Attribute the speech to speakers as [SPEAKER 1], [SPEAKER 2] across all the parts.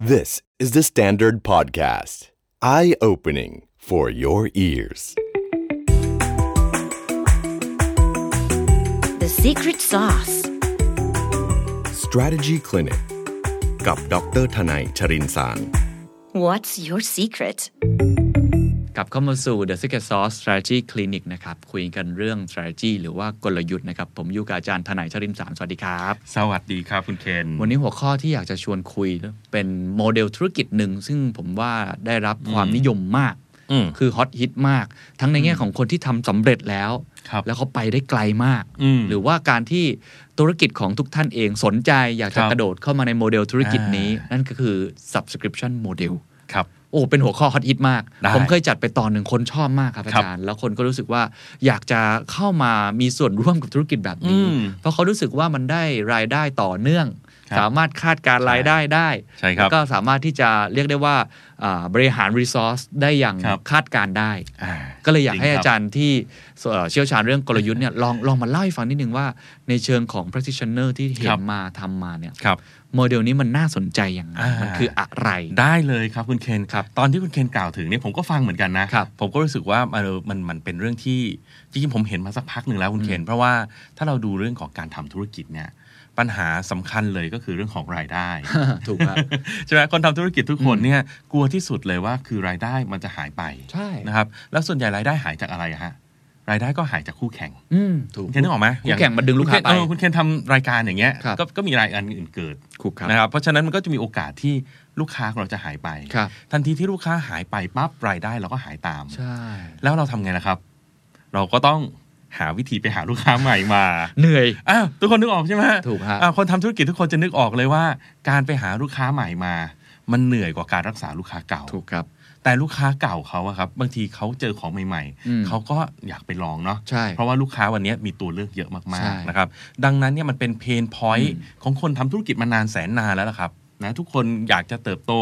[SPEAKER 1] This is the Standard Podcast. Eye opening for your ears.
[SPEAKER 2] The secret sauce.
[SPEAKER 1] Strategy Clinic กับดรทนายชรินสาร
[SPEAKER 2] What's your secret?
[SPEAKER 3] กลับเข้ามาสู่ The Secret Sauce Strategy Clinic นะครับ คุยกันเรื่อง strategy หรือว่ากลยุทธ์นะครับ ผมอยู่กับอาจารย์ทนายชรินทร์สามสวัสดีครับ
[SPEAKER 4] สวัสดีครับคุณเคน
[SPEAKER 3] วันนี้หัวข้อที่อยากจะชวนคุย เป็นโมเดลธุรกิจหนึ่ง ซึ่งผมว่าได้รับความนิยมมาก
[SPEAKER 4] อืม
[SPEAKER 3] คือฮอตฮิตมาก ทั้งในแง่ของคนที่ทำสำเร็จแล้ว
[SPEAKER 4] ครับ
[SPEAKER 3] แล้วเขาไปได้ไกลมาก
[SPEAKER 4] อืม
[SPEAKER 3] หรือว่าการที่ธุรกิจของทุกท่านเองสนใจ อยากจะ
[SPEAKER 4] ครับ
[SPEAKER 3] กระโดดเข้ามาในโมเดลธุรกิจนี้
[SPEAKER 4] อ่านั่
[SPEAKER 3] นั่นก็คือ subscription model
[SPEAKER 4] ครับ
[SPEAKER 3] โอ้เป็นหัวข้อฮอตฮิตมาก
[SPEAKER 4] ได้
[SPEAKER 3] ผมเคยจัดไปตอนหนึ่งคนชอบมากครับอา
[SPEAKER 4] ครับ
[SPEAKER 3] จารย์ แล้วคนก็รู้สึกว่าอยากจะเข้ามามีส่วนร่วมกับธุรกิจแบบนี้
[SPEAKER 4] อืม
[SPEAKER 3] เพราะเขารู้สึกว่ามันได้รายได้ต่อเนื่อง
[SPEAKER 4] ครับ
[SPEAKER 3] สามารถคาดการรายได้ได้
[SPEAKER 4] ใช่ครับ
[SPEAKER 3] แล้วก็สามารถที่จะเรียกได้ว่าอ่าบริหารรีซอสได้อย่าง
[SPEAKER 4] ครับ
[SPEAKER 3] คาดการได้
[SPEAKER 4] อ่า
[SPEAKER 3] ก็เลยอยากให้
[SPEAKER 4] จ
[SPEAKER 3] อา
[SPEAKER 4] คบ
[SPEAKER 3] จารย์ที่เอ่อเชี่ยวชาญเรื่องกลยุทธ์เนี่ยลองลองมาเล่าให้ฟังนิดนึงว่า ในเชิงของ practitioner ที่เห็
[SPEAKER 4] ครั
[SPEAKER 3] น
[SPEAKER 4] บ
[SPEAKER 3] มาทำมาเนี่ย
[SPEAKER 4] ครับ
[SPEAKER 3] โมเดลนี้มันน่าสนใจอย่างไร
[SPEAKER 4] อ่ามั
[SPEAKER 3] มันคืออะไร
[SPEAKER 4] ได้เลยครับคุณเคน
[SPEAKER 3] ครับ
[SPEAKER 4] ตอนที่คุณเคนกล่าวถึงเนี่ยผมก็ฟังเหมือนกันนะครับ ผมก็รู้สึกว่ามันมันมันเป็นเรื่องที่จริงๆผมเห็นมาสักพักหนึ่งแล้วคุณเคนเพราะว่าถ้าเราดูเรื่องของการทำธุรกิจเนี่ยปัญหาสำคัญเลยก็คือเรื่องของราย ได้
[SPEAKER 3] ถูกครับ
[SPEAKER 4] ใช่ไหมคนทำธุรกิจทุกคนเนี่ยกลัวที่สุดเลยว่าคือรายได้มันจะหายไป
[SPEAKER 3] ใช่
[SPEAKER 4] นะครับแล้วส่วนใหญ่รายได้หายจากอะไรอะฮะรายได้ก็หายจากคู่แข่ง
[SPEAKER 3] อืมถูก
[SPEAKER 4] คุณเคนนึกออกไหมอย่
[SPEAKER 3] คู่แข่งมาดึงลูกค้าไป
[SPEAKER 4] คุณเคนเออคุณเคนทำรายการอย่างเงี้ย
[SPEAKER 3] ครับ
[SPEAKER 4] ก็ก็มีรายการอื่นเกิด
[SPEAKER 3] ถูกครับ
[SPEAKER 4] นะครับ เพราะฉะนั้นมันก็จะมีโอกาสที่ลูกค้าของเราจะหายไป
[SPEAKER 3] ครับ
[SPEAKER 4] ทันทีที่ลูกค้าหายไปปั๊บรายได้เราก็หายตาม
[SPEAKER 3] ใช่
[SPEAKER 4] แล้วเราทำไงล่ะครับ เราก็ต้องหาวิธีไปหาลูกค้าใหม่มา
[SPEAKER 3] เหนื่อย
[SPEAKER 4] อ้าวทุกคนนึกออกใช่ไหม
[SPEAKER 3] ถูกฮะ
[SPEAKER 4] อ้าวคนทำธุรกิจทุกคนจะนึกออกเลยว่า การไปหาลูกค้าใหม่มา มันเหนื่อยกว่าการรักษาลูกค้าเก่า
[SPEAKER 3] ถูกครับ
[SPEAKER 4] แต่ลูกค้าเก่าเขาอะครับบางทีเขาเจอของใหม่
[SPEAKER 3] อืม
[SPEAKER 4] ๆเขาก็อยากไปลองเนาะ
[SPEAKER 3] ใช่
[SPEAKER 4] เพราะว่าลูกค้าวันนี้มีตัวเลือกเยอะมา
[SPEAKER 3] ใช่
[SPEAKER 4] กๆนะครับดังนั้นเนี่ยมันเป็นเพนพอยต์
[SPEAKER 3] อืม
[SPEAKER 4] ของคนทำธุรกิจมานานแสนนานแล้วล่ะครับนะทุกคนอยากจะเติบโต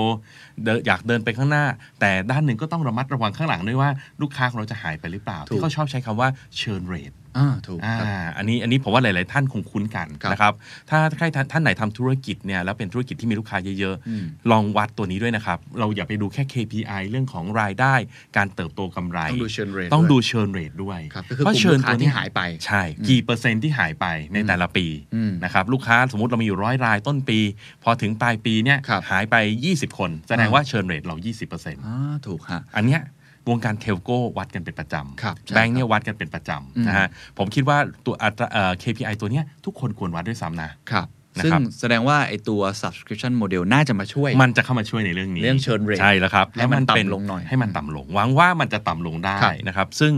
[SPEAKER 4] เดินอยากเดินไปข้างหน้า แต่ด้านหนึ่งก็ต้องระมัดระวังข้างหลังด้วยว่าลูกค้าของเราจะหายไปหรือเปล่า
[SPEAKER 3] ถูก
[SPEAKER 4] ที่เขาชอบใช้คำว่าเชิญเรท
[SPEAKER 3] อ่าถูกครับ
[SPEAKER 4] อันนี้อันนี้ผมว่าหลาย ๆ ท่านคงคุ้นกัน
[SPEAKER 3] ครับ
[SPEAKER 4] นะครับถ้าใครท่านท่านไหนทำธุรกิจเนี่ยแล้วเป็นธุรกิจที่มีลูกค้าเยอะ
[SPEAKER 3] อืม
[SPEAKER 4] ๆ ลองวัดตัวนี้ด้วยนะครับเราอย่าไปดูแค่ KPI เรื่องของรายได้ การเติบโตกำไร
[SPEAKER 3] ต้องดูเชิญเรท
[SPEAKER 4] ต้องดู
[SPEAKER 3] วย
[SPEAKER 4] เชิญเรทด้วย
[SPEAKER 3] ครับก็คือกลุ่มลูกค้าที่หายไป
[SPEAKER 4] ใช่ กี่เปอร์เซ็นต์ที่หายไปในแต่ละปี
[SPEAKER 3] อืม
[SPEAKER 4] นะครับลูกค้าสมมติเรามีอยู่ร้อยรายต้นปี พอถึงปลายปีเนี่ย
[SPEAKER 3] ครับ
[SPEAKER 4] หายไป 20 คน แสดง
[SPEAKER 3] อ่า
[SPEAKER 4] ว่าเชิญเรทเรา 20%อ
[SPEAKER 3] อ่าถูกฮะ
[SPEAKER 4] ันเนี้ยวงการเทลโก้วัดกันเป็นประจ
[SPEAKER 3] ครับใช่
[SPEAKER 4] ำแบงค์เนี่ยวัดกันเป็นประจ
[SPEAKER 3] อืม
[SPEAKER 4] ำนะฮะผมคิดว่าตัวอัตราเอ่อ KPI ตัวเนี้ยทุกคนควรวัดด้วยซ้ำนะ
[SPEAKER 3] ครับ
[SPEAKER 4] นะครับ
[SPEAKER 3] ซึ่งแสดงว่าไอตัว subscription model น่าจะมาช่วย
[SPEAKER 4] มันจะเข้ามาช่วยในเรื่องนี้
[SPEAKER 3] เรื่องเชิญเรท
[SPEAKER 4] ใช่แล้วครับ
[SPEAKER 3] ให้มัน
[SPEAKER 4] เป็
[SPEAKER 3] ต่ำลงหน่อย
[SPEAKER 4] ให้มันต่ำลงหวังว่ามันจะต่ำลงได้
[SPEAKER 3] ครับ
[SPEAKER 4] นะครับซึ่ง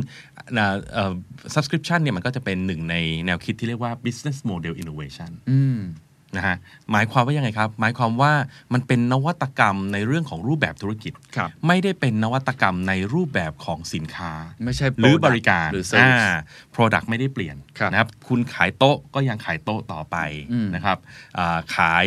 [SPEAKER 4] เอ่อเอ่อ subscription เนี่ยมันก็จะเป็นหนึ่งในแนวคิดที่เรียกว่า business model innovation
[SPEAKER 3] อืม
[SPEAKER 4] นะฮะหมายความว่ายังไงครับ หมายความว่ามันเป็นนวัตกรรมในเรื่องของรูปแบบธุรกิจ
[SPEAKER 3] ครับ
[SPEAKER 4] ไม่ได้เป็นนวัตกรรมในรูปแบบของสินค้า
[SPEAKER 3] ไม่ใช่
[SPEAKER 4] หรือบริการ
[SPEAKER 3] product หรือ service
[SPEAKER 4] า product ไม่ได้เปลี่ยน
[SPEAKER 3] ครับ
[SPEAKER 4] นะครับคุณขายโต๊ะก็ยังขายโต๊ะต่อไป
[SPEAKER 3] อืม
[SPEAKER 4] นะครับอ่าขาย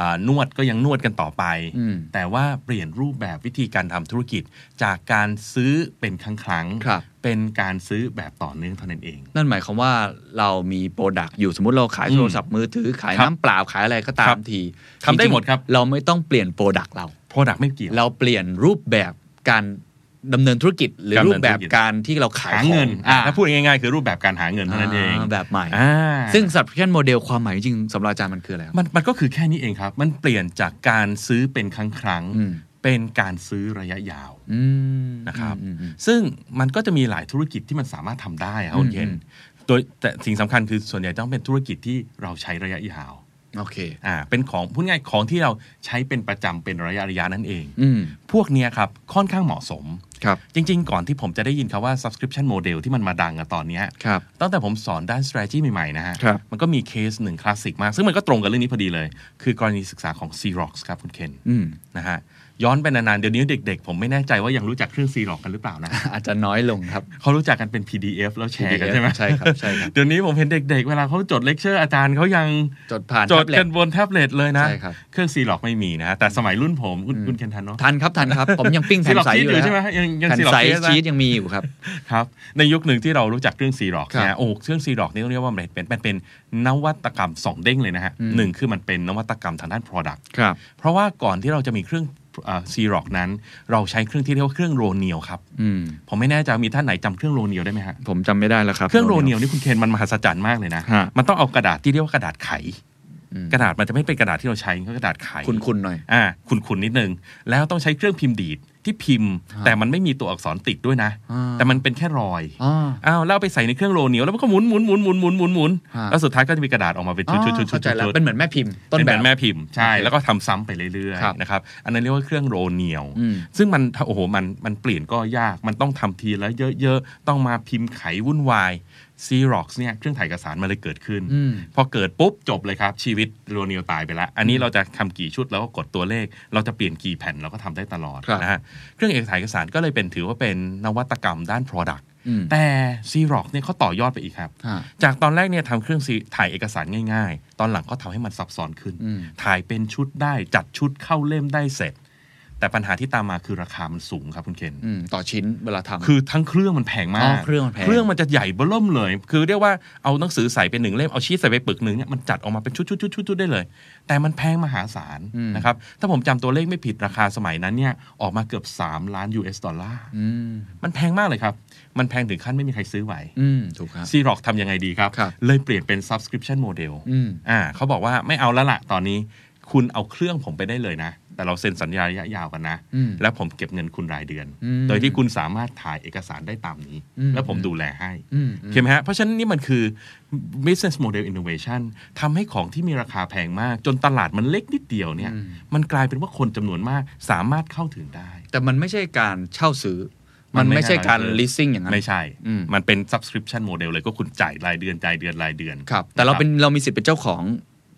[SPEAKER 4] อ่านวดก็ยังนวดกันต่อไป
[SPEAKER 3] อืม
[SPEAKER 4] แต่ว่าเปลี่ยนรูปแบบวิธีการทำธุรกิจ จากการซื้อเป็นครั้งครั้งๆ
[SPEAKER 3] ครับ
[SPEAKER 4] เป็นการซื้อแบบต่อเนื่องเท่านั้นเอง
[SPEAKER 3] นั่นหมายความว่าเรามีโปรดักต์อยู่สมมติเราขาย
[SPEAKER 4] อืม
[SPEAKER 3] โทรศัพท์มือถือขาย
[SPEAKER 4] ครับ
[SPEAKER 3] น้ำเปล่าขายอะไรก็ตา
[SPEAKER 4] ครั
[SPEAKER 3] ม
[SPEAKER 4] บ
[SPEAKER 3] ที
[SPEAKER 4] ทำได้
[SPEAKER 3] จงๆ
[SPEAKER 4] หมดครับ
[SPEAKER 3] เราไม่ต้องเปลี่ยนโปรดักต์เรา
[SPEAKER 4] product ไม่เกี่ยว
[SPEAKER 3] เราเปลี่ยนรูปแบบการดำเนินธุรกิจ หรือ
[SPEAKER 4] การ
[SPEAKER 3] รู
[SPEAKER 4] ดำ
[SPEAKER 3] ปแบ
[SPEAKER 4] เนิน
[SPEAKER 3] บ
[SPEAKER 4] ธุรกิจ
[SPEAKER 3] การที่เราขาย
[SPEAKER 4] หาเงิน
[SPEAKER 3] อ่า
[SPEAKER 4] อ่าถ้าพูดง่ายๆ คือรูปแบบการหาเงินเท่านั้นเอง
[SPEAKER 3] อ่าแบบใหม่
[SPEAKER 4] อ่า
[SPEAKER 3] ซึ่ง subscription model ความหมายจริงๆสำหรับอาจารย์มันคืออะไรครับ
[SPEAKER 4] มันมันก็คือแค่นี้เองครับ มันเปลี่ยนจากการซื้อเป็นครั้งครั้งๆ
[SPEAKER 3] อืม
[SPEAKER 4] เป็นการซื้อระยะยาว
[SPEAKER 3] อืม
[SPEAKER 4] นะครับ
[SPEAKER 3] อืมอืม
[SPEAKER 4] ซึ่งมันก็จะมีหลายธุรกิจที่มันสามารถทำได้ครับคุณเคน
[SPEAKER 3] อืม
[SPEAKER 4] โดยแต่สิ่งสำคัญคือส่วนใหญ่ต้องเป็นธุรกิจที่เราใช้ระยะยาว
[SPEAKER 3] โอเค
[SPEAKER 4] อ่าเป็นของพูดง่ายของที่เราใช้เป็นประจำเป็นระยะระยะนั่นเอง
[SPEAKER 3] อืม
[SPEAKER 4] พวกเนี้ยครับค่อนข้างเหมาะสม
[SPEAKER 3] ครับ
[SPEAKER 4] จริง ๆ ก่อนที่ผมจะได้ยินคำว่า subscription model ที่มันมาดังอะตอนเนี้ย
[SPEAKER 3] ครับ
[SPEAKER 4] ตั้งแต่ผมสอนด้าน strategy ใหม่ ๆ นะฮะ
[SPEAKER 3] ครับ
[SPEAKER 4] มันก็มีเคสหนึ่งคลาสสิกมาก ซึ่งมันก็ตรงกับเรื่องนี้พอดีเลย คือกรณีศึกษาของ Xerox ครับคุณเคน
[SPEAKER 3] อืม
[SPEAKER 4] นะฮะ ย้อนไปนานๆ เดี๋ยวนี้เด็กๆ ผมไม่แน่ใจว่ายังรู้จักเครื่องซีหลอกกันหรือเปล่านะ
[SPEAKER 3] อาจจะน้อยลงครับ
[SPEAKER 4] เขารู้จักกันเป็น PDF แล้วแชร์กัน
[SPEAKER 3] PDF
[SPEAKER 4] ใช่ไหม
[SPEAKER 3] ใช่ครับใช่ครับ
[SPEAKER 4] เดี๋ยวนี้ผมเห็นเด็ก ๆ เวลาเขาจดเลคเชอร์อาจารย์เขายัง
[SPEAKER 3] จดผ่าน
[SPEAKER 4] จด
[SPEAKER 3] แท็บเล็
[SPEAKER 4] กั
[SPEAKER 3] ต
[SPEAKER 4] นบนแท็บเล็ตเลยนะ
[SPEAKER 3] ใช่ครับ
[SPEAKER 4] เครื่องซีหลอกไม่มีนะฮะแต่สมัยรุ่นผมคุณคุณเคนทันเนาะ
[SPEAKER 3] ทันครับทันครับ ผมยังปิ้ งแผ่นใสอยู่
[SPEAKER 4] ซีล็อกชีสอยู่
[SPEAKER 3] เลย
[SPEAKER 4] ใช่ไหมยังยัง
[SPEAKER 3] แผ่น
[SPEAKER 4] ซีล็อก
[SPEAKER 3] ใส
[SPEAKER 4] ชีสนะ
[SPEAKER 3] ชีสยังมีอยู่ครับ
[SPEAKER 4] ครับในยุคหนึ่งที่เรารู้จักเครื่องซีร็อก
[SPEAKER 3] ครับ
[SPEAKER 4] นะโอ้เครื่องซีร็อกนี่ต้องเรียกว่ามันเป็นมันเป็นนวัตกรรมสองเด้งเลยนะฮะ
[SPEAKER 3] อืม
[SPEAKER 4] หนึ่งคือมันเป็นนวัตกรรมทางด้าน Product
[SPEAKER 3] ครับ
[SPEAKER 4] เพราะว่าก่อนที่เราจะมีเครื่องซีร็อกนั้น เราใช้เครื่องที่เรียกว่าเครื่องโรเนียวครับ
[SPEAKER 3] อืม
[SPEAKER 4] ผมไม่แน่ใจมีท่านไหนจำเครื่องโรเนียวได้ไหมฮะ
[SPEAKER 3] ผมจำไม่ได้แล้วครับ
[SPEAKER 4] เครื่องโรเนียวนี่คุณเคนมันมหัศจรรย์มากเลยนะ
[SPEAKER 3] ฮะ
[SPEAKER 4] มันต้องเอากระดาษที่เรียกว่ากระดาษไข
[SPEAKER 3] อืม
[SPEAKER 4] กระดาษมันจะไม่เป็นกระดาษที่เราใช้ก็กระดาษไข
[SPEAKER 3] คุ้นๆหน่อย
[SPEAKER 4] อ่าคุณคุณนิดนึง แล้วต้องใช้เครื่องพิมพ์ดีดที่พิมพ์
[SPEAKER 3] ฮะ
[SPEAKER 4] แต่มันไม่มีตัวอักษรติดด้วยนะ
[SPEAKER 3] อ่า
[SPEAKER 4] แต่มันเป็นแค่รอย
[SPEAKER 3] อ๋อ
[SPEAKER 4] อ้าวแล้วเอาไปใส่ในเครื่องโรเนียวแล้วมันก็หมุนหมุนหมุนหมุนหมุนหมุนหมุน
[SPEAKER 3] ฮะ
[SPEAKER 4] แล้วสุดท้ายก็จะมีกระดาษออกมาเป็นชุดชุดชุดชุ
[SPEAKER 3] เข้า
[SPEAKER 4] ด
[SPEAKER 3] ใจแล้ว
[SPEAKER 4] ชุด
[SPEAKER 3] เป็นเหมือนแม่พิมพ์ ต้น
[SPEAKER 4] เป็น
[SPEAKER 3] แบ
[SPEAKER 4] แบบ บแม่พิมพ์ใช่
[SPEAKER 3] โอเค
[SPEAKER 4] แล้วก็ทำซ้ำไปเรื่อย
[SPEAKER 3] ครับ
[SPEAKER 4] ๆนะครับอันนั้นเรียกว่าเครื่องโรเนียว
[SPEAKER 3] อืม
[SPEAKER 4] ซึ่งมันโอ้โหมันมันเปลี่ยนก็ยากมันต้องทำทีแล้วเยอะๆ ต้องมาพิมพ์ไขวุ่นวายซีร็อกเนี่ยเครื่องถ่ายเอกสารมันเลยเกิดขึ้น
[SPEAKER 3] อืม
[SPEAKER 4] พอเกิดปุ๊บ จบเลยครับ ชีวิตโรนิวตายไปแล้ว อันนี้เราจะทำกี่ชุดแล้วก็กดตัวเลข เราจะเปลี่ยนกี่แผ่นเราก็ทำได้ตลอด
[SPEAKER 3] ครับ
[SPEAKER 4] นะฮะเครื่องเอกถ่ายเอกสารก็เลยเป็นถือว่าเป็นนวัตกรรมด้าน Product
[SPEAKER 3] อืม
[SPEAKER 4] แต่ซีร็อกเนี่ยเขาต่อยอดไปอีกครับ
[SPEAKER 3] ฮะ
[SPEAKER 4] จากตอนแรกเนี่ยทำเครื่องซีถ่ายเอกสารง่ายๆ ตอนหลังก็ทำให้มันซับซ้อนขึ้น
[SPEAKER 3] อืม
[SPEAKER 4] ถ่ายเป็นชุดได้จัดชุดเข้าเล่มได้เสร็จ แต่ปัญหาที่ตามมาคือราคามันสูงครับคุณเคน
[SPEAKER 3] อืมต่อชิ้นเวลาทำ
[SPEAKER 4] คือทั้งเครื่องมันแพงมา
[SPEAKER 3] อ๋
[SPEAKER 4] ก
[SPEAKER 3] อเครื่องมันแพง
[SPEAKER 4] เครื่องมันจะใหญ่เบ้อเริ่มเลย คือเรียกว่าเอาหนังสือใส่เป็นหนึ่งเล่ม เอาชีสใส่ไปปึกหนึ่งเนี่ยมันจัดออกมาเป็นชุดๆๆๆได้เลย แต่มันแพงมหาศาลนะครับ ถ้าผมจำตัวเลขไม่ผิดราคาสมัยนั้นเนี่ยออกมาเกือบ 3 ล้าน US ดอลลาร์
[SPEAKER 3] อืม
[SPEAKER 4] มันแพงมากเลยครับ มันแพงถึงขั้นไม่มีใครซื้อไหว
[SPEAKER 3] อืม ถูกครับ
[SPEAKER 4] ซีร็อกทำยังไงดีครับ
[SPEAKER 3] ครับ
[SPEAKER 4] เลยเปลี่ยนเป็น subscription model
[SPEAKER 3] อืม
[SPEAKER 4] อ่าเขาบอกว่าไม่เอาแล้วล่ะตอนนี้ คุณเอาเครื่องผมไปได้เลยนะ แต่เราเซ็นสัญญาระยะยาวกันนะ
[SPEAKER 3] อืม
[SPEAKER 4] แล้วผมเก็บเงินคุณรายเดือน
[SPEAKER 3] อืม
[SPEAKER 4] โดยที่คุณสามารถถ่ายเอกสารได้ตามนี้
[SPEAKER 3] อืม
[SPEAKER 4] แล้วผมดูแลให้
[SPEAKER 3] อืม
[SPEAKER 4] เข้าไหมฮะ เพราะฉะนั้นนี่มันคือ business model innovation ทำให้ของที่มีราคาแพงมาก จนตลาดมันเล็กนิดเดียวเนี่ย
[SPEAKER 3] อืม
[SPEAKER 4] มันกลายเป็นว่าคนจำนวนมากสามารถเข้าถึงได้
[SPEAKER 3] แต่มันไม่ใช่การเช่าซื้อ
[SPEAKER 4] มั
[SPEAKER 3] มัน น
[SPEAKER 4] ไม่
[SPEAKER 3] ไม่ใช่การ
[SPEAKER 4] ใช่การซื้อ
[SPEAKER 3] leasing อย่างนั้น
[SPEAKER 4] ไม่ใช่
[SPEAKER 3] อืม
[SPEAKER 4] มันเป็น subscription model เลยก็คุณจ่ายรายเดือนจ่ายเดือนรายเดือน
[SPEAKER 3] ครับ แต่เรา
[SPEAKER 4] ะคบ
[SPEAKER 3] เป็นเรามีสิทธิ์เป็นเจ้าของ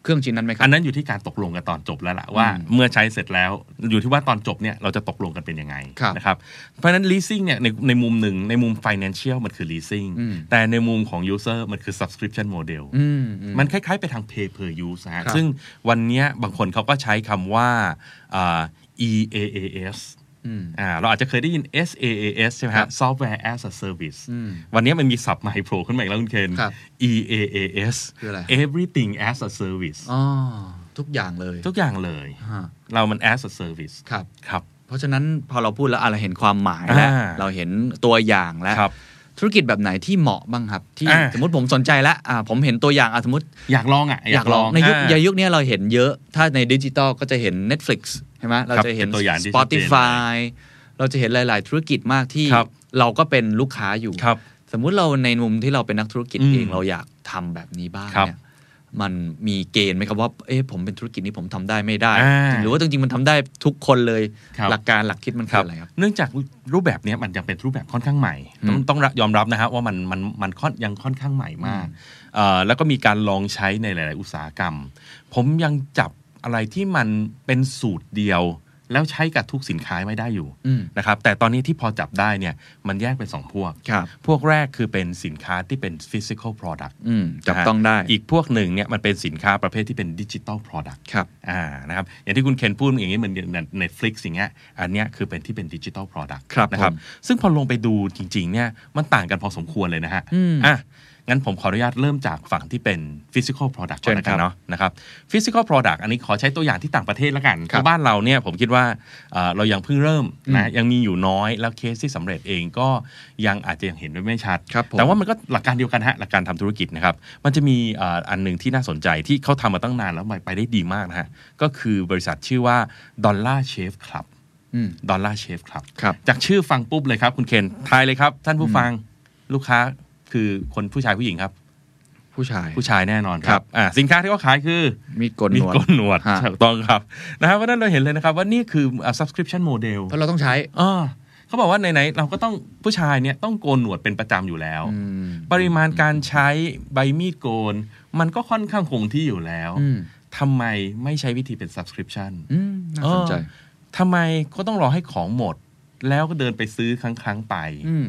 [SPEAKER 3] เครื่องชิ้นนั้นไหมครั
[SPEAKER 4] อั
[SPEAKER 3] บ
[SPEAKER 4] นนั้นอยู่ที่การตกลงกันตอนจบแล้วล่ะว่าเมื่อใช้เสร็จแล้วอยู่ที่ว่าตอนจบเนี่ยเราจะตกลงกันเป็นยังไง
[SPEAKER 3] ครับ
[SPEAKER 4] นะครับเพราะฉะนั้น leasing เนี่ยในในมุมหนึ่งในมุม financial มันคือ leasing
[SPEAKER 3] อืม
[SPEAKER 4] แต่ในมุมของ user มันคือ subscription model
[SPEAKER 3] อืมอืม
[SPEAKER 4] มันคล้ายๆ ไปทาง pay per use นะฮะ
[SPEAKER 3] ครับ
[SPEAKER 4] ซึ่งวันเนี้ยบางคนเขาก็ใช้คำว่าอ่า EaaS
[SPEAKER 3] อืม
[SPEAKER 4] อ่าเราอาจจะเคยได้ยิน SaaS ใช่ไหม
[SPEAKER 3] ครั
[SPEAKER 4] ฮะ
[SPEAKER 3] บ
[SPEAKER 4] Software as a Service
[SPEAKER 3] อืม
[SPEAKER 4] วันนี้มันมีศัพท์ใหม่โผล่ขึ้นมาอีกแล้วคุณเคน
[SPEAKER 3] ครับ
[SPEAKER 4] EaaS
[SPEAKER 3] คืออะไร
[SPEAKER 4] Everything as a Service
[SPEAKER 3] อ๋อทุกอย่างเลย
[SPEAKER 4] ทุกอย่างเลย
[SPEAKER 3] ฮะ
[SPEAKER 4] เรามัน as a service
[SPEAKER 3] ครับ
[SPEAKER 4] ครับ
[SPEAKER 3] เพราะฉะนั้นพอเราพูดแล้วอ่ะเราเห็นความหมายแล้ว
[SPEAKER 4] อ่า
[SPEAKER 3] เราเห็นตัวอย่างแล้ว
[SPEAKER 4] ครับ
[SPEAKER 3] ธุรกิจแบบไหนที่เหมาะบ้างครับ ที่
[SPEAKER 4] อ่า
[SPEAKER 3] สมมติผมสนใจแล้วอ่าผมเห็นตัวอย่างอ่ะสมมติ
[SPEAKER 4] อยากลองอ่ะ
[SPEAKER 3] ในยุค
[SPEAKER 4] อ่า
[SPEAKER 3] ในยุคเนี้ยเราเห็นเยอะ ถ้าในดิจิตอลก็จะเห็น Netflix ใช่ไหมเราจะเห็น
[SPEAKER 4] เป็นตัวอย่างที่ชัดเจน
[SPEAKER 3] Spotify เราจะเห็นหลาย ๆ ธุรกิจมากที่
[SPEAKER 4] ครับ
[SPEAKER 3] เราก็เป็นลูกค้าอยู่
[SPEAKER 4] ครับ
[SPEAKER 3] สมมุติเราในมุมที่เราเป็นนักธุรกิจ
[SPEAKER 4] อืม
[SPEAKER 3] เองเราอยากทำแบบนี้บ้าง
[SPEAKER 4] ครับ
[SPEAKER 3] เนี่ยมันมีเกณฑ์ไหมครับว่าเอ๊ะผมเป็นธุรกิจนี้ผมทำได้ไม่ได้
[SPEAKER 4] อ่า
[SPEAKER 3] หรือว่าจริงๆมันทำได้ทุกคนเลย
[SPEAKER 4] ครับ
[SPEAKER 3] หลักการหลักคิดมันคืออะไรครับ
[SPEAKER 4] เนื่องจากรูปแบบเนี้ยมันยังเป็นรูปแบบค่อนข้างใหม่
[SPEAKER 3] อืม
[SPEAKER 4] ต้องต้องยอมรับนะฮะว่ามันมันมันค่อนยังค่อนข้างใหม่มากเอ่อแล้วก็มีการลองใช้ในหลาย ๆ อุตสาหกรรม ผมยังจับอะไรที่มันเป็นสูตรเดียว แล้วใช้กับทุกสินค้าไม่ได้อยู่
[SPEAKER 3] อืม
[SPEAKER 4] นะครับแต่ตอนนี้ที่พอจับได้เนี่ยมันแยกเป็นสองพวก
[SPEAKER 3] ครับ
[SPEAKER 4] พวกแรกคือเป็นสินค้าที่เป็น physical product
[SPEAKER 3] อืมจับ
[SPEAKER 4] นะฮะ
[SPEAKER 3] ต้องได้
[SPEAKER 4] อีกพวกหนึ่งเนี่ยมันเป็นสินค้าประเภทที่เป็น digital product
[SPEAKER 3] ครับ
[SPEAKER 4] อ่านะครับอย่างที่คุณเคนพูดอย่างนี้เหมือนเน็ตฟลิกอย่างเงี้ยอันเนี้ยคือเป็นที่เป็นดิจิตอลโปรดักต์
[SPEAKER 3] ครับ
[SPEAKER 4] นะครับ
[SPEAKER 3] ผม
[SPEAKER 4] ซึ่งพอลงไปดูจริงๆเนี่ยมันต่างกันพอสมควรเลยนะฮะ
[SPEAKER 3] อืม
[SPEAKER 4] อ่ะงั้นผมขออนุญาตเริ่มจากฝั่งที่เป็นฟิสิกอลโปรดักต์
[SPEAKER 3] เชิ
[SPEAKER 4] ก่อ
[SPEAKER 3] ญ
[SPEAKER 4] นนะ
[SPEAKER 3] ค
[SPEAKER 4] กั
[SPEAKER 3] รั
[SPEAKER 4] น
[SPEAKER 3] บ
[SPEAKER 4] เนาะนะครับฟิสิกอลโปรดักต์อันนี้ขอใช้ตัวอย่างที่ต่างประเทศแล้วกัน
[SPEAKER 3] ครับ
[SPEAKER 4] เพาะบ้านเราเนี่ยผมคิดว่าเอ่อเรายังเพิ่งเริ่มนะยังมีอยู่น้อยแล้วเคสที่สำเร็จเองก็ยังอาจจะยังเห็นไม่ชัด
[SPEAKER 3] ครับผม
[SPEAKER 4] แต่ว่ามันก็หลักการเดียวกันฮะหลักการทำธุรกิจนะครับมันจะมีเอ่ออันหนึ่งที่น่าสนใจที่เขาทำมาตั้งนานแล้วไปไปได้ดีมากนะฮะก็คือบริษัทชื่อว่าดอลล่าเชฟครับ
[SPEAKER 3] อืม
[SPEAKER 4] ดอลล่าเชฟครับ
[SPEAKER 3] ครับ
[SPEAKER 4] จากชื่อฟังปุ๊บเลยครับ คุณเคนทายเลยครับ ท่านผู้ฟังลูกค้าคือคนผู้ชายผู้หญิงครับ
[SPEAKER 3] ผู้ชาย
[SPEAKER 4] ผู้ชายแน่นอนค
[SPEAKER 3] ครั
[SPEAKER 4] รับบ อ่าสินค้าที่เขาขายคือ
[SPEAKER 3] มีดโกนห
[SPEAKER 4] มี
[SPEAKER 3] นวด
[SPEAKER 4] ก้นหนวด
[SPEAKER 3] ฮะ
[SPEAKER 4] ถูกต้องครับนะครับเพราะฉะนั้นเราเห็นเลยนะครับว่านี่คืออ่า subscription model
[SPEAKER 3] เพราะเราต้องใช้
[SPEAKER 4] อ่าเขาบอกว่าไหนๆเราก็ต้องผู้ชายเนี่ยต้องโกนหนวดเป็นประจำอยู่แล้ว
[SPEAKER 3] อืม
[SPEAKER 4] ปริมาณการใช้ใบมีดโกน มันก็ค่อนข้างคงที่อยู่แล้ว
[SPEAKER 3] อืม
[SPEAKER 4] ทำไมไม่ใช้วิธีเป็น subscription
[SPEAKER 3] อืมน่าสนใจ
[SPEAKER 4] เออ ทำไมก็ต้องรอให้ของหมด แล้วก็เดินไปซื้อครั้งๆไป
[SPEAKER 3] อืม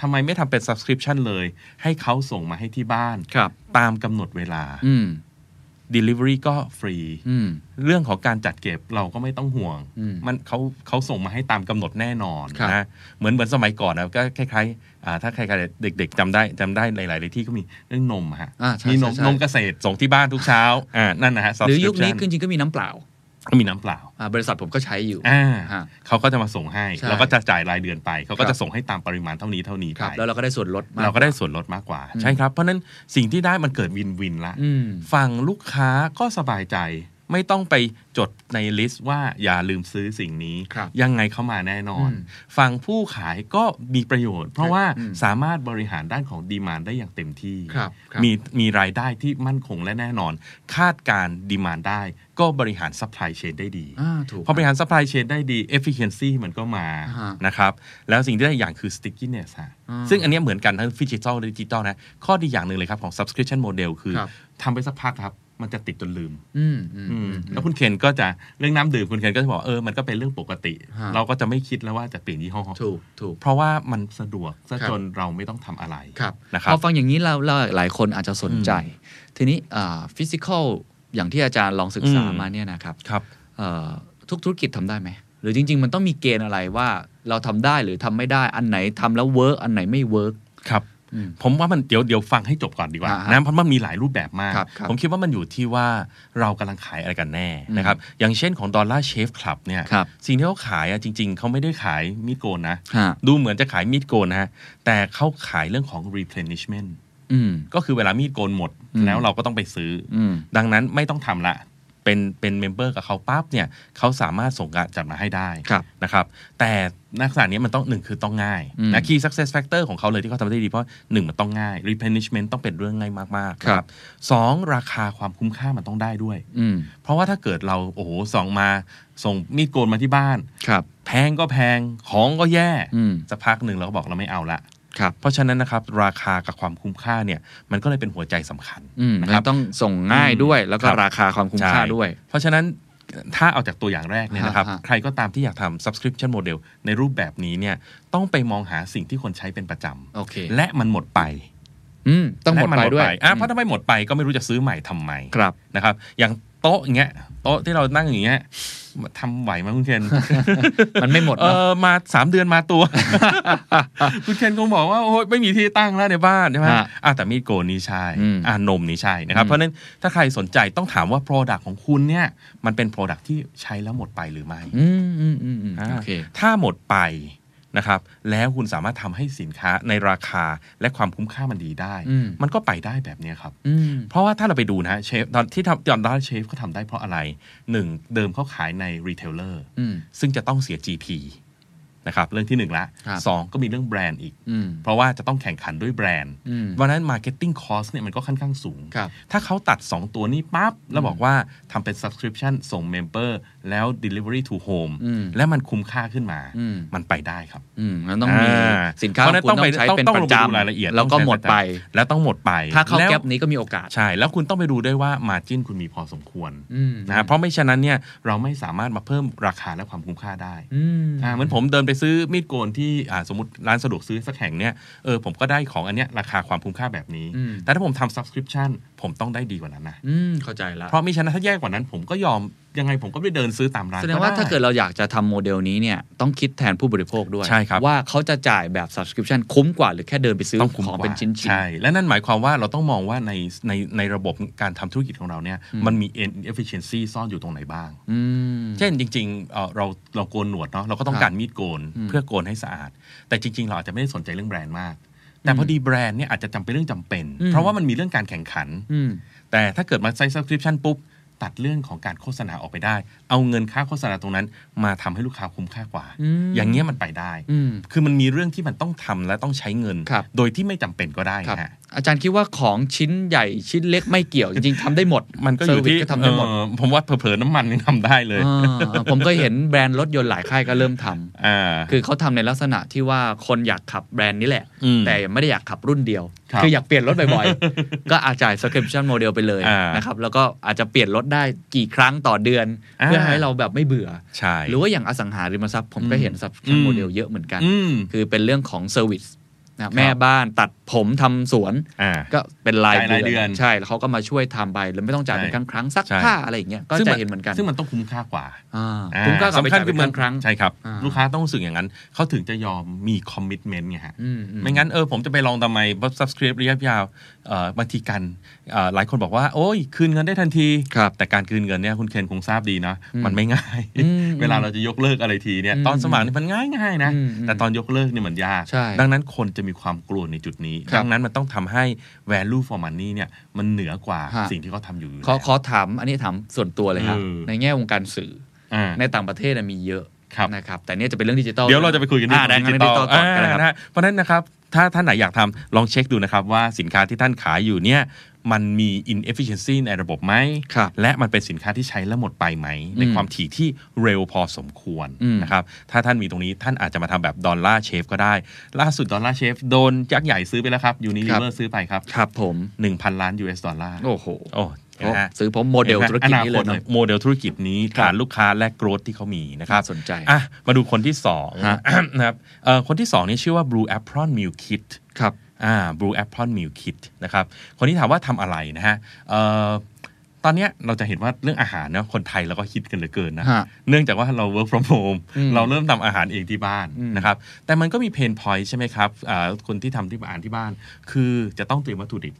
[SPEAKER 4] ทำไมไม่ทำเป็น subscription เลย ให้เขาส่งมาให้ที่บ้าน
[SPEAKER 3] ครับ
[SPEAKER 4] ตามกำหนดเวลา
[SPEAKER 3] อืม
[SPEAKER 4] delivery ก็ฟรี
[SPEAKER 3] อืม
[SPEAKER 4] เรื่องของการจัดเก็บเราก็ไม่ต้องห่วง
[SPEAKER 3] อืม
[SPEAKER 4] มันเขาเขาส่งมาให้ตามกำหนดแน่นอน
[SPEAKER 3] ครับ
[SPEAKER 4] นะเหมือนเหมือนสมัยก่อนนะก็คล้ายๆอ่าถ้าใครๆเด็ก ๆจำได้จำได้หลายๆที่ก็มีเรื่องนมอะฮะ
[SPEAKER 3] อ่าใช่
[SPEAKER 4] มีนม
[SPEAKER 3] ใช่ใช่
[SPEAKER 4] นมเกษตรส่งที่บ้านทุกเช้าอ่านั่นนะฮะ
[SPEAKER 3] หรือ ยุคนี้
[SPEAKER 4] subscription
[SPEAKER 3] จริงๆก็มีน้ำเปล่า
[SPEAKER 4] ก็มีน้ำเปล่า
[SPEAKER 3] อ่าบริษัทผมก็ใช้อยู่
[SPEAKER 4] อ่า
[SPEAKER 3] ฮะ
[SPEAKER 4] เขาก็จะมาส่งให้
[SPEAKER 3] ใช่
[SPEAKER 4] เราก็จะจ่ายรายเดือนไป เขา
[SPEAKER 3] ค
[SPEAKER 4] ก็
[SPEAKER 3] รับ
[SPEAKER 4] จะส่งให้ตามปริมาณเท่านี้เท่านี้
[SPEAKER 3] ค
[SPEAKER 4] ไป
[SPEAKER 3] รับ แล้วเราก็ได้ส่วนลดม
[SPEAKER 4] เราก็ได้ส่วนลดมากกว่า
[SPEAKER 3] อืม
[SPEAKER 4] ใช่ครับ เพราะฉะนั้นสิ่งที่ได้มันเกิดวินวินละ
[SPEAKER 3] อืม
[SPEAKER 4] ฝั่งลูกค้าก็สบายใจ ไม่ต้องไปจดในลิสต์ว่าอย่าลืมซื้อสิ่งนี้
[SPEAKER 3] ครับ
[SPEAKER 4] ยังไงเข้ามาแน่นอน
[SPEAKER 3] อืม
[SPEAKER 4] ฝั่งผู้ขายก็มีประโยชน์ เพราะว่า
[SPEAKER 3] อืม
[SPEAKER 4] สามารถบริหารด้านของดีมานได้อย่างเต็มที่
[SPEAKER 3] ครับครับ
[SPEAKER 4] มีมีรายได้ที่มั่นคงและแน่นอน คาดการดีมานได้ ก็บริหารซัพพลายเชนได้ดี
[SPEAKER 3] อ่าถูก
[SPEAKER 4] พอบริหารซัพพลายเชนได้ดี efficiency มันก็มา
[SPEAKER 3] ฮะ
[SPEAKER 4] นะครับ แล้วสิ่งที่ได้อย่างคือ stickiness ฮะ
[SPEAKER 3] อ่า
[SPEAKER 4] ซึ่งอันเนี้ยเหมือนกันทั้งฟิจิทัลและดิจิทัลนะ ข้อดีอย่างหนึ่งเลยครับ ของ subscription model คือ
[SPEAKER 3] ครับ
[SPEAKER 4] ทำไปสักพักครับ มันจะติดจนลืม
[SPEAKER 3] อืมอืม
[SPEAKER 4] แล้วคุณเคนก็จะเรื่องน้ำดื่มคุณเคนก็จะบอกเออ มันก็เป็นเรื่องปกติ
[SPEAKER 3] ฮะ
[SPEAKER 4] เราก็จะไม่คิดแล้วว่าจะเปลี่ยนยี่ห้อ
[SPEAKER 3] ถูกถูก
[SPEAKER 4] เพราะว่ามันสะดวกซะ
[SPEAKER 3] ครับ
[SPEAKER 4] จนเราไม่ต้องทำอะไร
[SPEAKER 3] ครับ
[SPEAKER 4] นะครับ
[SPEAKER 3] พอฟังอย่างนี้เราเราหลายคนอาจจะสนใจ ทีนี้ฟิสิกอลอย่างที่อาจารย์ลองศึกษา
[SPEAKER 4] อืม
[SPEAKER 3] มาเนี่ยนะครับ
[SPEAKER 4] ครับ
[SPEAKER 3] เอ่อทุกธุรกิจทำได้ไหม หรือจริง ๆ มันต้องมีเกณฑ์อะไรว่าเราทำได้หรือทำไม่ได้อันไหนทำแล้วเวิร์กอันไหนไม่เวิร์ก
[SPEAKER 4] ครับ
[SPEAKER 3] อืม
[SPEAKER 4] ผมว่ามันเดี๋ยวเดี๋ยวฟังให้จบก่อนดีกว่า
[SPEAKER 3] อ่าฮะ
[SPEAKER 4] นะเพราะมันมีหลายรูปแบบมาก
[SPEAKER 3] ครับครับ
[SPEAKER 4] ผมคิดว่ามันอยู่ที่ว่าเรากำลังขายอะไรกันแน่นะครับอย่างเช่นของดอลลาร์เชฟคลับเนี่ย
[SPEAKER 3] ครับ
[SPEAKER 4] สิ่งที่เขาขายอะจริง ๆ เขาไม่ได้ขายมีดโกนนะ
[SPEAKER 3] ฮะ
[SPEAKER 4] ดูเหมือนจะขายมีดโกนนะฮะแต่เขาขายเรื่องของ replenishment
[SPEAKER 3] อืม
[SPEAKER 4] ก็คือเวลามีดโกนหมด
[SPEAKER 3] อืม
[SPEAKER 4] แล้วเราก็ต้องไปซื้ออ
[SPEAKER 3] อืม
[SPEAKER 4] ดังนั้นไม่ต้องทำละ เป็นเป็นเมมเบอร์กับเขาปั๊บเนี่ยเขาสามารถส่งกานจัดมาให้ได้
[SPEAKER 3] ครับ
[SPEAKER 4] นะครับแต่ลักษณะนี้มันต้องหนึ่งคือต้องง่าย
[SPEAKER 3] อืม
[SPEAKER 4] นะ key success factor ของเขาเลยที่เขาทำได้ดีเพราะหนึ่งมันต้องง่าย replenishment ต้องเป็นเรื่องง่ายมากๆนะครับ สองราคาความคุ้มค่ามันต้องได้ด้วย
[SPEAKER 3] อืม
[SPEAKER 4] เพราะว่าถ้าเกิดเราโอ้โหส่งมาส่งมีดโกนมาที่บ้าน
[SPEAKER 3] ครับ
[SPEAKER 4] แพงก็แพงของก็แย่
[SPEAKER 3] อืม
[SPEAKER 4] สักพักหนึ่งเราก็บอกเราไม่เอาละ
[SPEAKER 3] ครับ
[SPEAKER 4] เพราะฉะนั้นนะครับราคากับความคุ้มค่าเนี่ยมันก็เลยเป็นหัวใจสำคัญ
[SPEAKER 3] อืม
[SPEAKER 4] นะ
[SPEAKER 3] แล้
[SPEAKER 4] คว รับ
[SPEAKER 3] ต้องส่งง่ายด้วย
[SPEAKER 4] อืม
[SPEAKER 3] แล้วก็
[SPEAKER 4] ครับ
[SPEAKER 3] ราคาความคุ้มค่าด้วย
[SPEAKER 4] ใช่เพราะฉะนั้นถ้าเอาจากตัวอย่างแรกเนี่ยนะครับ
[SPEAKER 3] ฮะฮะ
[SPEAKER 4] ใครก็ตามที่อยากทำ subscription model ในรูปแบบนี้เนี่ยต้องไปมองหาสิ่งที่คนใช้เป็นประจำ
[SPEAKER 3] โอเค
[SPEAKER 4] และมันหมดไป
[SPEAKER 3] อืมต้องหม
[SPEAKER 4] และ
[SPEAKER 3] ด
[SPEAKER 4] น
[SPEAKER 3] ไปด้วย
[SPEAKER 4] อ่ะเพราะถ้าไม่หมดไปก็ไม่รู้จะซื้อใหม่ทำไม
[SPEAKER 3] ครับ
[SPEAKER 4] นะครับ อย่างโต๊ะอย่างเงี้ยโต๊ะที่เรานั่งอย่างเงี้ยทำไหวไหมคุณเคน
[SPEAKER 3] มันไม่หมด
[SPEAKER 4] เอ
[SPEAKER 3] เนอะ
[SPEAKER 4] อมาสามเดือนมาตัว คุณเคนคงบอกว่าโอ้ยไม่มีที่ตั้งแล้วในบ้านใช่ไหม
[SPEAKER 3] ฮะ
[SPEAKER 4] อ่ะแต่มีดโกนนี่ใช่
[SPEAKER 3] อืม
[SPEAKER 4] อ่ะนมนี่ใช่นะครับ
[SPEAKER 3] อืม
[SPEAKER 4] เพราะฉะนั้นถ้าใครสนใจต้องถามว่า Product ของคุณเนี่ยมันเป็น Product ที่ใช้แล้วหมดไปหรือไม่
[SPEAKER 3] อืมอืมอืมอืม
[SPEAKER 4] อ่า
[SPEAKER 3] โอเค
[SPEAKER 4] ถ้าหมดไปนะครับ แล้วคุณสามารถทำให้สินค้าในราคาและความคุ้มค่ามันดีได้
[SPEAKER 3] อืม
[SPEAKER 4] มันก็ไปได้แบบเนี้ยครับ
[SPEAKER 3] อืม
[SPEAKER 4] เพราะว่าถ้าเราไปดูนะเชฟตอนที่ทำตอนร้านเชฟเขาทำได้เพราะอะไรหนึ่งเดิมเขาขายในรีเทลเลอร์
[SPEAKER 3] อืม
[SPEAKER 4] ซึ่งจะต้องเสีย GP นะครับเรื่องที่หนึ่งละ
[SPEAKER 3] ครับ
[SPEAKER 4] สองก็มีเรื่องแบรนด์อีก
[SPEAKER 3] อืม
[SPEAKER 4] เพราะว่าจะต้องแข่งขันด้วยแบรนด์
[SPEAKER 3] อืม
[SPEAKER 4] วันนั้น Marketing Cost เนี่ยมันก็ค่อนข้างสูง
[SPEAKER 3] ครับ
[SPEAKER 4] ถ้าเขาตัด 2 ตัวนี้ปั๊บ แล้วบอกว่าทำเป็น Subscription ส่ง Member แล้ว Delivery to Home
[SPEAKER 3] อืม
[SPEAKER 4] และมันคุ้มค่าขึ้นมา
[SPEAKER 3] อืม
[SPEAKER 4] นไปได้ครับ
[SPEAKER 3] อืมแล้วต้องมี
[SPEAKER 4] า
[SPEAKER 3] สินค้าของ
[SPEAKER 4] เพระฉะนั้น
[SPEAKER 3] คุณต้องใช้เป็นประ
[SPEAKER 4] ต้องลงไดู
[SPEAKER 3] จำ
[SPEAKER 4] รายละเอียด
[SPEAKER 3] แล้วก็หมดไป
[SPEAKER 4] แล้วต้องหมดไป
[SPEAKER 3] ถ้าเข้า
[SPEAKER 4] แล้ว
[SPEAKER 3] แก๊ปนี้ก็มีโอกาส
[SPEAKER 4] ใช่ แล้วคุณต้องไปดูด้วยว่า Margin คุณมีพอสมควร
[SPEAKER 3] อืม
[SPEAKER 4] นะฮะเพราะไม่ฉะนั้นเนี่ยเราไม่สามารถมาเพิ่มราคาและความคุ้มค่าได้
[SPEAKER 3] อืม
[SPEAKER 4] อ่าเหมือนผมเดินไปซื้อมีดโกนที่อ่าสมมติร้านสะดวกซื้อสักแห่งเนี่ยเออผมก็ได้ของอันเนี้ยราคาความคุ้มค่าแบบนี้
[SPEAKER 3] อืม
[SPEAKER 4] แต่ถ้าผมทำ subscription ผมต้องได้ดีกว่านั้นนะ
[SPEAKER 3] อืมเข้าใจละ
[SPEAKER 4] เพราะมิฉะนั้นถ้าแย่กว่านั้นผมก็ยอมยังไงผมก็ไปเดินซื้อตามร้าน
[SPEAKER 3] แสดงว่า
[SPEAKER 4] ไ
[SPEAKER 3] ถ้าเกิดเราอยากจะทำโมเดลนี้เนี่ยต้องคิดแทนผู้บริโภคด้วย
[SPEAKER 4] ใช่ครับ
[SPEAKER 3] ว่าเขาจะจ่ายแบบ subscription คุ้มกว่าหรือแค่เดินไปซื้อ
[SPEAKER 4] ต้องคุ้ม
[SPEAKER 3] ของ
[SPEAKER 4] กว่า
[SPEAKER 3] เป็นชิ้นๆ
[SPEAKER 4] ใช่และนั่นหมายความว่าเราต้องมองว่าในในในระบบการทำธุรกิจของเราเนี่ยมันมี inefficiency ซ่อนอยู่ตรงไหนบ้าง
[SPEAKER 3] อืม
[SPEAKER 4] เช่นจริงๆเอ่อเราเราโกนหนวดเนาะเราก็ต้อง
[SPEAKER 3] ครับ
[SPEAKER 4] การมีดโกนเพื่อโกนให้สะอาด แต่จริง ๆ เราอาจจะไม่ได้สนใจเรื่องแบรนด์มาก แต่พอดีแบรนด์เนี่ยอาจจะจำเป็นเรื่องจำเป็น
[SPEAKER 3] อืม
[SPEAKER 4] เพราะว่ามันมีเรื่องการแข่งขัน
[SPEAKER 3] อืม
[SPEAKER 4] แต่ถ้าเกิดมาใช้ subscription ปุ๊บ ตัดเรื่องของการโฆษณาออกไปได้ เอาเงินค่าโฆษณาตรงนั้น มาทำให้ลูกค้าคุ้มค่ากว่า
[SPEAKER 3] อืม
[SPEAKER 4] อย่างเงี้ยมันไปได้
[SPEAKER 3] อืม
[SPEAKER 4] คือมันมีเรื่องที่มันต้องทำและต้องใช้เงิน
[SPEAKER 3] ครับ
[SPEAKER 4] โดยที่ไม่จำเป็นก็ได้
[SPEAKER 3] ครับ
[SPEAKER 4] นะฮะ
[SPEAKER 3] อาจารย์คิดว่าของชิ้นใหญ่ชิ้นเล็กไม่เกี่ยวจริงๆทำได้หมด
[SPEAKER 4] มันก็อยู่ที่
[SPEAKER 3] เซร์วิสก็ทำได้หมด
[SPEAKER 4] เอ่อผมว่าเผลอๆน้ำมันยังทำได้เลย
[SPEAKER 3] อ่าผมก็เห็นแบรนด์รถยนต์หลายค่ายก็เริ่มทำ
[SPEAKER 4] อ่า
[SPEAKER 3] คือเขาทำในลักษณะที่ว่าคนอยากขับแบรนด์นี้แหละ
[SPEAKER 4] อืม
[SPEAKER 3] แต่ไม่ได้อยากขับรุ่นเดียว
[SPEAKER 4] ครับ
[SPEAKER 3] ออยากเปลี่ยนรถบ่อย ๆ ก็อาจจ่าย subscription model ไปเลย
[SPEAKER 4] อ่าน
[SPEAKER 3] นะครับแล้วก็อาจจะเปลี่ยนรถได้กี่ครั้งต่อเดือน เพื่อให้เราแบบไม่เบื่อ
[SPEAKER 4] ใช่
[SPEAKER 3] หรือว่าอย่างอสังหาริมทรัพย์ผมก็เห็น subscription model เยอะเหมือนกัน
[SPEAKER 4] อืม
[SPEAKER 3] คือเป็นเรื่องของเซอร์วิสนะแม่บ้านตัดผมทำสวน
[SPEAKER 4] อ่า
[SPEAKER 3] ก็เป็นราย
[SPEAKER 4] จ่ายรายเดื
[SPEAKER 3] เดื
[SPEAKER 4] อ
[SPEAKER 3] อน น ใช่แล้วเขาก็มาช่วยทำไปแล้วไม่ต้องจ่าย
[SPEAKER 4] ใช่
[SPEAKER 3] เป็นครั้งครั้งๆซัก
[SPEAKER 4] ใช่
[SPEAKER 3] ผ้าอะไรอย่างเงี้ยก็จะเห็นเหมือนกัน
[SPEAKER 4] ซึ่งมันต้องคุ้มค่ากว่า
[SPEAKER 3] อ่า
[SPEAKER 4] อ่
[SPEAKER 3] ผมก็กลับไปจ่ายเป็นครั้ง
[SPEAKER 4] สำ
[SPEAKER 3] ครั้ง
[SPEAKER 4] ใช่ครับ
[SPEAKER 3] อ่า
[SPEAKER 4] ลูกค้าต้องรู้สึกอย่างนั้น เขาถึงจะยอมมีคอมมิ t เมนต์ไงฮะ
[SPEAKER 3] อืมอืม
[SPEAKER 4] ไม่งั้นเออผมจะไปลองทำไมเพราะ subscribe ระยะยาวเอ่อบางทีกันเอ่อหลายคนบอกว่า โอ้ย คืนเงินได้ทันที
[SPEAKER 3] ครับ
[SPEAKER 4] แต่การคืนเงินเนี่ยคุณเคนคงทราบดีนะ
[SPEAKER 3] อืม
[SPEAKER 4] มันไม่ง่าย
[SPEAKER 3] อืม
[SPEAKER 4] เวลาเราจะยกเลิกอะไรทีเนี่ย
[SPEAKER 3] อืม
[SPEAKER 4] ตอนสมัครนี่มันง่ายง่ายๆนะ
[SPEAKER 3] อืมอืม
[SPEAKER 4] แต่ตอนยกเลิกเนี่ยมันยาก
[SPEAKER 3] ใช่
[SPEAKER 4] ดังนั้นคนจะมีความกลัวในจุดนี้
[SPEAKER 3] ครับ
[SPEAKER 4] ดังนั้นมันต้องทำให้ value for money เนี่ยมันเหนือกว่า
[SPEAKER 3] ฮะ
[SPEAKER 4] สิ่งที่เขาทำอยู่อยู่
[SPEAKER 3] ขอ
[SPEAKER 4] แล้ว
[SPEAKER 3] ขอถามอันนี้ถามส่วนตัวเลยครับ
[SPEAKER 4] เออ
[SPEAKER 3] ในแง่วงการสื่อ
[SPEAKER 4] อ่า
[SPEAKER 3] ในต่างประเทศน่ะมีเยอะ
[SPEAKER 4] ครับ
[SPEAKER 3] นะครับ แต่เนี่ยจะเป็นเรื่องดิจิตอล
[SPEAKER 4] เดี๋ยวเราจะไปคุยกัน
[SPEAKER 3] อ่าได้ครับเรื่องดิจิตอลก่อนกันนะ
[SPEAKER 4] อ่า
[SPEAKER 3] ครับ
[SPEAKER 4] นะฮะเพราะฉะนั้นนะครับ ถ้าท่านไหนอยากทำลองเช็คดูนะครับ ว่าสินค้าที่ท่านขายอยู่เนี่ยมันมี inefficiency ในระบบไหม
[SPEAKER 3] ครับ
[SPEAKER 4] และมันเป็นสินค้าที่ใช้แล้วหมดไปไหม ในความถี่ที่เร็วพอสมควร
[SPEAKER 3] อืม
[SPEAKER 4] นะครับ ถ้าท่านมีตรงนี้ท่านอาจจะมาทำแบบดอลลาร์เชฟก็ได้ ล่าสุดดอลลาร์เชฟโดนยักษ์ใหญ่ซื้อไปแล้วครับยูนิ
[SPEAKER 3] ครั
[SPEAKER 4] เวอร์
[SPEAKER 3] บ
[SPEAKER 4] ซื้อไปครับ
[SPEAKER 3] ครับผม
[SPEAKER 4] 1,000 ล้าน US ดอลลาร์
[SPEAKER 3] โอ้โห
[SPEAKER 4] โอ้เห็นไหมฮะ
[SPEAKER 3] ซื้อผมโมเดลธุรกิจนี้เลย
[SPEAKER 4] อนา
[SPEAKER 3] เนาะ
[SPEAKER 4] คตโมเดลธุรกิจนี้
[SPEAKER 3] ครับ
[SPEAKER 4] ฐานลูกค้าและโกรธที่เขามีนะครับ
[SPEAKER 3] น่าสนใจ
[SPEAKER 4] อ่ะมาดูคนที่สอง
[SPEAKER 3] ฮะ
[SPEAKER 4] นะครับ เอ่อคนที่สองนี่ชื่อว่า Blue Apron Meal Kit
[SPEAKER 3] ครับ
[SPEAKER 4] อ่า Blue Apron Meal Kit นะครับ คนที่ถามว่าทำอะไรนะฮะเอ่อตอนเนี้ยเราจะเห็นว่าเรื่องอาหารเนาะคนไทยเราก็คิดกันเหลือเกินนะ
[SPEAKER 3] ฮะ
[SPEAKER 4] เนื่องจากว่าเรา work from home
[SPEAKER 3] อืม
[SPEAKER 4] เราเริ่มทำอาหารเองที่บ้าน
[SPEAKER 3] อืม
[SPEAKER 4] นะครับ แต่มันก็มีเพนพอยใช่ไหมครับอ่าคนที่ทำที่อาหารที่บ้าน คือจะต้องเตรียมวัตถุดิบ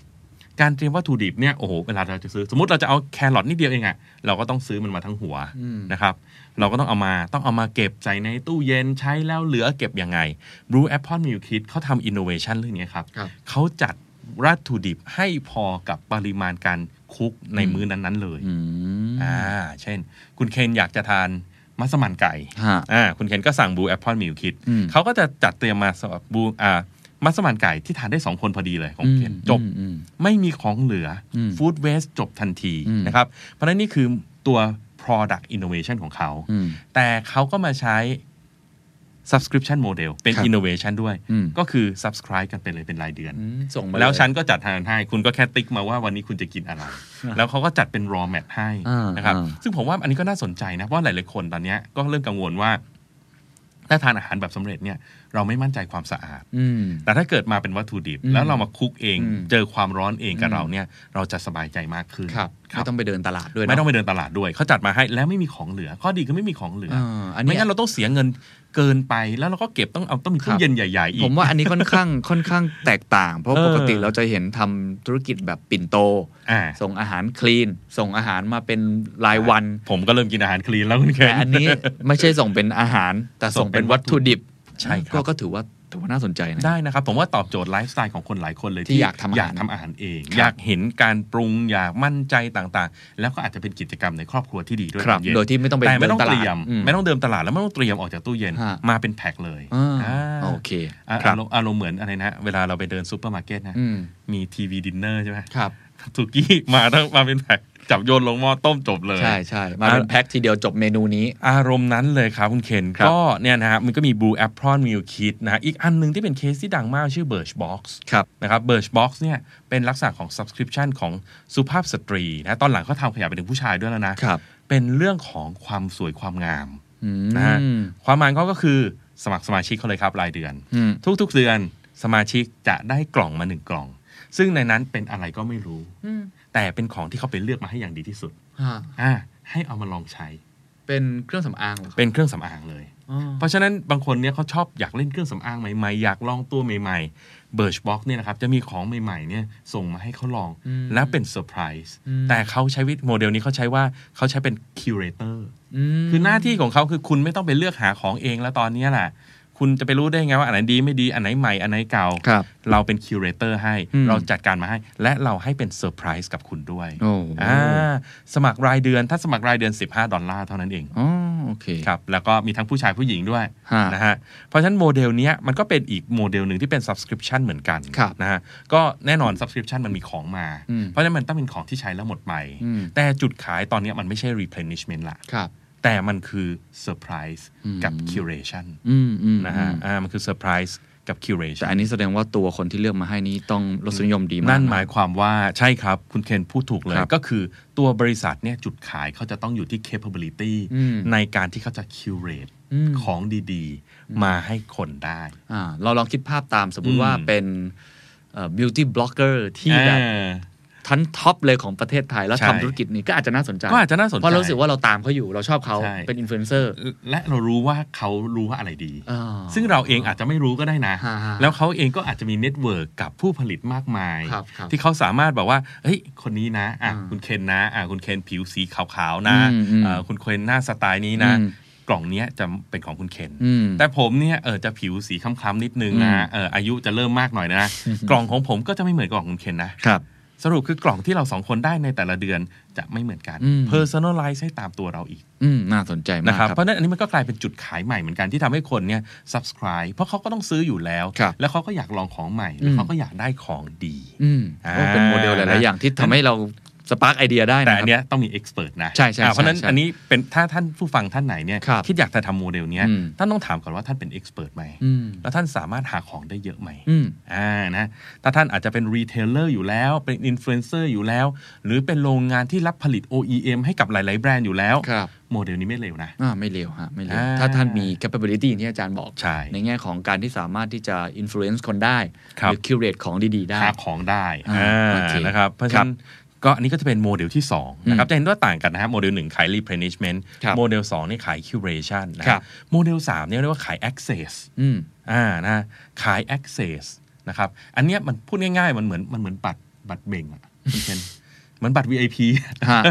[SPEAKER 4] การเตรียมวัตถุดิบเนี่ยโอ้โหเวลาเราจะซื้อ สมมติเราจะเอาแครอทนิดเดียวเองอะเราก็ต้องซื้อมันมาทั้งหัว
[SPEAKER 3] อืม
[SPEAKER 4] นะครับ เราก็ต้องเอามาต้องเอามาเก็บใส่ในตู้เย็นใช้แล้วเหลือเก็บยังไง Blue Apple Meal Kit เขาทำ innovation เรื่องนี้ครับ
[SPEAKER 3] ครับ
[SPEAKER 4] เขาจัดวัตถุดิบให้พอกับปริมาณการคุกในมื้อนั้น ๆ เลย
[SPEAKER 3] อืม
[SPEAKER 4] อ่า เช่น คุณเคนอยากจะทานมัสมั่นไก่
[SPEAKER 3] ฮะ
[SPEAKER 4] อ่า คุณเคนก็สั่งบูแอปเปิลมิลคิด
[SPEAKER 3] อืม
[SPEAKER 4] เขาก็จะจัดเตรียมมาสำหรับบูอ่า มัสมั่นไก่ที่ทานได้สองคนพอดีเลยของเคนจบ ไม่มีของเหลืออ
[SPEAKER 3] ม
[SPEAKER 4] ฟู้ดเวสจบทันที
[SPEAKER 3] อืม
[SPEAKER 4] นะครับ เพราะฉะนั้นนี่คือตัว product innovation ของเขา
[SPEAKER 3] อืม
[SPEAKER 4] แต่เขาก็มาใช้ subscription model เป็น
[SPEAKER 3] ครับ
[SPEAKER 4] innovation ด้วย
[SPEAKER 3] อืม
[SPEAKER 4] ก็คือ subscribe กันไปเลยเป็นรายเดือน
[SPEAKER 3] อืมส่งมา
[SPEAKER 4] แล้ว
[SPEAKER 3] เย
[SPEAKER 4] ฉันก็จัดทานให้ คุณก็แค่ติ๊กมาว่าวันนี้คุณจะกิน อะไร แล้วเขาก็จัดเป็น raw mat ให้
[SPEAKER 3] อ่าน
[SPEAKER 4] นะครับ
[SPEAKER 3] อ่า
[SPEAKER 4] ซึ่งผมว่าอันนี้ก็น่าสนใจนะ เพราะหลายๆคนตอนเนี้ยก็เริ่มกังวลว่า ถ้าทานอาหารแบบสำเร็จเนี่ยเราไม่มั่นใจความสะอาด
[SPEAKER 3] อืม
[SPEAKER 4] แต่ถ้าเกิดมาเป็นวัตถุดิบ
[SPEAKER 3] อืม
[SPEAKER 4] แล้วเรามาคุกเอง
[SPEAKER 3] อืม
[SPEAKER 4] เจอความร้อนเองกับเราเนี่ย เราจะสบายใจมากขึ้น
[SPEAKER 3] ครับ
[SPEAKER 4] ครั
[SPEAKER 3] ไม่
[SPEAKER 4] บ
[SPEAKER 3] ต้องไปเดินตลาดด้วยเนะ
[SPEAKER 4] ไม่ต้องไปเดินตลาดด้วยเขาจัดมาให้แล้วไม่มีของเหลือ ข้อดีคือไม่มีของเหลือ
[SPEAKER 3] อ่าอัน
[SPEAKER 4] ไม่
[SPEAKER 3] เนี้ย
[SPEAKER 4] งั้นเราต้องเสียเงินเกินไปแล้วเราก็เก็บต้องเอาต้องมี
[SPEAKER 3] ครั
[SPEAKER 4] ตู้
[SPEAKER 3] บ
[SPEAKER 4] เย็นใหญ่ ๆ อีก
[SPEAKER 3] ผมว่าอันนี้ค่อน ข้างค่อนข้างแตกต่าง เพราะ
[SPEAKER 4] เออ
[SPEAKER 3] ปกติเราจะเห็นทำธุรกิจแบบปิ่นโต
[SPEAKER 4] อ่า
[SPEAKER 3] ส่งอาหารคลีน ส่งอาหารมาเป็นรายวัน
[SPEAKER 4] ผมก็เริ่มกินอาหารคลีนแล้วคุณแค
[SPEAKER 3] แต่
[SPEAKER 4] น
[SPEAKER 3] อันนี้ ไม่ใช่ส่งเป็นอาหาร แต่ส่งเป็นวัตถุดิบ
[SPEAKER 4] ใช่ครับ
[SPEAKER 3] ก็ก็ถือว่าถือว่าน่าสนใจนะ
[SPEAKER 4] ได้นะครับ ผมว่าตอบโจทย์ไลฟ์สไตล์ของคนหลายคนเลย
[SPEAKER 3] ที่อยากทำอาหาร
[SPEAKER 4] อยากทำอาหารเอง
[SPEAKER 3] ครับ
[SPEAKER 4] อยากเห็นการปรุงอยากมั่นใจต่างๆ แล้วก็อาจจะเป็นกิจกรรมในครอบครัวที่ดีด้วย
[SPEAKER 3] ครับ
[SPEAKER 4] ตอนเน
[SPEAKER 3] โดยที่ไม่ต้องไป
[SPEAKER 4] แต่ไม่ต้องเตรียม
[SPEAKER 3] เดินตลาดอืม
[SPEAKER 4] ไม่ต้องเดิมตลาดแล้วไม่ต้องเตรียมออกจากตู้เย็น
[SPEAKER 3] ฮะ
[SPEAKER 4] มาเป็นแพ็คเลย
[SPEAKER 3] อ่า
[SPEAKER 4] อ่า
[SPEAKER 3] โอเค
[SPEAKER 4] อ่า
[SPEAKER 3] ครั
[SPEAKER 4] อา
[SPEAKER 3] บ
[SPEAKER 4] รมณ์อารมณ์เหมือนอะไรนะ เวลาเราไปเดินซูเปอร์มาร์เก็ตนะ
[SPEAKER 3] อืม
[SPEAKER 4] มีทีวีดินเนอร์ใช่ไหม
[SPEAKER 3] ครับ
[SPEAKER 4] สุกี้มาทั้งมาเป็นแพ็คจับโยนลงหม้อต้มจบเลย
[SPEAKER 3] ใช่ใช่มาเป็น
[SPEAKER 4] อ่า
[SPEAKER 3] แพ็คทีเดียวจบเมนูนี้
[SPEAKER 4] อารมณ์นั้นเลยครับ คุณเคน
[SPEAKER 3] ครับ
[SPEAKER 4] ก็เนี่ยนะฮะมันก็มี Blue Apron Meal Kit นะฮะอีกอันหนึงที่เป็นเคสที่ดังมากชื่อ Birchbox
[SPEAKER 3] ครับ
[SPEAKER 4] นะครับ Birchbox เนี่ยเป็นลักษณะของ subscription ของสุภาพสตรีนะตอนหลังเขาทำขยายไปถึงผู้ชายด้วยแล้วนะ
[SPEAKER 3] ครับ
[SPEAKER 4] เป็นเรื่องของความสวยความงาม
[SPEAKER 3] อืม
[SPEAKER 4] นะฮะความหมายเขาก็คือสมัครสมาชิกเขาเลยครับ รายเดือน
[SPEAKER 3] อืม
[SPEAKER 4] ทุก ๆ เดือนสมาชิกจะได้กล่องมาหนึ่งกล่อง ซึ่งในนั้นเป็นอะไรก็ไม่รู้
[SPEAKER 3] อืม
[SPEAKER 4] แต่เป็นของที่เขาไปเลือกมาให้อย่างดีที่สุด
[SPEAKER 3] ฮะ
[SPEAKER 4] อ่าให้เอามาลองใช้
[SPEAKER 3] เป็นเครื่องสำอางเหรอครับ
[SPEAKER 4] เป็นเครื่องสำอางเลย
[SPEAKER 3] อ๋อ
[SPEAKER 4] เพราะฉะนั้นบางคนเนี่ยเขาชอบอยากเล่นเครื่องสำอางใหม่ๆ อยากลองตัวใหม่ๆ Birchbox เนี่ยนะครับจะมีของใหม่ๆเนี่ยส่งมาให้เขาลอง
[SPEAKER 3] อืม
[SPEAKER 4] และเป็นเซอร์ไพรส์
[SPEAKER 3] อืม
[SPEAKER 4] แต่เขาใช้วิธีโมเดลนี้เขาใช้ว่าเขาใช้เป็นคิวเรเตอร์
[SPEAKER 3] ม
[SPEAKER 4] คือหน้าที่ของเขาคือคุณไม่ต้องไปเลือกหาของเองแล้วตอนเนี้ยแหละคุณจะไปรู้ได้ไงว่าอันไหนดีไม่ดีอันไหนใหม่อันไหนเก่า
[SPEAKER 3] ครับ
[SPEAKER 4] เราเป็นคิวเรเตอร์ให้
[SPEAKER 3] อืม
[SPEAKER 4] เราจัดการมาให้ และเราให้เป็นเซอร์ไพรส์กับคุณด้วย
[SPEAKER 3] โอ้
[SPEAKER 4] อ่าสมัครรายเดือนถ้าสมัครรายเดือน 15 ดอลลาร์เท่านั้นเอง
[SPEAKER 3] อ๋อ โอเค
[SPEAKER 4] ครับแล้วก็มีทั้งผู้ชายผู้หญิงด้วย
[SPEAKER 3] ฮะ
[SPEAKER 4] นะฮะเพราะฉะนั้นโมเดลเนี้ยมันก็เป็นอีกโมเดลหนึ่งที่เป็น subscription เหมือนกัน
[SPEAKER 3] ครับ
[SPEAKER 4] นะฮะก็แน่นอน subscription มันมีของมา
[SPEAKER 3] อืม
[SPEAKER 4] เพราะฉะนั้นมันต้องเป็นของที่ใช้แล้วหมดไป
[SPEAKER 3] อืม
[SPEAKER 4] แต่จุดขายตอนเนี้ยมันไม่ใช่ replenishment ละ
[SPEAKER 3] ครับ
[SPEAKER 4] แต่มันคือ surprise กับ
[SPEAKER 3] อืม
[SPEAKER 4] curation
[SPEAKER 3] อืมอืม
[SPEAKER 4] นะฮะ
[SPEAKER 3] อืม
[SPEAKER 4] อ่ามันคือ surprise กับ
[SPEAKER 3] แต่
[SPEAKER 4] curation
[SPEAKER 3] อันนี้แสดงว่าตัวคนที่เลือกมาให้นี้ต้องรสนิยมดีมาก
[SPEAKER 4] นั่นหมายความว่าใช่ครับ คุณเคนพูดถูกเลย
[SPEAKER 3] ครับ
[SPEAKER 4] ก็คือตัวบริษัทเนี่ยจุดขายเขาจะต้องอยู่ที่ capability
[SPEAKER 3] อืม
[SPEAKER 4] ในการที่เขาจะ curate
[SPEAKER 3] อืม
[SPEAKER 4] ของดีๆ มาให้คนได้
[SPEAKER 3] อ่าเราลองคิดภาพตามสมมุติว่า
[SPEAKER 4] อืม
[SPEAKER 3] เป็นเอ่อ beauty blogger ที่แบบ
[SPEAKER 4] เออ
[SPEAKER 3] ทั้นท็อปเลยของประเทศไทย แล้ว
[SPEAKER 4] ใช่
[SPEAKER 3] ทำธุรกิจนี้ก็อาจจะน่าสนใจ
[SPEAKER 4] ก็อาจจะน่าสนใจ
[SPEAKER 3] เพราะเรารู้สึกว่าเราตามเขาอยู่เราชอบเขา
[SPEAKER 4] ใช่
[SPEAKER 3] เป็นอินฟลูเอนเซอร์
[SPEAKER 4] และเรารู้ว่าเขารู้ว่าอะไรดี
[SPEAKER 3] อ่า
[SPEAKER 4] ซึ่งเราเองอาจจะไม่รู้ก็ได้นะ
[SPEAKER 3] ฮะฮะ
[SPEAKER 4] แล้วเขาเองก็อาจจะมีเน็ตเวิร์กกับผู้ผลิตมากมาย
[SPEAKER 3] ครับครับ
[SPEAKER 4] ที่เขาสามารถแบบว่าเฮ้ยคนนี้นะอ่ะ
[SPEAKER 3] อืม
[SPEAKER 4] คุณเคนนะอ่ะคุณเคนผิวสีขาวๆนะ
[SPEAKER 3] อืมอืม
[SPEAKER 4] เอ่อคุณเคนหน้าสไตล์นี้นะ
[SPEAKER 3] อืม
[SPEAKER 4] กล่องเนี้ยจะเป็นของคุณเคน
[SPEAKER 3] อืม
[SPEAKER 4] แต่ผมเนี่ยเออจะผิวสีคล้ำๆนิดนึงนะ
[SPEAKER 3] อืม
[SPEAKER 4] เอออายุจะเริ่มมากหน่อย นะ กล่องของผมก็จะไม่เหมือนกล่องคุณเคนนะ
[SPEAKER 3] ครับ
[SPEAKER 4] สรุปคือกล่องที่เราสองคนได้ในแต่ละเดือนจะไม่เหมือนกัน
[SPEAKER 3] อืม
[SPEAKER 4] personalize ให้ตามตัวเราอีก
[SPEAKER 3] อืมน่าสนใจมาก
[SPEAKER 4] นะครับ
[SPEAKER 3] ค
[SPEAKER 4] เพ
[SPEAKER 3] รับ
[SPEAKER 4] ราะฉะนั้นอันนี้มันก็กลายเป็นจุดขายใหม่เหมือนกันที่ทำให้คนเนี่ย subscribe เพราะเขาก็ต้องซื้ออยู่แล้ว
[SPEAKER 3] ครับ
[SPEAKER 4] แล้วเขาก็อยากลองของใหม่ แล้วเขาก็อยากได้ของดี
[SPEAKER 3] อืมโอ้เป็นโมเดลหลาย ๆ อย่างที่ทำให้เราสปาร์กไอเดียได้
[SPEAKER 4] แต่
[SPEAKER 3] นะค
[SPEAKER 4] อั
[SPEAKER 3] รับ
[SPEAKER 4] นเนี้ยต้องมี expert นะ
[SPEAKER 3] ใช่ใช่
[SPEAKER 4] อ่าเพราะฉะนั้น
[SPEAKER 3] ใช่
[SPEAKER 4] อันนี้เป็นถ้าท่านผู้ฟังท่านไหนเนี่ย
[SPEAKER 3] ครับ
[SPEAKER 4] ดอยากจะทำโมเดลเนี้ย
[SPEAKER 3] อืม
[SPEAKER 4] ท่านต้องถามก่อนว่าท่านเป็น expert ไหม
[SPEAKER 3] อืม
[SPEAKER 4] แล้วท่านสามารถหาของได้เยอะไหม
[SPEAKER 3] อืม
[SPEAKER 4] อ่านะ ถ้าท่านอาจจะเป็นรีเทลเลอร์อยู่แล้ว เป็นอินฟลูเอนเซอร์อยู่แล้ว หรือเป็นโรงงานที่รับผลิต OEM ให้กับหลาย ๆ แบรนด์อยู่แล้ว
[SPEAKER 3] ครับ
[SPEAKER 4] โมเดลนี้ไม่เลวนะ
[SPEAKER 3] อ่าไม่เร็วฮะไม่เร็ว
[SPEAKER 4] อ่า
[SPEAKER 3] ถ้าท่านมี capability อย่างที่อาจารย์บอก
[SPEAKER 4] ใช่
[SPEAKER 3] แง่ของการที่สามารถที่จะ influence คนได้
[SPEAKER 4] ครั
[SPEAKER 3] ห
[SPEAKER 4] บ
[SPEAKER 3] รือ curate ของดี ๆ ได้
[SPEAKER 4] หาของได้
[SPEAKER 3] อ่า
[SPEAKER 4] อ่า
[SPEAKER 3] โอเค
[SPEAKER 4] นะครับ เพราะฉะนั้นก็อันนี้ก็จะเป็นโมเดลที่2นะครับ จะเห็นว่าต่างกันนะฮะ โมเดล 1 ขาย replenishment
[SPEAKER 3] ครับ
[SPEAKER 4] โมเดล 2 นี่ขาย curation นะ
[SPEAKER 3] ค
[SPEAKER 4] ค
[SPEAKER 3] รั
[SPEAKER 4] รับ บโมเดล 3 เนี่ยเรียกว่าขาย access
[SPEAKER 3] อืม
[SPEAKER 4] อ่านะขาย access นะครับ อันเนี้ยมันพูดง่าย ๆ มันเหมือนมันเหมือนบัตรบัตรเบ่งอะคุณ เคนเหมือนบัตร VIP
[SPEAKER 3] ฮะ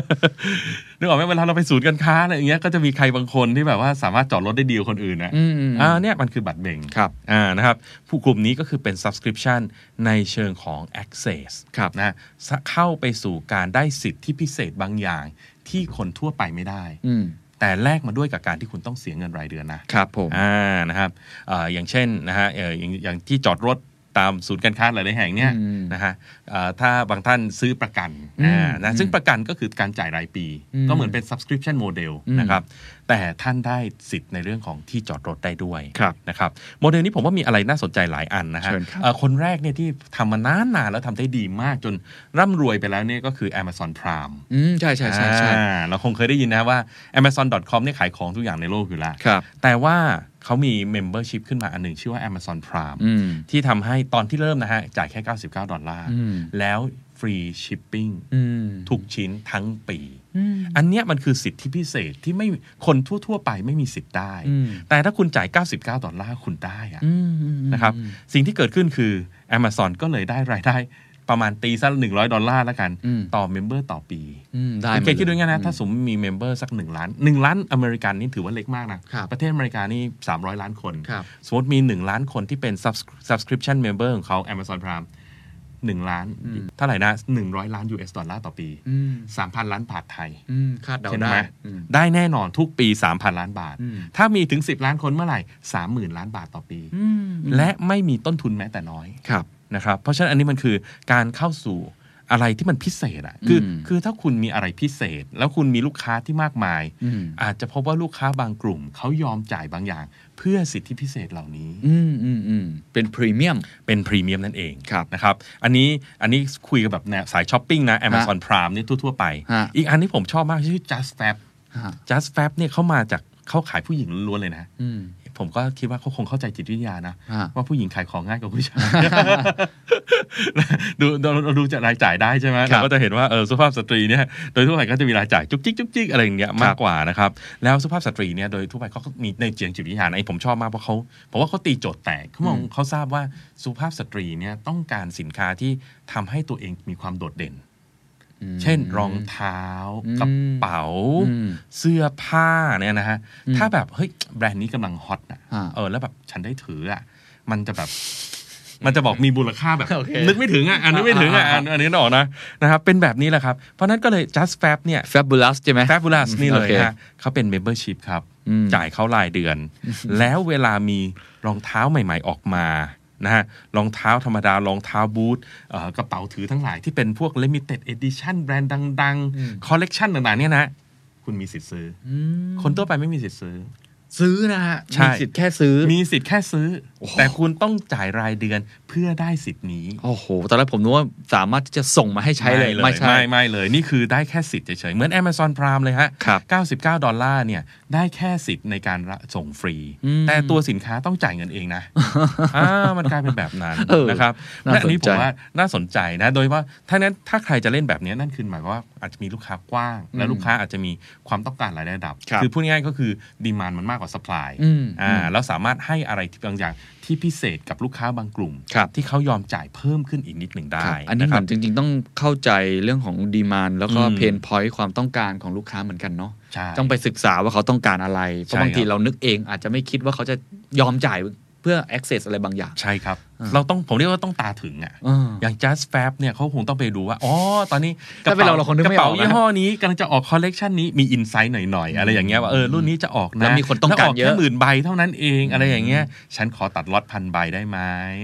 [SPEAKER 4] นึกออกไหมเวลาเราไปศูนย์การค้าอะไรอย่างเงี้ยก็จะมีใครบางคนที่แบบว่าสามารถจอดรถได้ดีกว่าคนอื่นนะ
[SPEAKER 3] อืมอืม
[SPEAKER 4] อ่าเนี่ยมันคือบัตรเบ่ง
[SPEAKER 3] ครับ
[SPEAKER 4] อ่านะครับผู้กลุ่มนี้ก็คือเป็น subscription ในเชิงของ access
[SPEAKER 3] ครับ
[SPEAKER 4] นะสะเข้าไปสู่การได้สิทธิพิเศษบางอย่าง ที่คนทั่วไปไม่ได้
[SPEAKER 3] อืม
[SPEAKER 4] แต่แลกมาด้วยกับการที่คุณต้องเสียเงินรายเดือนนะ
[SPEAKER 3] ครับผม
[SPEAKER 4] อ่า นะครับเอ่ออย่างเช่น นะฮะเอ่ออย่างอย่างที่จอดรถตามศูนย์การค้าหลายๆแห่งเนี่ย
[SPEAKER 3] อืม
[SPEAKER 4] นะฮะเอ่อถ้าบางท่านซื้อประกัน อ่า นะ ซึ่งประกันก็คือการจ่ายรายปี
[SPEAKER 3] อืม
[SPEAKER 4] ก็เหมือนเป็น subscription model
[SPEAKER 3] อืม
[SPEAKER 4] นะครับ แต่ท่านได้สิทธิ์ในเรื่องของที่จอดรถได้ด้วย
[SPEAKER 3] ครับ
[SPEAKER 4] นะครับ โมเดลนี้ผมว่ามีอะไรน่าสนใจหลายอันนะฮะ
[SPEAKER 3] เชิญครับ
[SPEAKER 4] เอ่อคนแรกเนี่ยที่ทำมานานนานๆแล้วทำได้ดีมากจนร่ำรวยไปแล้วเนี่ยก็คือ Amazon Prime
[SPEAKER 3] อืมใช่ใช่ใช่ใช่
[SPEAKER 4] อ่าเราคงเคยได้ยินนะว่า amazon.com เนี่ยขายของทุกอย่างในโลกอยู่แล้ว
[SPEAKER 3] ครับ
[SPEAKER 4] แต่ว่าเขามี membership ขึ้นมาอันหนึ่งชื่อว่า Amazon Prime
[SPEAKER 3] อืม
[SPEAKER 4] ที่ทำให้ตอนที่เริ่มนะฮะ จ่ายแค่ 99 ดอลลาร์
[SPEAKER 3] อืม
[SPEAKER 4] แล้วฟรีชิปปิ้ง
[SPEAKER 3] อืม
[SPEAKER 4] ทุกชิ้นทั้งปี อันเนี้ยมันคือสิทธิพิเศษที่ไม่คนทั่ว ๆ ไปไม่มีสิทธิ์ได้
[SPEAKER 3] อืม
[SPEAKER 4] แต่ถ้าคุณจ่าย 99 ดอลลาร์คุณได้อะ
[SPEAKER 3] อืมอืม
[SPEAKER 4] นะครับสิ่งที่เกิดขึ้นคือ Amazon ก็เลยได้รายได้ประมาณตีสัก100 ดอลลาร์แล้วกัน
[SPEAKER 3] อืม
[SPEAKER 4] ต่อเมมเบอร์ต่อปี
[SPEAKER 3] อืมได้
[SPEAKER 4] โอเค
[SPEAKER 3] มาล
[SPEAKER 4] คิดดูง่ายๆนะ ถ้าสมมติมีเมมเบอร์สัก 1 ล้าน 1 ล้านอเมริกันนี่ถือว่าเล็กมากนะ
[SPEAKER 3] ครับ
[SPEAKER 4] ประเทศอเมริกานี่ 300 ล้านคน
[SPEAKER 3] ครับ
[SPEAKER 4] สมมติมี 1 ล้านคนที่เป็น subs- subscription member ของเขา Amazon Prime 1 ล้าน เท่าไหร่นะ 100 ล้าน US ดอลลาร์ต่อปี
[SPEAKER 3] อืม
[SPEAKER 4] 3,000 ล้านบาทไทย
[SPEAKER 3] อืมคาดเดา
[SPEAKER 4] ใช่
[SPEAKER 3] ได้
[SPEAKER 4] ไหม
[SPEAKER 3] อืม
[SPEAKER 4] ได้แน่นอนทุกปี 3,000 ล้านบาท
[SPEAKER 3] อืม
[SPEAKER 4] ถ้ามีถึง 10 ล้านคนเมื่อไหร่ 30,000 ล้านบาทต่อปี
[SPEAKER 3] อืม
[SPEAKER 4] และไม่มีต้นทุนแม้แต่น้อย
[SPEAKER 3] ครับ
[SPEAKER 4] นะครับเพราะฉะนั้นอันนี้มันคือการเข้าสู่อะไรที่มันพิเศษอะคืออ
[SPEAKER 3] ม
[SPEAKER 4] คือถ้าคุณมีอะไรพิเศษ แล้วคุณมีลูกค้าที่มากมาย
[SPEAKER 3] อืม
[SPEAKER 4] อาจจะพบว่าลูกค้าบางกลุ่ม เขายอมจ่ายบางอย่าง เพื่อสิทธิพิเศษเหล่านี้
[SPEAKER 3] อืมอืมอืมเป็นพรีเมียม
[SPEAKER 4] เป็นพรีเมียมนั่นเอง
[SPEAKER 3] ครับ
[SPEAKER 4] นะครับอันนี้อันนี้คุยกับแบบแนวสายช้อปปิ้งนะ Amazon Prime นี่ทั่ว ๆ ไป
[SPEAKER 3] ฮะ
[SPEAKER 4] อีกอันที่ผมชอบมากชื่อ just fab
[SPEAKER 3] ฮะ
[SPEAKER 4] just fab เนี่ยเขามาจากเขาขายผู้หญิงล้วนๆเลยนะ
[SPEAKER 3] อืม
[SPEAKER 4] ผมก็คิดว่าเขาคงเข้าใจจิตวิทยานะ
[SPEAKER 3] ฮะ
[SPEAKER 4] ว่าผู้หญิงขายของง่ายกว่าผู้ชาย ดูดูเราดูจากรายจ่ายได้ใช่ไหม
[SPEAKER 3] ครั
[SPEAKER 4] เรา
[SPEAKER 3] บ
[SPEAKER 4] ก็จะเห็นว่าเออสุภาพสตรีเนี่ยโดยทั่วไปก็จะมีรายจ่ายจุกจิกจุกจิกอะไรอย่างเงี้ยมากกว่านะครับ แล้วสุภาพสตรีเนี่ยโดยทั่วไปเขาก็มีในเจียงจิตวิทยานะไอ้ผมชอบมากเพราะเขาผมว่าเขาตีโจทย์แตกเขามองเขาทราบว่าสุภาพสตรีเนี่ยต้องการสินค้าที่ทำให้ตัวเองมีความโดดเด่น เช่นรองเท้า
[SPEAKER 3] อืม
[SPEAKER 4] กระเป๋า
[SPEAKER 3] อืม
[SPEAKER 4] เสื้อผ้าเนี่ยนะฮะ
[SPEAKER 3] อืม
[SPEAKER 4] ถ้าแบบ เฮ้ย แบรนด์นี้กำลังฮอตอ่ะ
[SPEAKER 3] อ่า
[SPEAKER 4] เออ แล้วแบบ ฉันได้ถืออ่ะ มันจะแบบ มันจะ บอกมีมูลค่าแบบ
[SPEAKER 3] โอเค
[SPEAKER 4] นึกไม่ถึงอ่ะอันนึกไม่ถึงอ่ะ
[SPEAKER 3] อ่า
[SPEAKER 4] อั
[SPEAKER 3] อ่า
[SPEAKER 4] นอันนี้นกออกนะนะครับ เป็นแบบนี้แหละครับ เพราะนั้นก็เลย just fab เนี่ย
[SPEAKER 3] fabulous ใช่ไหม
[SPEAKER 4] fabulous นี่เล
[SPEAKER 3] โอ
[SPEAKER 4] ย
[SPEAKER 3] เค
[SPEAKER 4] ฮะเขาเป็น membership ครับ
[SPEAKER 3] อืม
[SPEAKER 4] จ่ายเขารายเดือน แล้วเวลามีรองเท้าใหม่ ๆออกมานะฮะรองเท้าธรรมดารองเท้าบูทเอ่อกระเป๋าถือทั้งหลายที่เป็นพวก Limited Edition แบรนด์ดังๆ คอลเลกชันต่างๆเนี่ยนะ คุณมีสิทธิ์ซื้ออคนทั่วไปไม่มีสิทธิ์ซื้อ
[SPEAKER 3] ซื้อนะฮะ
[SPEAKER 4] ใช่
[SPEAKER 3] มีสิทธิ์แค่ซื้อ
[SPEAKER 4] มีสิทธิ์แค่ซื้อ
[SPEAKER 3] โอ้โห
[SPEAKER 4] แต่คุณต้องจ่ายรายเดือนเพื่อได้สิทธิ์นี้
[SPEAKER 3] โอ้โหตอนแรกผมนึกว่าสามารถที่จะส่งมาให้ใช้เลย
[SPEAKER 4] ไม่
[SPEAKER 3] ไม่
[SPEAKER 4] ไม
[SPEAKER 3] ใช่
[SPEAKER 4] ไม่เลย นี่คือได้แค่สิทธิ์เฉยๆ เหมือน Amazon Prime เลยฮะ
[SPEAKER 3] ครับ
[SPEAKER 4] 99 ดอลลาร์เนี่ย ได้แค่สิทธิ์ในการรับส่งฟรี
[SPEAKER 3] อืม
[SPEAKER 4] แต่ตัวสินค้าต้องจ่ายเงินเองนะ อ่ามันกลายเป็นแบบนั้น
[SPEAKER 3] เออ
[SPEAKER 4] นะครับ
[SPEAKER 3] น่า
[SPEAKER 4] และอันนี้
[SPEAKER 3] สน
[SPEAKER 4] ผ
[SPEAKER 3] ใจ
[SPEAKER 4] มว่าน่าสนใจนะ โดยว่าถ้านั้นถ้าใครจะเล่นแบบนี้นั่นคือหมายความว่าอาจจะมีลูกค้ากว้าง และลูกค้าอาจจะมีความต้องการหลายระดับ
[SPEAKER 3] ครับ
[SPEAKER 4] อพูดง่ายๆก็คือดีมานมันมากกว่าสปาย
[SPEAKER 3] อืม
[SPEAKER 4] อ่าแล้วสามารถให้อะไรที่บางอย่างที่พิเศษกับลูกค้าบางกลุ่ม
[SPEAKER 3] ครับ
[SPEAKER 4] ที่เขายอมจ่ายเพิ่มขึ้นอีกนิดหนึ่งได้
[SPEAKER 3] ครับอันนี้
[SPEAKER 4] ะ
[SPEAKER 3] เห
[SPEAKER 4] ค
[SPEAKER 3] มื
[SPEAKER 4] รับ
[SPEAKER 3] อนจริง ๆ ต้องเข้าใจเรื่องของดีมานแล้วก็
[SPEAKER 4] อืม
[SPEAKER 3] เพนพอยต์ความต้องการของลูกค้าเหมือนกันเนาะ
[SPEAKER 4] ใช่
[SPEAKER 3] ต้องไปศึกษาว่าเขาต้องการอะไร เพราะบางที
[SPEAKER 4] ครับ
[SPEAKER 3] เรานึกเองอาจจะไม่คิดว่าเขาจะยอมจ่ายเพื่อ access อะไรบางอย่าง
[SPEAKER 4] ใช่ครับ เราต้องผมเรียกว่าต้องตาถึงอ่ะ
[SPEAKER 3] เออ
[SPEAKER 4] อย่าง just fab เนี่ยเขาคงต้องไปดูว่า อ๋อ ตอนนี้ก
[SPEAKER 3] ถ้าเป็นเราเราคงนึก
[SPEAKER 4] กระ
[SPEAKER 3] ไม่อ
[SPEAKER 4] เป๋า
[SPEAKER 3] อกนะ
[SPEAKER 4] ยี่ห้อนี้กำลังจะออกคอลเลกชันนี้มีอินไซต์หน่อย ๆ อะไรอย่างเงี้ยว่าเออรุ่นนี้จะออกนะ
[SPEAKER 3] แล้วมีคนต้องการเยอะ
[SPEAKER 4] แค่หมื่นใบเท่านั้นเองอะไรอย่างเงี้ยฉันขอตัดล็อตพันใบได้ไหม